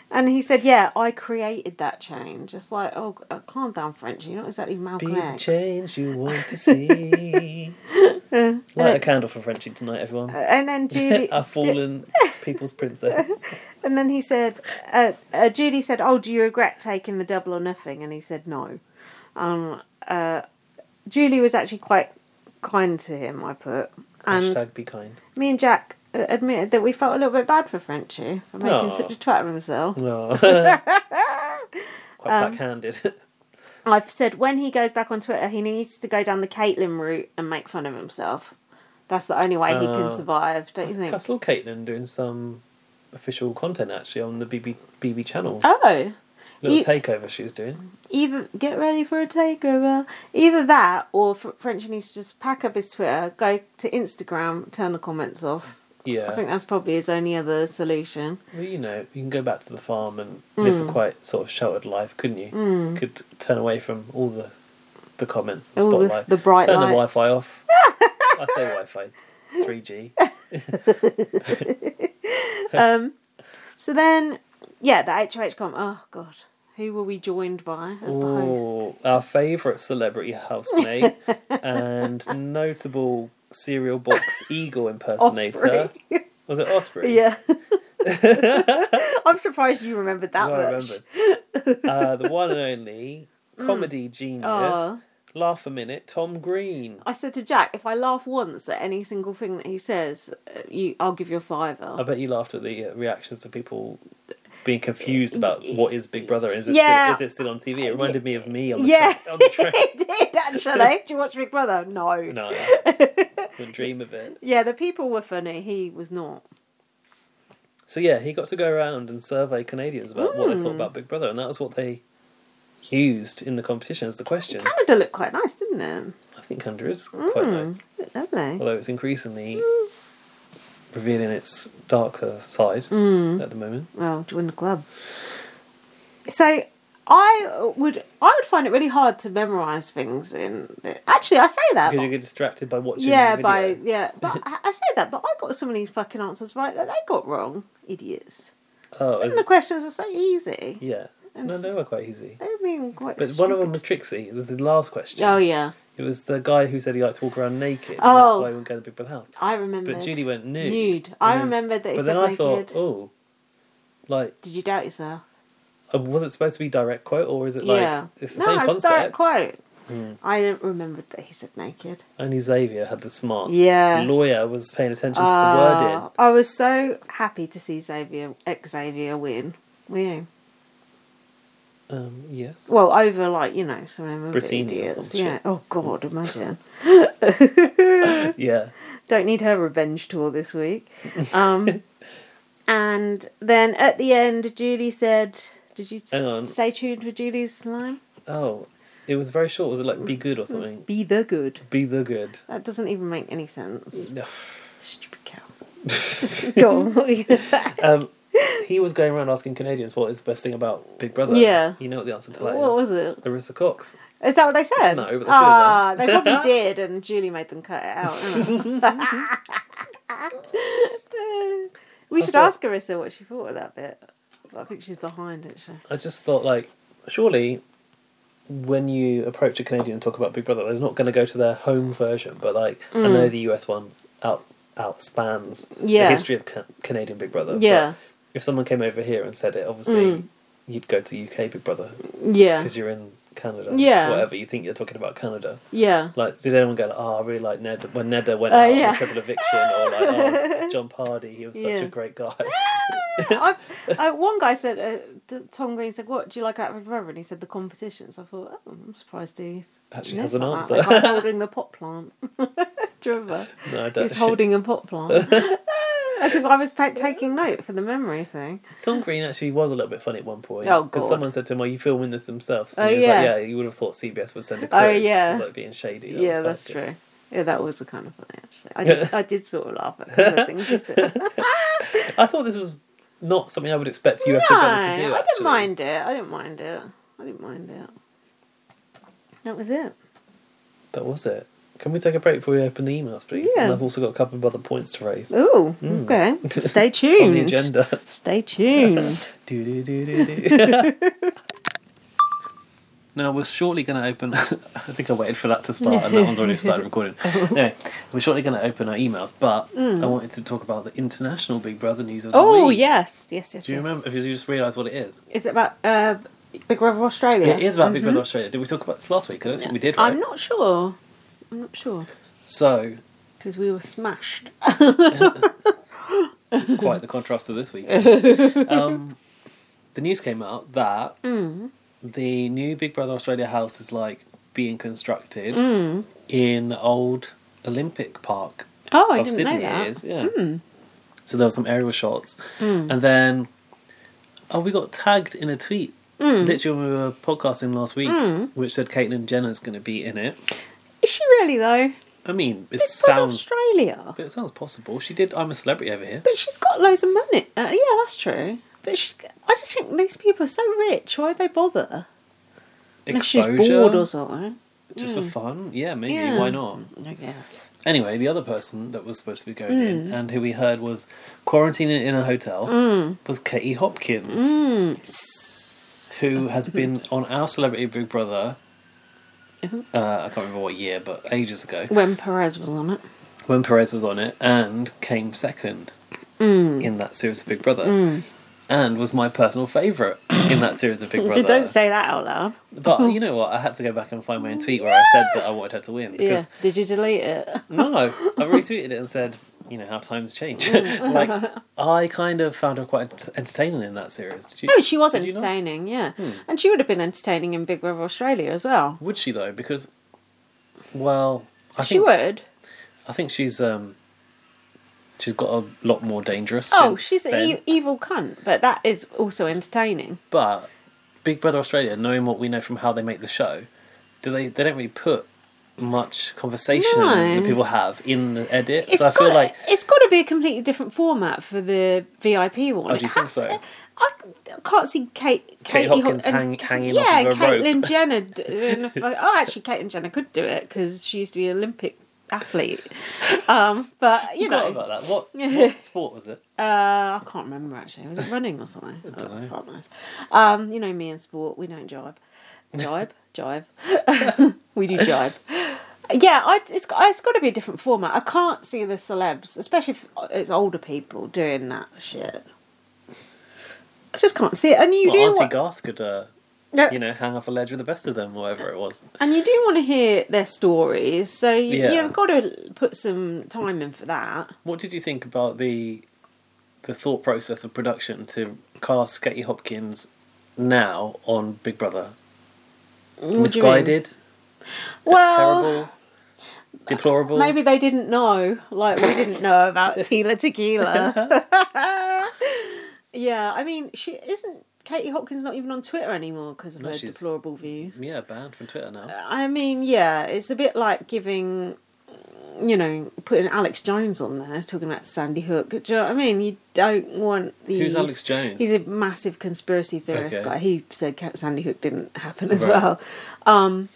S2: And he said, "Yeah, I created that change." It's like, oh, uh, calm down, Frenchie. You're not exactly
S1: Be
S2: Malcolm
S1: the
S2: X.
S1: change you want to see. Light a candle for Frenchie tonight, everyone.
S2: And then Julie,
S1: Our fallen people's princess.
S2: and then he said, uh, uh, Julie said, "Oh, do you regret taking the double or nothing?" And he said, "No." Um, uh, Julie was actually quite kind to him. I put, and
S1: Hashtag be kind.
S2: me and Jack uh, admitted that we felt a little bit bad for Frenchie for making
S1: Aw.
S2: such a twat of himself.
S1: No. Quite
S2: Um,
S1: backhanded.
S2: I've said when he goes back on Twitter, he needs to go down the Caitlyn route and make fun of himself. That's the only way he
S1: Oh.
S2: can survive, don't you think?
S1: I saw Caitlin doing some official content actually on the BB, BB channel.
S2: Oh,
S1: Little
S2: you-
S1: takeover she was doing.
S2: either get ready for a takeover. Either that, or Fr- Frenchie needs to just pack up his Twitter, go to Instagram, turn the comments off.
S1: Yeah.
S2: I think that's probably his only other solution.
S1: Well, you know, you can go back to the farm and
S2: Mm.
S1: live a quite sort of sheltered life, couldn't you? Could turn away from all the the comments, the
S2: All the-
S1: spotlight,
S2: the bright
S1: turn the
S2: lights.
S1: Wi-Fi off. I say Wi-Fi, three G.
S2: So then, yeah, the HOH com. Oh God, who were we joined by as the host?
S1: Our favourite celebrity housemate and notable cereal box eagle impersonator.
S2: Osprey.
S1: Was it Osprey?
S2: yeah. I'm surprised you remembered that
S1: No, I
S2: much. Mm.
S1: remembered. uh, the one and only comedy genius,
S2: Aw.
S1: laugh a minute, Tom Green.
S2: I said to Jack, if I laugh once at any single thing that he says, uh, you, I'll give you a
S1: I
S2: fiver.
S1: bet you laughed at the uh, reactions of people being confused about what is Big Brother. Is it
S2: Yeah. Uh,
S1: still, is it still on TV? It reminded me of me on the,
S2: Yeah,
S1: tra- on the train.
S2: he did actually. Do you watch Big Brother? No.
S1: no, wouldn't dream of it.
S2: Yeah, the people were funny. He was not.
S1: So yeah, he got to go around and survey Canadians about what
S2: Hmm.
S1: they thought about Big Brother, and that was what they used in the competition as the questions.
S2: Canada looked quite nice, didn't it?
S1: I think Hunter is quite
S2: Hmm.
S1: nice,
S2: Looked lovely.
S1: although it's increasingly revealing its darker side
S2: Hmm.
S1: at the moment.
S2: Well, join the club. So I would I would find it really hard to memorize things in the- actually I say that
S1: Because you get distracted by watching.
S2: Uh, yeah
S1: the video.
S2: by yeah but I, I say that but I got some of these fucking answers right that they got wrong idiots
S1: oh,
S2: some
S1: is
S2: of the
S1: it?
S2: questions are so easy
S1: yeah,
S2: And
S1: no,
S2: it's
S1: they
S2: just-
S1: were quite easy.
S2: they've been quite
S1: But one of them was Trixie. This is the last question.
S2: oh yeah
S1: It was the guy who said he liked to walk around naked. and
S2: Oh.
S1: that's why he wouldn't go to the Big Brother house.
S2: I remember
S1: But Judy went nude.
S2: nude
S1: And
S2: I
S1: then-
S2: remembered that he
S1: But
S2: said
S1: then I
S2: naked.
S1: thought, oh, like,
S2: did you doubt yourself
S1: uh, was it supposed to be direct quote or is it like it's the same
S2: it's
S1: concept? Mm.
S2: direct quote. I didn't remember that he said naked.
S1: Only Xavier had the smarts.
S2: Yeah.
S1: The lawyer was paying attention to the
S2: Ah,
S1: wording.
S2: I was so happy to see Xavier Xavier win. Were you?
S1: Um, yes.
S2: Well, over like you know some of the
S1: Brittany or
S2: idiots.
S1: some shit.
S2: Yeah. Oh God, imagine.
S1: yeah.
S2: Don't need her revenge tour this week. Um, and then at the end, Julie said, "Did you
S1: Hang on.
S2: stay tuned for Julie's line?"
S1: Oh. It was very short. Was it like "Be Good" or something?
S2: Be the good.
S1: Be the good.
S2: That doesn't even make any sense.
S1: No.
S2: Stupid cow. Go on. what were you gonna say?
S1: Um, he was going around asking Canadians what is the best thing about Big Brother.
S2: Yeah.
S1: You know what the answer to that
S2: What
S1: is.
S2: was it?
S1: Larissa Cox.
S2: Is that what they said?
S1: No, but they should have
S2: Ah,
S1: done.
S2: they probably did, and Julie made them cut it out. didn't they? we should
S1: thought-
S2: ask Arissa what she thought of that bit. I think she's behind, actually.
S1: I just thought, like, surely when you approach a Canadian and talk about Big Brother, they're not going to go to their home version, but like, I know the US one out outspans
S2: Mm. Yeah.
S1: the history of ca- Canadian Big Brother. but
S2: Yeah. Mm.
S1: if someone came over here and said it, obviously you'd go to UK Big Brother
S2: Yeah.
S1: because you're in Canada.
S2: Yeah.
S1: Whatever you think you're talking about Canada.
S2: Yeah.
S1: Like, did anyone go, like, oh, I really like Ned when Ned went
S2: Oh,
S1: out on
S2: yeah.
S1: the triple eviction or like, oh, John Pardy, he was such
S2: Yeah.
S1: a great guy.
S2: I, I, one guy said, uh, th- Tom Green said, What do you like out of Brother? And he said, The competition. So I thought, Oh, I'm surprised he
S1: Actually
S2: knows
S1: has an
S2: about
S1: answer.
S2: that. Like, I'm holding the pot plant. do you remember?
S1: no, I
S2: He
S1: don't.
S2: was holding a pot plant. Because I was pa- taking note for the memory thing.
S1: Tom Green actually was a little bit funny at one point.
S2: Oh,
S1: Because
S2: God.
S1: someone said to him, Are you filming this themselves?
S2: Oh,
S1: And he was
S2: yeah.
S1: like, Yeah, you would have thought CBS would send a crew.
S2: Oh, yeah.
S1: This is like being shady. That
S2: yeah,
S1: was
S2: that's
S1: quite
S2: true. Yeah, that was the kind of funny actually. I did, I did sort of laugh at some of the things he said. no,
S1: good. I thought this was not something I would expect US Big Brother to
S2: I
S1: do.
S2: didn't
S1: actually.
S2: mind it. I didn't mind it. I didn't mind it. That was it.
S1: That was it. Can we take a break before we open the emails, please?
S2: Yeah.
S1: And I've also got a couple of other points to raise
S2: Oh, okay. Stay tuned.
S1: on the agenda.
S2: Stay tuned.
S1: do, do, do, do, do. now, we're shortly going to open. I think I waited for that to start, and that one's already started recording. Anyway, we're shortly going to open our emails, but I wanted to talk about the international Big Brother news of the
S2: Hmm. oh
S1: week.
S2: yes, yes, yes.
S1: Do you
S2: yes.
S1: remember? Because you just realised what it is.
S2: Is it about uh, Big Brother Australia?
S1: It is about Big Brother Australia. Did we talk about this last week? I don't think we did, right?
S2: Mm-hmm. I'm not sure. I'm not sure
S1: So,
S2: because we were smashed.
S1: quite the contrast to this weekend. um, the news came out that
S2: Mm.
S1: the new Big Brother Australia house is like being constructed
S2: Mm.
S1: in the old Olympic Park
S2: Oh, I
S1: of
S2: didn't
S1: Sydney.
S2: know that. Mm.
S1: It is, yeah. So there were some aerial shots, and then oh, we got tagged in a tweet.
S2: Mm.
S1: Literally, when we were podcasting last week, which said Caitlyn Jenner's going to be in it.
S2: Is she really though?
S1: I mean, it
S2: It's from
S1: sounds
S2: Australia.
S1: it sounds possible. She did. I'm a celebrity over here.
S2: But she's got loads of money. Uh, yeah, that's true. But she, I just think these people are so rich. Why would they bother? Unless she's
S1: Exposure.
S2: bored or something.
S1: just for fun. Yeah, maybe.
S2: Mm. Yeah.
S1: Why not?
S2: Mm, I guess.
S1: Anyway, the other person that was supposed to be going
S2: Mm.
S1: in and who we heard was quarantining in a hotel
S2: Mm.
S1: was Katie Hopkins, who has been on our Celebrity Big Brother.
S2: Uh-huh.
S1: Uh, I can't remember what year, but ages ago,
S2: When Perez was on it.
S1: when Perez was on it and came second
S2: Mm.
S1: in that series of Big Brother, and was my personal favourite in that series of Big Brother.
S2: Don't say that out loud.
S1: But you know what? I had to go back and find my own tweet where I said that I wanted her to win because
S2: Yeah. Did you delete it?
S1: No, I retweeted it and said, you know, how times change.
S2: Mm.
S1: like, I kind of found her quite ent- entertaining in that series. Did you,
S2: No, she was
S1: did you not? Hmm.
S2: entertaining, yeah. And she would have been entertaining in Big Brother Australia as well.
S1: Would she though? Because, well, I
S2: She
S1: think
S2: would.
S1: I think she's um, she's got a lot more dangerous.
S2: Oh,
S1: since
S2: she's an
S1: then.
S2: e- evil cunt, but that is also entertaining.
S1: But Big Brother Australia, knowing what we know from how they make the show, do they? They don't really put much conversation
S2: No.
S1: that people have in the edit.
S2: It's
S1: so I feel
S2: got-
S1: like
S2: it's got to be a completely different format for the VIP one.
S1: Oh, do you think
S2: It has-
S1: so?
S2: I I can't see Kate, Kate,
S1: Hopkins hang- hanging off
S2: yeah,
S1: of a rope.
S2: Caitlyn Jenner. Doing a, fu- oh, actually, Caitlyn Jenner could do it because she used to be an Olympic athlete. Um, but you
S1: forgot
S2: know,
S1: about that. What, what sport was it?
S2: uh, I can't remember actually. Was it running or something? I
S1: dunno.
S2: Um, you know me and sport, we don't jive. Jive, jive. we do jive. Yeah, I, it's it's got to be a different format. I can't see the celebs, especially if it's older people doing that shit. I just can't see it. And you
S1: Well,
S2: do
S1: Auntie
S2: want,
S1: Garth could. Uh,
S2: no,
S1: you know, hang off a ledge with the best of them, whatever it was.
S2: and you do want to hear their stories. So you,
S1: Yeah.
S2: you've got to put some time in for that.
S1: What did you think about the the thought process of production to cast Katie Hopkins now on Big Brother?
S2: What do you mean?
S1: Misguided,
S2: Well,
S1: terrible, deplorable.
S2: Maybe they didn't know, like we didn't know about Tila Tequila. yeah, I mean, she isn't. Katie Hopkins not even on Twitter anymore because of
S1: No,
S2: her
S1: she's-
S2: deplorable views.
S1: Yeah, banned from Twitter now.
S2: I mean, yeah, it's a bit like giving, you know, putting Alex Jones on there talking about Sandy Hook. Do you know what I mean? You don't want these.
S1: Who's Alex Jones?
S2: He's a massive conspiracy theorist
S1: Okay.
S2: guy. He said Ca- Sandy Hook didn't happen as
S1: Right.
S2: well. Um,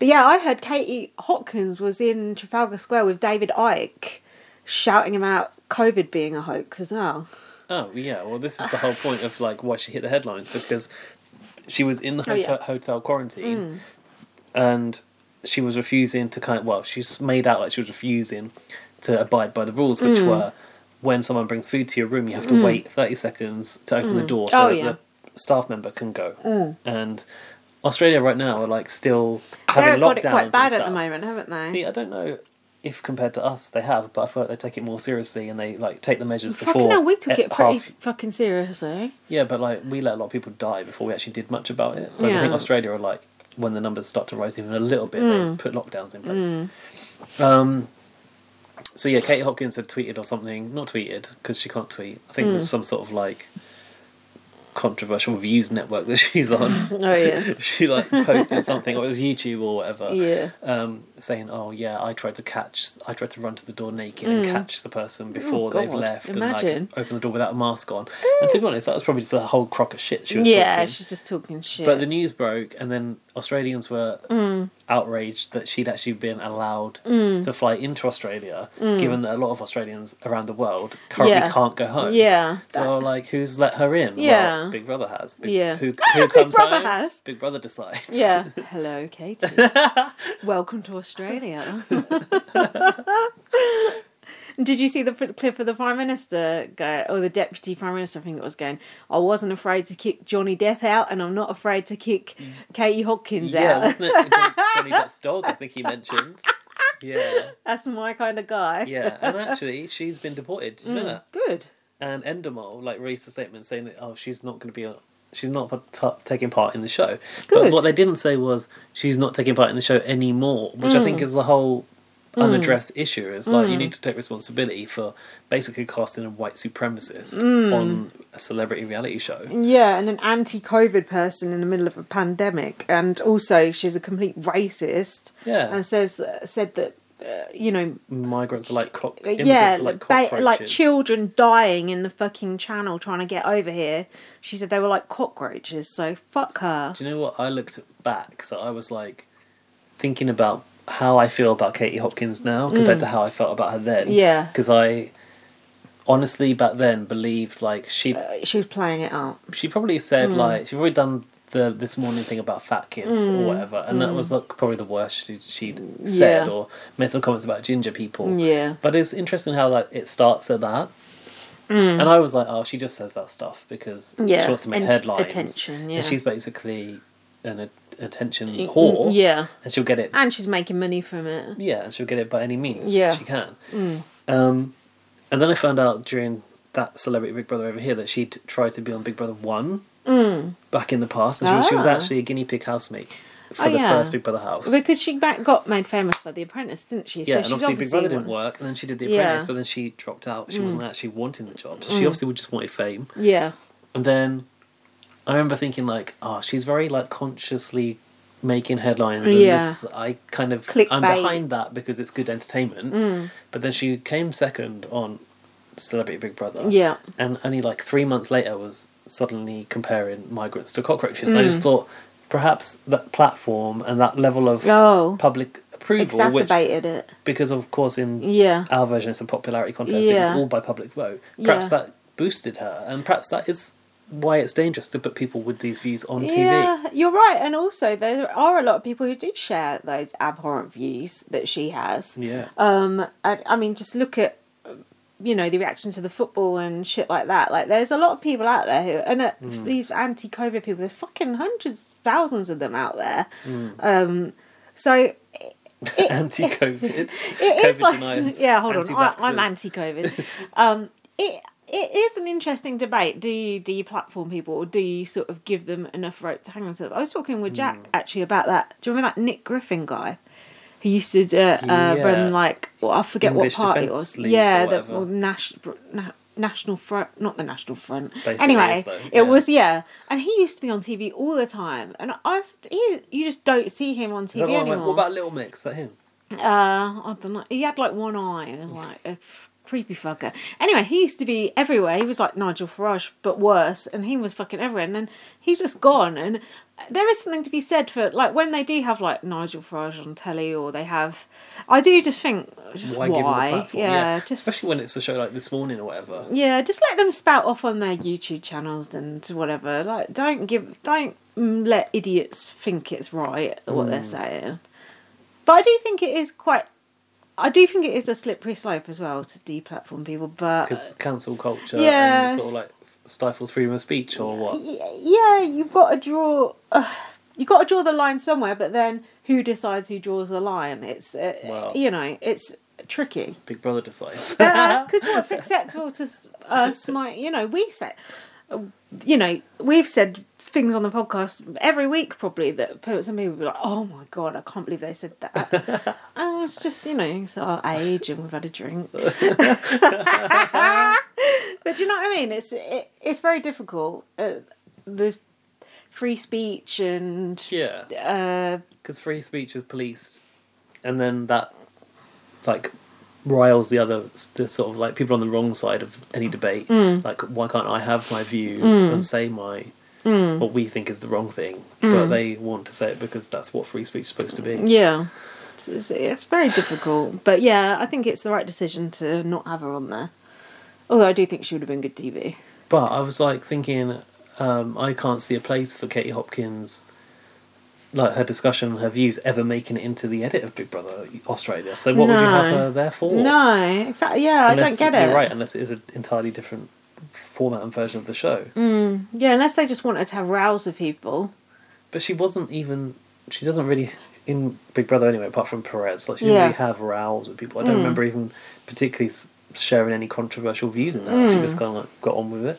S2: but yeah, I heard Katie Hopkins was in Trafalgar Square with David Icke, shouting about COVID being a hoax as well.
S1: Oh yeah, well this is the whole point of like why she hit the headlines because she was in the
S2: Oh, yeah. Mm.
S1: hotel, hotel quarantine and she was refusing to kind well she's made out like she was refusing to abide by the rules which
S2: Mm.
S1: were when someone brings food to your room you have to wait 30 seconds to open the door so
S2: Oh,
S1: that
S2: yeah. Mm.
S1: the staff member can go. And Australia right now are like still having
S2: They've got
S1: lockdowns
S2: it quite bad
S1: and
S2: at the
S1: stuff.
S2: moment, haven't they?
S1: See, I don't know if compared to us they have, but I feel like they take it more seriously and they like take the measures
S2: Fucking
S1: before. eh,
S2: hell, we took
S1: at
S2: it pretty
S1: half-
S2: fucking seriously.
S1: yeah, but like we let a lot of people die before we actually did much about it. Whereas I think
S2: Yeah.
S1: Australia are like when the numbers start to rise even a little bit,
S2: Mm.
S1: they put lockdowns in place. Um, so yeah, Kate Hopkins had tweeted or something, not tweeted because she can't tweet. I think
S2: Mm.
S1: there's some sort of like controversial views network that she's on.
S2: Oh yeah,
S1: she like posted something, or it was YouTube or whatever
S2: yeah.
S1: um, saying, "Oh yeah, I tried to catch, I tried to run to the door naked and catch the person before they've
S2: Mm. Oh, God,
S1: left, and
S2: imagine.
S1: like open the door without a mask on." And to be honest, that was probably just a whole crock of shit she was
S2: yeah,
S1: talking.
S2: she's just talking shit.
S1: But the news broke, and then Australians were
S2: Mm.
S1: outraged that she'd actually been allowed to fly into Australia, given that a lot of Australians around the world currently
S2: Mm. Yeah.
S1: can't go home.
S2: yeah,
S1: So like, who's let her in? Well,
S2: Yeah.
S1: Big Brother has. Big,
S2: Yeah.
S1: Who, who comes
S2: Brother
S1: home?
S2: has.
S1: Big Brother decides.
S2: yeah. Hello, Katie. Welcome to Australia. Did you see the p- clip of the prime minister go, or the deputy prime minister? I think it was going. I wasn't afraid to kick Johnny Depp out, and I'm not afraid to kick Katie Hopkins
S1: Mm. Yeah,
S2: out.
S1: wasn't it John- Johnny Depp's dog? I think he mentioned. Yeah,
S2: That's my kind of guy.
S1: yeah, and actually, she's been deported. Did you
S2: Mm.
S1: know that?
S2: Good.
S1: And Endemol like released a statement saying that oh, she's not going to be on. She's not part- t- taking part in the show. But
S2: Good.
S1: what they didn't say was she's not taking part in the show anymore, which I
S2: Mm.
S1: think is the whole unaddressed issue. Is like you need to take responsibility for basically casting a white supremacist
S2: Mm.
S1: on a celebrity reality show.
S2: Yeah, and an anti-COVID person in the middle of a pandemic, and also she's a complete racist.
S1: Yeah.
S2: and says said that uh, you know
S1: Migrants are like cock. immigrants
S2: Uh, yeah,
S1: are like
S2: ba-
S1: cockroaches.
S2: like children dying in the fucking channel trying to get over here. She said they were like cockroaches, so fuck her.
S1: Do you know what? I looked back, so I was like thinking about how I feel about Katie Hopkins now compared to how I felt about her then.
S2: Yeah.
S1: Because I honestly back then believed like she
S2: Uh, She was playing it up.
S1: she probably said
S2: Hmm.
S1: like she'd already done the this morning thing about fat kids
S2: Hmm.
S1: or whatever, and that was like probably the worst she'd, she'd said
S2: Yeah.
S1: or made some comments about ginger people.
S2: Yeah.
S1: But it's interesting how like it starts at that. And I was like, oh, she just says that stuff because
S2: Hmm. Yeah,
S1: she wants to make
S2: and
S1: headlines.
S2: attention, yeah.
S1: And she's basically an a- attention whore.
S2: Mm, Yeah,
S1: And she'll get it.
S2: and she's making money from it.
S1: Yeah, and she'll get it by any means
S2: Yeah. Mm.
S1: she can. Um, and then I found out during that celebrity Big Brother over here that she'd tried to be on Big Brother 1 back in the past. And she, was, she was
S2: Mm. Ah.
S1: actually a guinea pig housemate for
S2: Oh,
S1: the
S2: yeah.
S1: first Big Brother house.
S2: Because she back got made famous by The Apprentice, didn't she?
S1: Yeah, and
S2: she's
S1: obviously Big Brother didn't
S2: one-
S1: work, and then she did The
S2: Yeah. Mm.
S1: Apprentice, but then she dropped out. She wasn't actually wanting the job, so she obviously just wanted fame.
S2: Yeah,
S1: And then I remember thinking like, oh, she's very like consciously making headlines, and
S2: Yeah.
S1: this I kind of I'm
S2: Clickbait. Mm.
S1: behind that because it's good entertainment. But then she came second on Celebrity Big Brother,
S2: Yeah.
S1: and only like three months later was suddenly comparing migrants to cockroaches. And I
S2: Mm.
S1: just thought perhaps that platform and that level of
S2: Oh.
S1: public approval, which
S2: exacerbated it.
S1: because of course in
S2: Yeah.
S1: our version it's a popularity contest it was
S2: Yeah.
S1: all by public vote perhaps
S2: Yeah.
S1: that boosted her and perhaps that is why it's dangerous to put people with these views on tv
S2: Yeah, you're right. And also, there are a lot of people who do share those abhorrent views that she has.
S1: yeah
S2: Um, I, I mean, just look at you know the reaction to the football and shit like that. Like, there's a lot of people out there who, and uh, these anti-COVID people, there's fucking hundreds, thousands of them out there. Um, so
S1: anti-covid
S2: it is
S1: COVID
S2: like,
S1: deniers,
S2: yeah, hold on, I, I'm
S1: anti-vaxxers.
S2: anti-COVID. um, it it is an interesting debate. Do you deplatform people, or do you sort of give them enough rope to hang themselves? I was talking with Jack
S1: Hmm.
S2: actually about that. Do you remember that Nick Griffin guy? Who used to uh, uh,
S1: Yeah.
S2: run like well, I forget
S1: English
S2: what party
S1: Defence
S2: it was.
S1: League or
S2: yeah, the
S1: whatever.
S2: well, Nash, Br- Na- National Front, not the National Front.
S1: Basically,
S2: anyway,
S1: it's though, yeah.
S2: it was yeah, and he used to be on TV all the time, and I he, you just don't see him on
S1: Is that
S2: TV
S1: the one I
S2: anymore.
S1: went, what about Little Mix? Is that him?
S2: Uh, I don't know. He had like one eye, and it
S1: Mm.
S2: was like a creepy fucker. Anyway, he used to be everywhere. He was like Nigel Farage, but worse, and he was fucking everywhere. And then he's just gone. And there is something to be said for like when they do have like Nigel Farage on telly, or they have. I do just think just
S1: Why,
S2: why,
S1: give him the platform?
S2: yeah, just
S1: especially when it's a show like this morning or whatever.
S2: yeah, just let them spout off on their YouTube channels and whatever. Like, don't give, don't mm, let idiots think it's right what they're saying. But I do think it is quite. I do think it is a slippery slope as well to deplatform people, but
S1: Because cancel culture
S2: yeah.
S1: and sort of like stifles freedom of speech or what?
S2: Y- yeah, you've got to draw. Uh, you've got to draw the line somewhere, but then who decides who draws the line? It's uh,
S1: Well.
S2: you know, it's tricky.
S1: Big Brother decides.
S2: Uh, because what's acceptable to s- us might uh, you know we say you know we've said things on the podcast every week probably that people- some people be like oh my god i can't believe they said that and it's just you know it's our age and we've had a drink but do you know what i mean it's it, it's very difficult uh, there's free speech and
S1: yeah.
S2: uh
S1: because free speech is policed, and then that like riles the other the sort of like people on the wrong side of any debate.
S2: Mm.
S1: Like, why can't I have my view and say my
S2: Mm.
S1: what we think is the wrong thing, but they want to say it because that's what free speech is supposed to be.
S2: Yeah. It's, it's, it's very difficult. But yeah, I think it's the right decision to not have her on there. Although I do think she would have been good TV.
S1: But I was like thinking, um, I can't see a place for Katie Hopkins. Like her discussion, her views ever making it into the edit of Big Brother Australia. So what would you have
S2: No.
S1: her there for?
S2: No, exactly.
S1: unless,
S2: Yeah, I don't get it.
S1: You're right, unless it is an entirely different format and version of the show.
S2: Mm. Yeah, unless they just want her to rouse with people.
S1: But she wasn't even. She doesn't really in Big Brother anyway, apart from Perez. Like she
S2: Yeah. Mm.
S1: didn't really have rows with people. I don't remember even particularly s- sharing any controversial views in that. She just
S2: Mm.
S1: kind of like got on with it.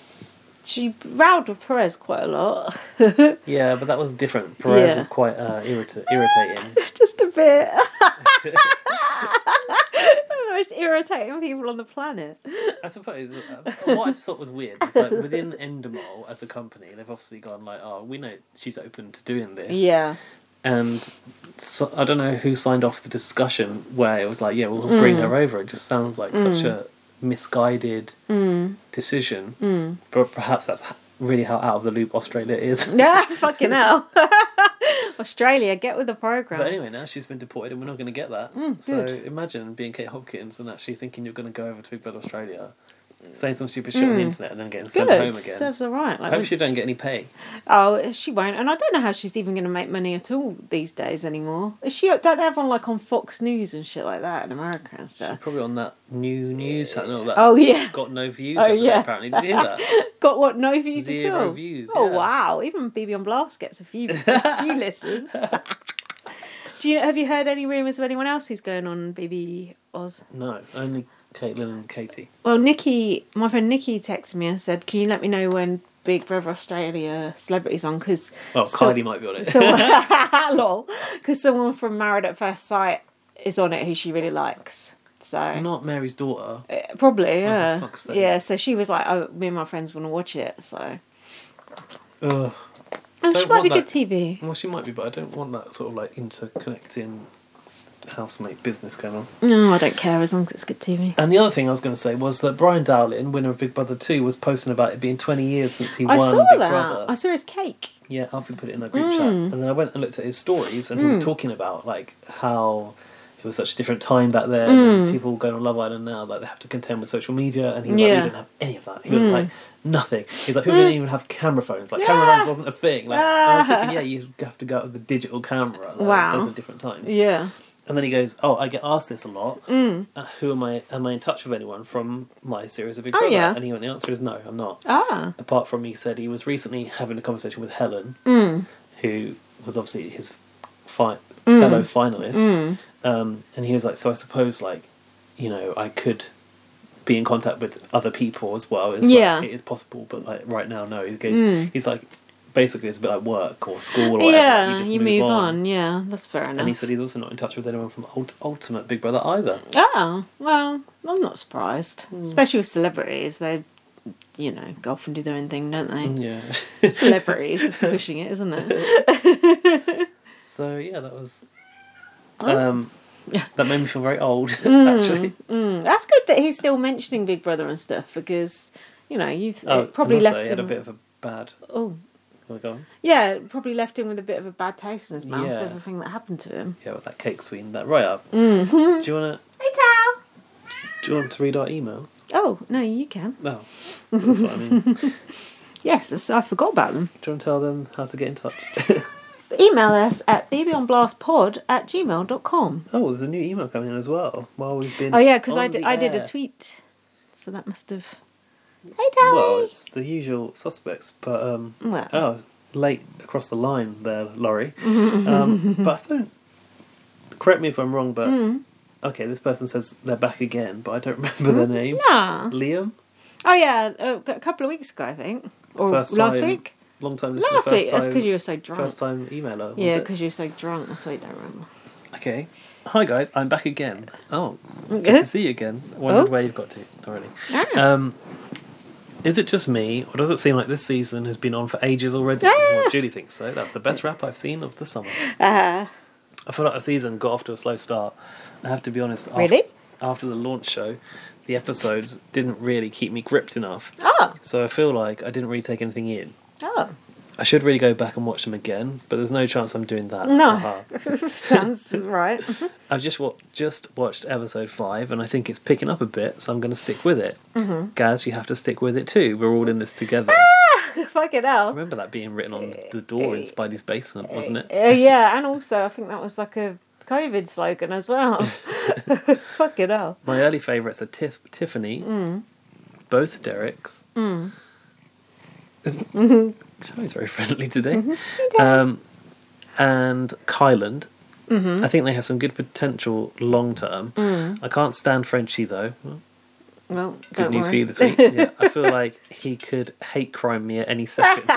S2: She rowed with Perez quite a lot.
S1: Yeah, but that was different. Perez
S2: Yeah.
S1: was quite uh, irrita- irritating.
S2: just a bit. One of the most irritating people on the planet.
S1: I suppose uh, what I just thought was weird is like within Endemol as a company, they've obviously gone like, oh, we know she's open to doing this.
S2: Yeah.
S1: and so, I don't know who signed off the discussion where it was like, yeah, we'll
S2: Mm.
S1: bring her over. It just sounds like such a misguided
S2: Mm.
S1: decision. But perhaps that's h- really how out of the loop Australia is.
S2: Yeah, fucking hell. Australia, get with the program.
S1: But anyway, now she's been deported, and we're not going to get that.
S2: Mm,
S1: so imagine being Kate Hopkins and actually thinking you're going to go over to Big Brother Australia, saying some stupid shit on the internet, and then getting sent home
S2: Mm. Good.
S1: again.
S2: Serves her right.
S1: I
S2: Like,
S1: hope she don't get any pay.
S2: Oh, she won't. And I don't know how she's even going to make money at all these days anymore. Is she don't they have on like on Fox News and shit like that in America and
S1: She's
S2: stuff?
S1: probably on that new news channel that
S2: Oh yeah,
S1: got no views.
S2: Oh,
S1: over there,
S2: yeah.
S1: apparently did you hear that?
S2: got what no views at
S1: Zero
S2: all.
S1: views,
S2: Oh
S1: yeah.
S2: wow, even BB on Blast gets a few a few listens. Do you have you heard any rumours of anyone else who's going on BB Oz?
S1: No, only Caitlin and Katie.
S2: Well, Nikki, my friend Nikki texted me and said, "Can you let me know when Big Brother Australia celebrities on?" Because
S1: Well,
S2: So-
S1: Kylie might be on it.
S2: So, because someone from Married at First Sight is on it who she really likes. So
S1: Not Mary's daughter.
S2: eh, probably, yeah,
S1: fuck's sake.
S2: yeah. So she was like, "Oh, me and my friends want to watch it." So
S1: Ugh.
S2: and she
S1: Don't
S2: might be
S1: want
S2: good TV.
S1: Well, she might be, but I don't want that sort of like interconnecting housemate business going on.
S2: No, I don't care as long as it's good TV.
S1: And the other thing I was going to say was that Brian Dowling, winner of Big Brother 2, was posting about it being 20 years since he
S2: I
S1: won
S2: saw
S1: Big
S2: that.
S1: Brother.
S2: I saw his cake.
S1: Yeah, Alfie put it in our group chat.
S2: Hmm.
S1: And then I went and looked at his stories, and he was talking about like how it was such a different time back then. And
S2: Hmm.
S1: people going on Love Island now, like they have to contend with social media, and he was
S2: Yeah. Hmm.
S1: like, we didn't have any of that. He was like, nothing. He's like, people didn't even have camera phones. Like camera
S2: Yeah.
S1: phones wasn't a thing. Like I was thinking,
S2: Ah.
S1: yeah, you have to go out with the digital camera. Like,
S2: Wow.
S1: those are different times.
S2: Yeah. Hmm.
S1: And then he goes, "Oh, I get asked this a lot. Uh, who am I? Am I in touch with anyone from my series of Big
S2: Oh,
S1: Brother?"
S2: yeah.
S1: And he went, "The answer is no, I'm not."
S2: Ah.
S1: apart from he said he was recently having a conversation with Helen,
S2: Mm.
S1: who was obviously his fi- fellow
S2: Mm.
S1: finalist, um, and he was like, "So I suppose like, you know, I could be in contact with other people as well. It's
S2: Yeah. Mm.
S1: like, it is possible, but like right now, no." He goes, "He's like, basically, it's a bit like work or school or whatever.
S2: yeah.
S1: you just
S2: you
S1: move, on."
S2: Yeah, that's fair
S1: And he
S2: enough.
S1: said he's also not in touch with anyone from Ult- Ultimate Big Brother either.
S2: Ah,
S1: Hmm.
S2: Oh well, I'm not surprised. Especially with celebrities, they you know, go off and do their own thing, don't they?
S1: Yeah.
S2: Celebrities is pushing it, isn't it?
S1: so yeah, that was. Um, that made me feel very old. Actually,
S2: Mm, that's good that he's still mentioning Big Brother and stuff because you know you've
S1: oh,
S2: it probably
S1: and also
S2: left
S1: he
S2: him.
S1: had a bit of a bad.
S2: Oh,
S1: Oh, go on.
S2: yeah, it probably left him with a bit of a bad taste in his mouth.
S1: Yeah.
S2: Everything that happened to him.
S1: Yeah, with that cake sween that right up.
S2: Mm-hmm.
S1: Do you wanna?
S2: Hey, Tal.
S1: Do you want to read our emails?
S2: Oh no, you can.
S1: No, that's what I mean. Do you
S2: Yes, that's- I forgot about them.
S1: want to tell them how to get in touch?
S2: Email us at bbonblastpod at gmail.com.
S1: oh, there's a new email coming in as well. While we've been.
S2: Oh yeah, because I
S1: on
S2: di-
S1: the
S2: I did
S1: air.
S2: a tweet, so that must have. Hey, Tal.
S1: Well, it's the usual suspects, but um,
S2: Well.
S1: oh, late across the line there, Laurie. um, but I don't. Correct me if I'm wrong, but
S2: Mm.
S1: okay, this person says they're back again, but I don't remember their name.
S2: Nah.
S1: Liam,
S2: Oh yeah, a, a couple of weeks ago I think, or
S1: First
S2: last
S1: time-
S2: week.
S1: long time listener,
S2: Last
S1: first
S2: week.
S1: time,
S2: That's because you were so drunk.
S1: first time emailer. Was
S2: Yeah,
S1: it?
S2: because you were so drunk. That's why you don't remember.
S1: Okay. Hi guys, I'm back again. Oh, good
S2: Okay.
S1: to see you again. Wondered
S2: Oh.
S1: where you've got to already.
S2: Ah.
S1: Um, is it just me, or does it seem like this season has been on for ages already?
S2: Ah.
S1: Well, Julie thinks so. That's the best rap I've seen of the summer.
S2: Uh,
S1: I feel like the season got off to a slow start. I have to be honest. af-
S2: Really?
S1: After the launch show, the episodes didn't really keep me gripped enough.
S2: oh,
S1: So I feel like I didn't really take anything in.
S2: oh,
S1: I should really go back and watch them again, but there's no chance I'm doing that. Haha.
S2: no, sounds right.
S1: I've just wa- just watched episode five, and I think it's picking up a bit, so I'm going to stick with it. Gaz, you have to stick with it too. We're all in this together.
S2: Fucking hell.
S1: Remember that being written on the door in Spidey's basement, wasn't it?
S2: Uh, yeah, and also I think that was like a COVID slogan as well. Fucking hell.
S1: My early favourites are Tiff- Tiffany, both Derek's. Mm. very friendly today.
S2: Mm-hmm.
S1: Um, and Kyland. I think they have some good potential long term. I can't stand Frenchie though.
S2: Well,
S1: Good
S2: Mm. don't
S1: news
S2: worry.
S1: for you this week. Yeah, I feel like he could hate crime me at any second.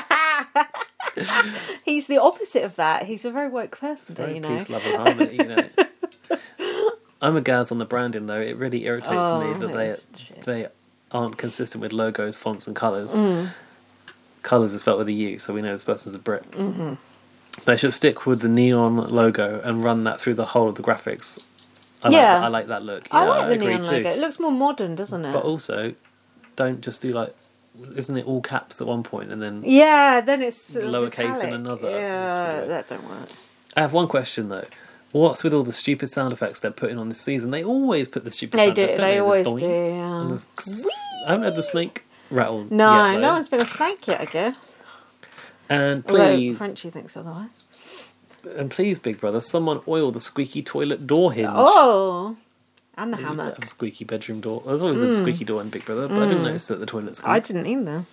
S2: He's the opposite of that. He's a very woke person,
S1: Very
S2: you know.
S1: peace, love, and harmony. You know. I'm a Gaz on the branding though. It really irritates
S2: Oh,
S1: me that they
S2: that's shit.
S1: they aren't consistent with logos, fonts, and colours.
S2: Mm.
S1: Colours is spelled with a U, so we know this person's a Brit.
S2: Mm-hmm.
S1: They should stick with the neon logo and run that through the whole of the graphics. I like
S2: Yeah.
S1: that, I like that look.
S2: I
S1: Yeah,
S2: like the
S1: agree
S2: neon logo. It looks more modern, doesn't it?
S1: But also, don't just do like, isn't it all caps at one point and then
S2: yeah, then it's sort of
S1: Lowercase and
S2: metallic.
S1: another. That's
S2: Yeah,
S1: pretty weird.
S2: that don't work.
S1: I have one question though. What's with all the stupid sound effects they're putting on this season? They always put the stupid
S2: They
S1: sound
S2: do.
S1: effects.
S2: They,
S1: don't The
S2: always
S1: doink
S2: do. yeah.
S1: and the kss. I haven't had the snake rattle.
S2: No,
S1: yet, though.
S2: no one's been a snake yet, I guess.
S1: And
S2: Although
S1: please,
S2: Frenchie thinks otherwise.
S1: and please, Big Brother, someone oil the squeaky toilet door hinge.
S2: Oh, and the
S1: You
S2: hammer. Hmm.
S1: have a squeaky bedroom door. There's always a squeaky door in Big Brother, but I didn't notice that the toilet
S2: I
S1: squeaked.
S2: didn't either.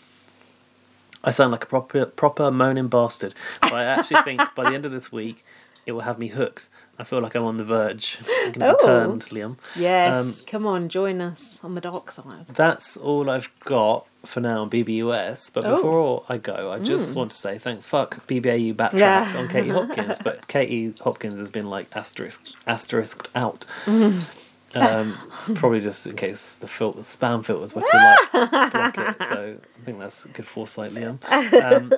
S1: I, sound like a proper proper moaning bastard. But I actually think by the end of this week, it will have me hooked. I feel like I'm on the verge. I'm going to be
S2: Oh.
S1: turned, Liam.
S2: Yes, Um, come on, join us on the dark side.
S1: that's all I've got for now on BBUS. But
S2: Oh. Hmm.
S1: before I go, I just want to say thank fuck BBAU backtracks
S2: Yeah.
S1: on Katie Hopkins, but Katie Hopkins has been like asterisked asterisked out.
S2: Mm.
S1: Um, probably just in case the filter, spam filters were to like block it. So I think that's good foresight, Liam. Um,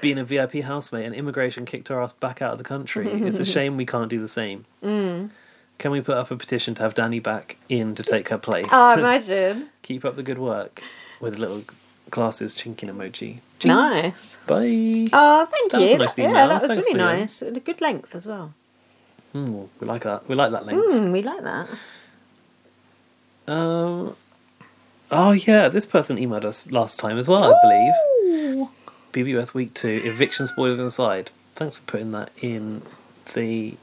S1: being a VIP housemate and immigration kicked our ass back out of the country. It's a shame we can't do the same.
S2: Mm.
S1: Can we put up a petition to have Danny back in to take her place?
S2: Oh, imagine.
S1: Keep up the good work with little glasses chinking emoji. Chink.
S2: nice.
S1: Bye.
S2: Oh, thank
S1: That
S2: you.
S1: was a nice
S2: yeah,
S1: email.
S2: that was
S1: Thanks,
S2: really
S1: Leanne.
S2: nice. And a good length as well.
S1: Mm, we like that. We like that link.
S2: Mm, we like that.
S1: Um, oh yeah, this person emailed us last time as well, I believe.
S2: Ooh.
S1: BBUS week two eviction spoilers inside. Thanks for putting that in the.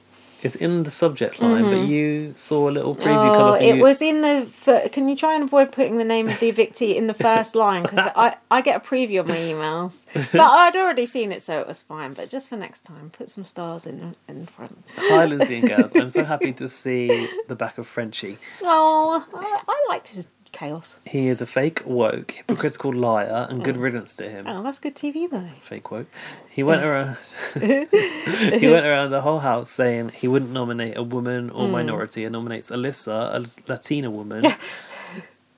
S1: It's in the subject line, but you saw a little preview come
S2: Mm-hmm. Oh,
S1: up. and
S2: it
S1: you-
S2: was in the. fir- Can you try and avoid putting the name of the evictee in the first line? Because I, I get a preview of my emails. But I'd already seen it, so it was fine. But just for next time, put some stars in in front.
S1: Hi, Lindsay and Gaz. I'm so happy to see the back of Frenchie.
S2: Oh, I, I liked his chaos.
S1: He is a fake, woke, hypocritical liar, and good riddance to him.
S2: Oh, that's good TV though.
S1: fake quote. He went around. he went around the whole house saying he wouldn't nominate a woman or
S2: Hmm.
S1: minority, and nominates Alyssa, a Latina woman,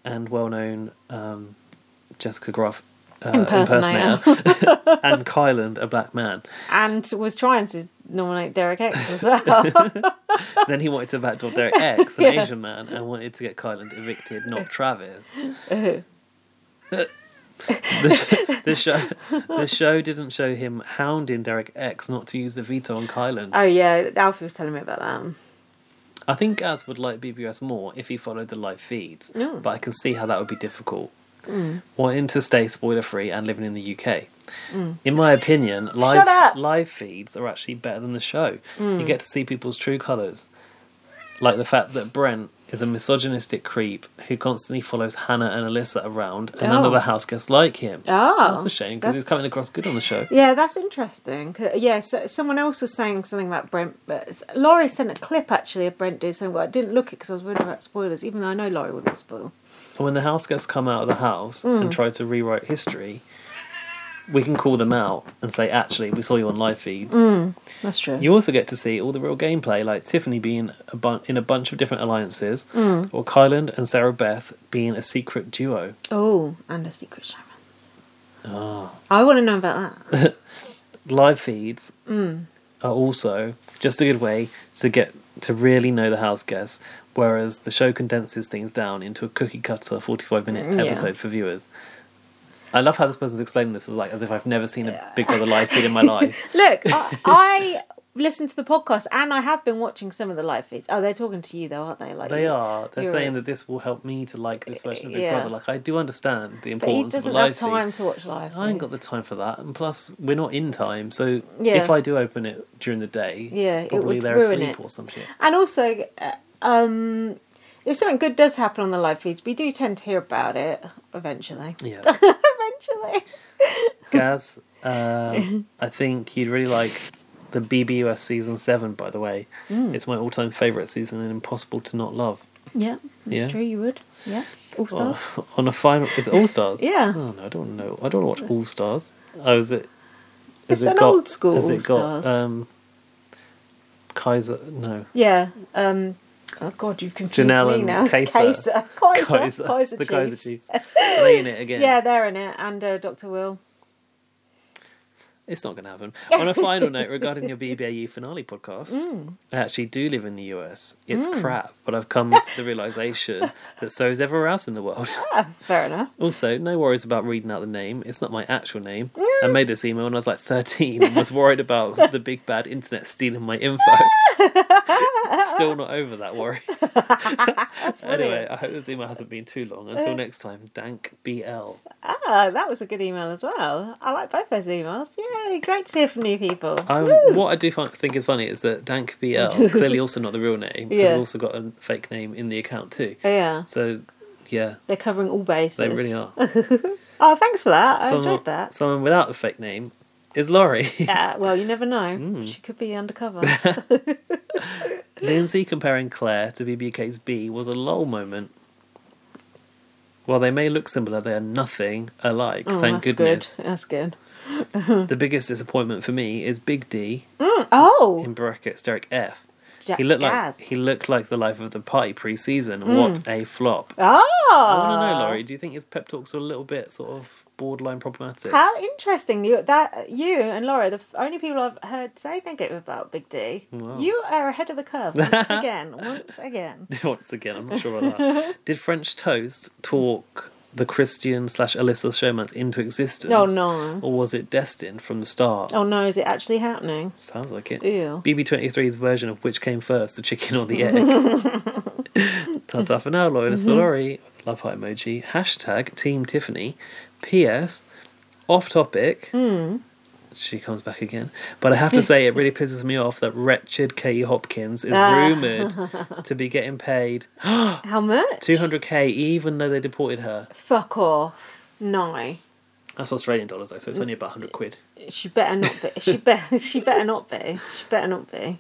S1: and well-known um, Jessica Groff uh,
S2: Impersonator.
S1: impersonator, and Kyland, a black man.
S2: and was trying to nominate Derek X as well.
S1: Then he wanted to backdoor Derek X, an
S2: Yeah.
S1: Asian man, and wanted to get Kyland evicted, not Travis. the, the show the show didn't show him hounding Derek X not to use the veto on Kyland.
S2: oh yeah, Alfie was telling me about that.
S1: I think Az would like BBS more if he followed the live feeds,
S2: Oh. Mm.
S1: but I can see how that would be difficult. Wanting to stay spoiler free and living in the UK. In my opinion, live
S2: Mm. up. Mm.
S1: live feeds are actually better than the show. You get to see people's true colours. Like the fact that Brent is a misogynistic creep who constantly follows Hannah and Alyssa around and none
S2: Oh.
S1: of the house guests like him.
S2: Oh,
S1: That's a shame because
S2: that's-
S1: he's coming across good on the show.
S2: Yeah, that's interesting. 'Cause- Yeah, so someone else was saying something about Brent, but s- Laurie sent a clip actually of Brent doing something. But I didn't look it because I was worried about spoilers, even though I know Laurie wouldn't spoil.
S1: And when the house guests come out of the house and try to rewrite history, we can call them out and say, actually, we saw you on live feeds.
S2: That's true.
S1: You also get to see all the real gameplay, like Tiffany being a bun- in a bunch of different alliances, or Kyland and Sarah Beth being a secret duo.
S2: oh, and a secret Sharon.
S1: Ah.
S2: Oh. I want to know about that.
S1: Live feeds
S2: Mm.
S1: are also just a good way to get to really know the house guests, whereas the show condenses things down into a cookie cutter 45 minute
S2: Mm, Yeah.
S1: episode for viewers. I love how this person's explaining this as like as if I've never seen a Big Brother live feed in my life.
S2: Look, I, I listen to the podcast and I have been watching some of the live feeds. Oh, they're talking to you though, aren't they? Like
S1: They
S2: you-
S1: are. They're
S2: you're
S1: saying
S2: right.
S1: that this will help me to like this version of Big
S2: Yeah.
S1: Brother. Like I do understand the
S2: But he
S1: importance of a
S2: doesn't
S1: live
S2: have
S1: feed.
S2: time to watch live.
S1: I ain't got
S2: feeds.
S1: the time for that, and plus we're not in time. So
S2: Yeah.
S1: if I do open it during the day,
S2: Yeah, it
S1: probably
S2: would
S1: they're
S2: ruin
S1: asleep
S2: it.
S1: or some shit.
S2: And also, uh, um, if something good does happen on the live feeds, we do tend to hear about it eventually.
S1: Yeah,
S2: eventually.
S1: Gaz, um, I think you'd really like the BBUS season seven. By the way,
S2: Mm.
S1: it's my all-time favorite season and impossible to not love.
S2: Yeah, that's
S1: Yeah.
S2: true. You would. Yeah, all stars.
S1: Oh, on a final, is it All Stars?
S2: Yeah.
S1: Oh no, I don't know. I don't watch All Stars. I was it. has
S2: It's an old school
S1: has
S2: All
S1: it got,
S2: Stars.
S1: Um, Kaiser, no,
S2: Yeah. Um, oh God, you've confused
S1: Janelle
S2: me
S1: and
S2: now.
S1: Kaiser.
S2: Kaiser, Kaiser,
S1: Kaiser,
S2: Kaiser
S1: the Kaiser
S2: Chiefs.
S1: Chiefs. Are they in it again?
S2: Yeah, they're in it, and uh, Doctor Will.
S1: It's not going to happen. On a final note, regarding your BBAU finale podcast, I actually do live in the US. It's crap, but I've come to the realization that so is everywhere else in the world.
S2: Ah, fair enough.
S1: Also, no worries about reading out the name. It's not my actual name. I made this email when I was like 13 and was worried about the big bad internet stealing my info. Still not over that worry.
S2: That's funny.
S1: Anyway, I hope this email hasn't been too long. Until next time, Dank BL.
S2: Ah, that was a good email as well. I like both those emails. Yay, great to hear from new people.
S1: I, Um, what I do fi- think is funny is that Dank BL, clearly also not the real name, has
S2: Yeah. Oh,
S1: also got a fake name in the account too.
S2: yeah,
S1: So, yeah,
S2: they're covering all bases.
S1: they really are.
S2: Oh, thanks for that. I
S1: someone,
S2: enjoyed that.
S1: Someone without a fake name is Laurie.
S2: Uh, well, you never know.
S1: Hmm.
S2: She could be undercover.
S1: Lindsay comparing Claire to BBK's B was a lol moment. While they may look similar, they are nothing alike,
S2: Oh,
S1: thank
S2: that's good. Hmm.
S1: goodness.
S2: That's good.
S1: The biggest disappointment for me is Big D,
S2: Oh,
S1: in brackets, Derek F.
S2: Jack
S1: He looked like
S2: Gaz.
S1: he looked like the life of the party pre-season.
S2: Hmm.
S1: What a flop!
S2: Oh,
S1: I want to know, Laurie. Do you think his pep talks were a little bit sort of borderline problematic?
S2: How interesting! You that you and Laura, the f- only people I've heard say negative about Big D.
S1: Wow.
S2: You are ahead of the curve once again. Once again.
S1: Once again, I'm not sure about that. Did French Toast talk the Christian slash Alyssa showmans into existence?
S2: Oh, no.
S1: Or was it destined from the start?
S2: Oh no, is it actually happening?
S1: Sounds like it.
S2: Ew.
S1: BB23's version of which came first, the chicken or the egg? ta ta for now, Lauren
S2: Mm-hmm.
S1: and Solari. Love heart emoji. Hashtag Team Tiffany. P.S. Off topic.
S2: Hmm.
S1: She comes back again. But I have to say, it really pisses me off that wretched Katie Hopkins is
S2: Ah.
S1: rumoured to be getting paid
S2: How much?
S1: 200k even though they deported her.
S2: Fuck off! No,
S1: That's Australian dollars though, so
S2: Mm.
S1: it's only about 100 quid.
S2: she better not be. she better. She better not be. She better not be.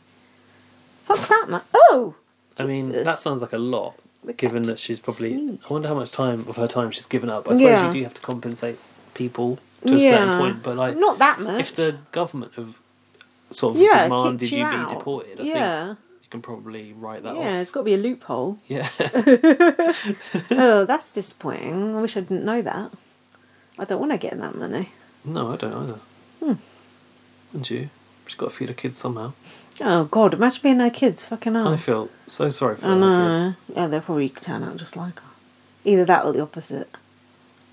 S2: What's that, man? Oh,
S1: I mean,
S2: Jesus.
S1: that sounds like a lot,
S2: Look
S1: given
S2: at
S1: that she's probably.
S2: seeds.
S1: I wonder how much time of her time she's given up. I suppose
S2: Yeah.
S1: you do have to compensate people to a certain
S2: Yeah.
S1: point, but like,
S2: not that much.
S1: if the government have sort of
S2: yeah,
S1: demanded
S2: kicked you,
S1: you,
S2: out.
S1: be deported, I
S2: yeah.
S1: think you can probably write that
S2: Yeah,
S1: off.
S2: it's got to be a loophole.
S1: Yeah.
S2: Oh, that's disappointing. I wish I didn't know that. I don't want to get in that money.
S1: No, I don't either.
S2: Hmm.
S1: And you? She's got to feed her kids somehow.
S2: Oh God! Imagine being no kids. Fucking hell.
S1: I feel so sorry for
S2: Oh. I
S1: her kids.
S2: know. Yeah, they'll probably turn out just like her. Either that or the opposite.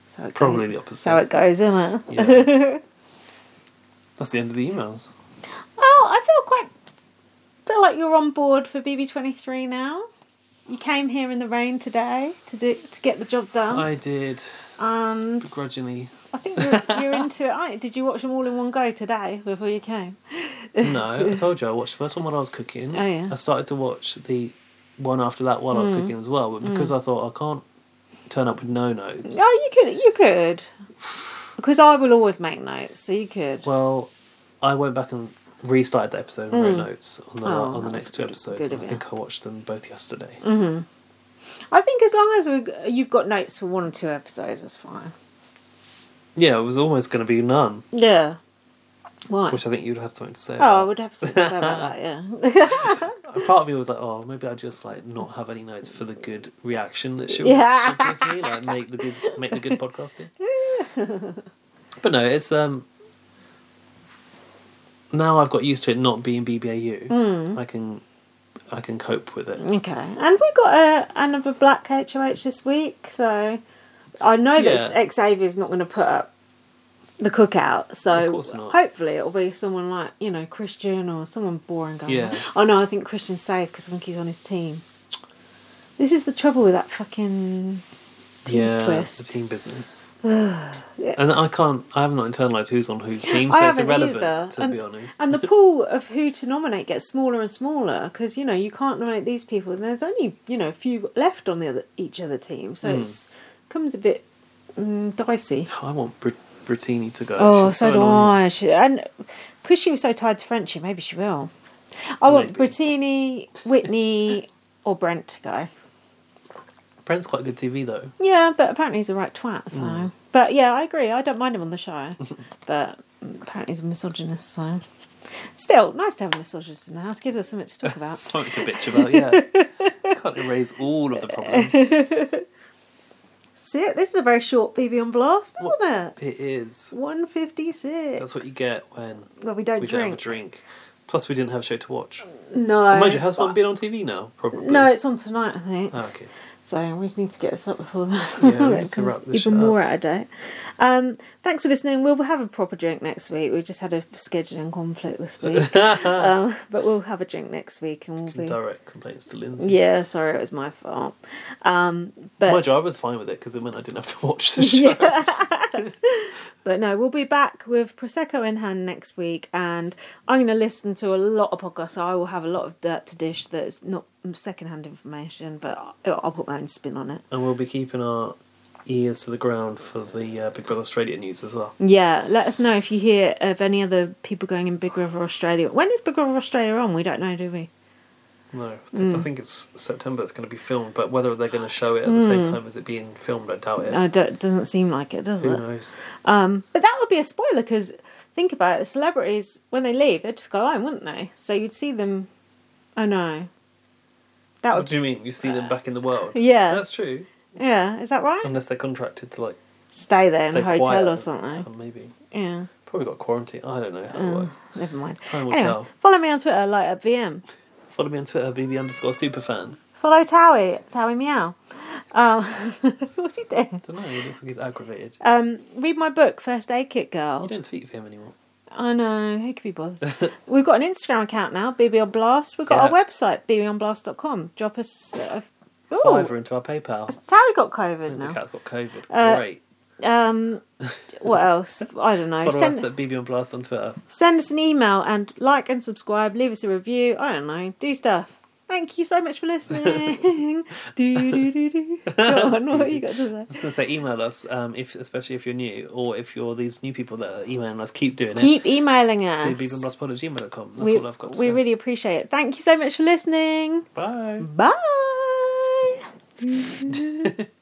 S2: So it
S1: Probably
S2: goes.
S1: the
S2: That's how
S1: opposite.
S2: it goes, isn't it?
S1: Yeah. That's the end of the emails.
S2: Oh, I feel quite. feel like you're on board for BB23 now. You came here in the rain today to do to get the job done,
S1: I did
S2: Oh. and
S1: begrudgingly.
S2: I think you're, you're into it. Aren't you? Did you watch them all in one go today before you came?
S1: No, I told you I watched the first one when I was cooking.
S2: Oh, yeah. Hmm.
S1: I started to watch the one after that while I was cooking as well, but because I thought I can't turn up with no notes.
S2: Oh, you could, you could, because I will always make notes, so you could.
S1: Well, I went back and restarted the episode and wrote notes on the
S2: Hmm. Oh,
S1: on the
S2: that's
S1: next two
S2: good-
S1: episodes. and
S2: good of
S1: I
S2: you. Mm.
S1: think I watched them both yesterday.
S2: I think as long as we, you've got notes for one or two episodes, that's fine.
S1: Yeah, it was almost going to be none,
S2: Yeah. Why?
S1: which I think you'd have something to say.
S2: Oh, I
S1: about.
S2: would have to say about that. Yeah.
S1: Part of me was like, oh, maybe I just like not have any notes for the good reaction that she'll,
S2: Yeah.
S1: she'll give me, like make the good make the good podcasting. but no, it's um. Now I've got used to it not being BBAU.
S2: Hmm.
S1: I can, I can cope with it.
S2: Okay, and we got a, another black HOH this week, so I know
S1: Yeah.
S2: that Xavier's not going to put up the cookout,
S1: Of
S2: so
S1: course not.
S2: hopefully it'll be someone like you know Christian or someone boring. Going,
S1: Yeah.
S2: Oh no, I think Christian's safe because I think he's on his team. This is the trouble with that fucking. Team's
S1: yeah,
S2: twist.
S1: it's a team business. And I can't. I have not internalized who's on whose team,
S2: I
S1: so it's
S2: haven't
S1: irrelevant
S2: either.
S1: to
S2: and,
S1: be honest.
S2: and the pool of who to nominate gets smaller and smaller because you know you can't nominate these people, and there's only you know a few left on the other each other team, so
S1: Hmm.
S2: it's becomes a bit mm, dicey.
S1: I want Br- Brittini to go.
S2: Oh,
S1: She's
S2: so, do
S1: annoying.
S2: I. She, and because she was so tied to Frenchie, maybe she will. I want
S1: Maybe.
S2: Brittini, Whitney, or Brent to go.
S1: Brent's quite good TV though.
S2: Yeah, but apparently he's a right twat. So,
S1: Mm.
S2: but yeah, I agree. I don't mind him on the show, but apparently he's a misogynist. So, still nice to have a misogynist in the house. Gives us something to talk about.
S1: Something to bitch about. Yeah, can't erase all of the problems. It
S2: See, it. This is a very short BB on blast, isn't it?
S1: is.
S2: One fifty six.
S1: That's what you get when
S2: Well, we don't
S1: we don't have a
S2: drink.
S1: drink. Plus, we didn't have a show to watch.
S2: No.
S1: Mind you, has one been on TV now? Probably.
S2: No, it's on tonight. I think.
S1: Oh, okay.
S2: So we need to get this up before that.
S1: Yeah, we
S2: That
S1: need to
S2: comes
S1: wrap this
S2: even
S1: shit
S2: more out of date. Um, thanks for listening. We'll have a proper drink next week. We just had a scheduling conflict this week, um, but we'll have a drink next week and we'll be.
S1: Direct complaints to Lindsay.
S2: Yeah, sorry, it was my fault. Um, but
S1: Mind you, I was fine with it because it meant I didn't have to watch the show.
S2: but no, we'll be back with prosecco in hand next week, and I'm going to listen to a lot of podcasts. So I will have a lot of dirt to dish that's not secondhand information, but I'll, I'll put my own spin on it.
S1: And we'll be keeping our ears to the ground for the uh, Big Brother Australia news as well.
S2: Yeah, let us know if you hear of any other people going in Big River Australia. When is Big River Australia on? We don't know, do we?
S1: No, I thi-
S2: Mm.
S1: I think it's September. It's going to be filmed, but whether they're going to show it at the same
S2: Mm.
S1: time as it being filmed, I doubt it.
S2: No, Oh, it don't- doesn't seem like it, does
S1: Who
S2: it?
S1: knows?
S2: Um, but that would be a spoiler because think about it. The celebrities when they leave, they'd just go home, wouldn't they? So you'd see them. Oh no, that
S1: What
S2: would.
S1: do you mean? You see them back in the world?
S2: Yeah.
S1: that's true.
S2: Yeah, is that right?
S1: Unless they're contracted to like
S2: Stay there in
S1: stay
S2: a hotel
S1: quiet.
S2: or something. Mm.
S1: Oh, maybe
S2: Yeah.
S1: probably got quarantine. I don't know how it works.
S2: Never mind.
S1: Time will
S2: Anyway,
S1: tell.
S2: follow me on Twitter, light up VM.
S1: Follow me on Twitter, bb underscore superfan.
S2: Follow Towie, Towie Meow. Um, what's he doing?
S1: don't know. He looks like he's aggravated.
S2: Um, read my book, First Aid Kit Girl.
S1: You don't tweet for him anymore.
S2: I know, who could be bothered? We've got an Instagram account now, BB on Blast. We've got
S1: Yeah.
S2: our website, bbonblast.com. Drop us a. Ooh,
S1: Fiverr into our PayPal.
S2: Towie got COVID
S1: The
S2: now.
S1: cat's got COVID.
S2: Uh,
S1: Great.
S2: Um, what else? I don't know.
S1: Follow
S2: Send-
S1: us at bb on blast on Twitter.
S2: send us an email and like and subscribe, leave us a review. I don't know, do stuff. Thank you so much for listening. do do do do. Go on, what have you got to
S1: I
S2: say?
S1: was going to say email us, um, if especially if you're new or if you're these new people that are emailing us. Keep doing it.
S2: Keep emailing us.
S1: to bbonblastpod at gmail.com. That's
S2: we,
S1: all I've got to
S2: we
S1: say.
S2: really appreciate it. Thank you so much for listening.
S1: Bye.
S2: Bye.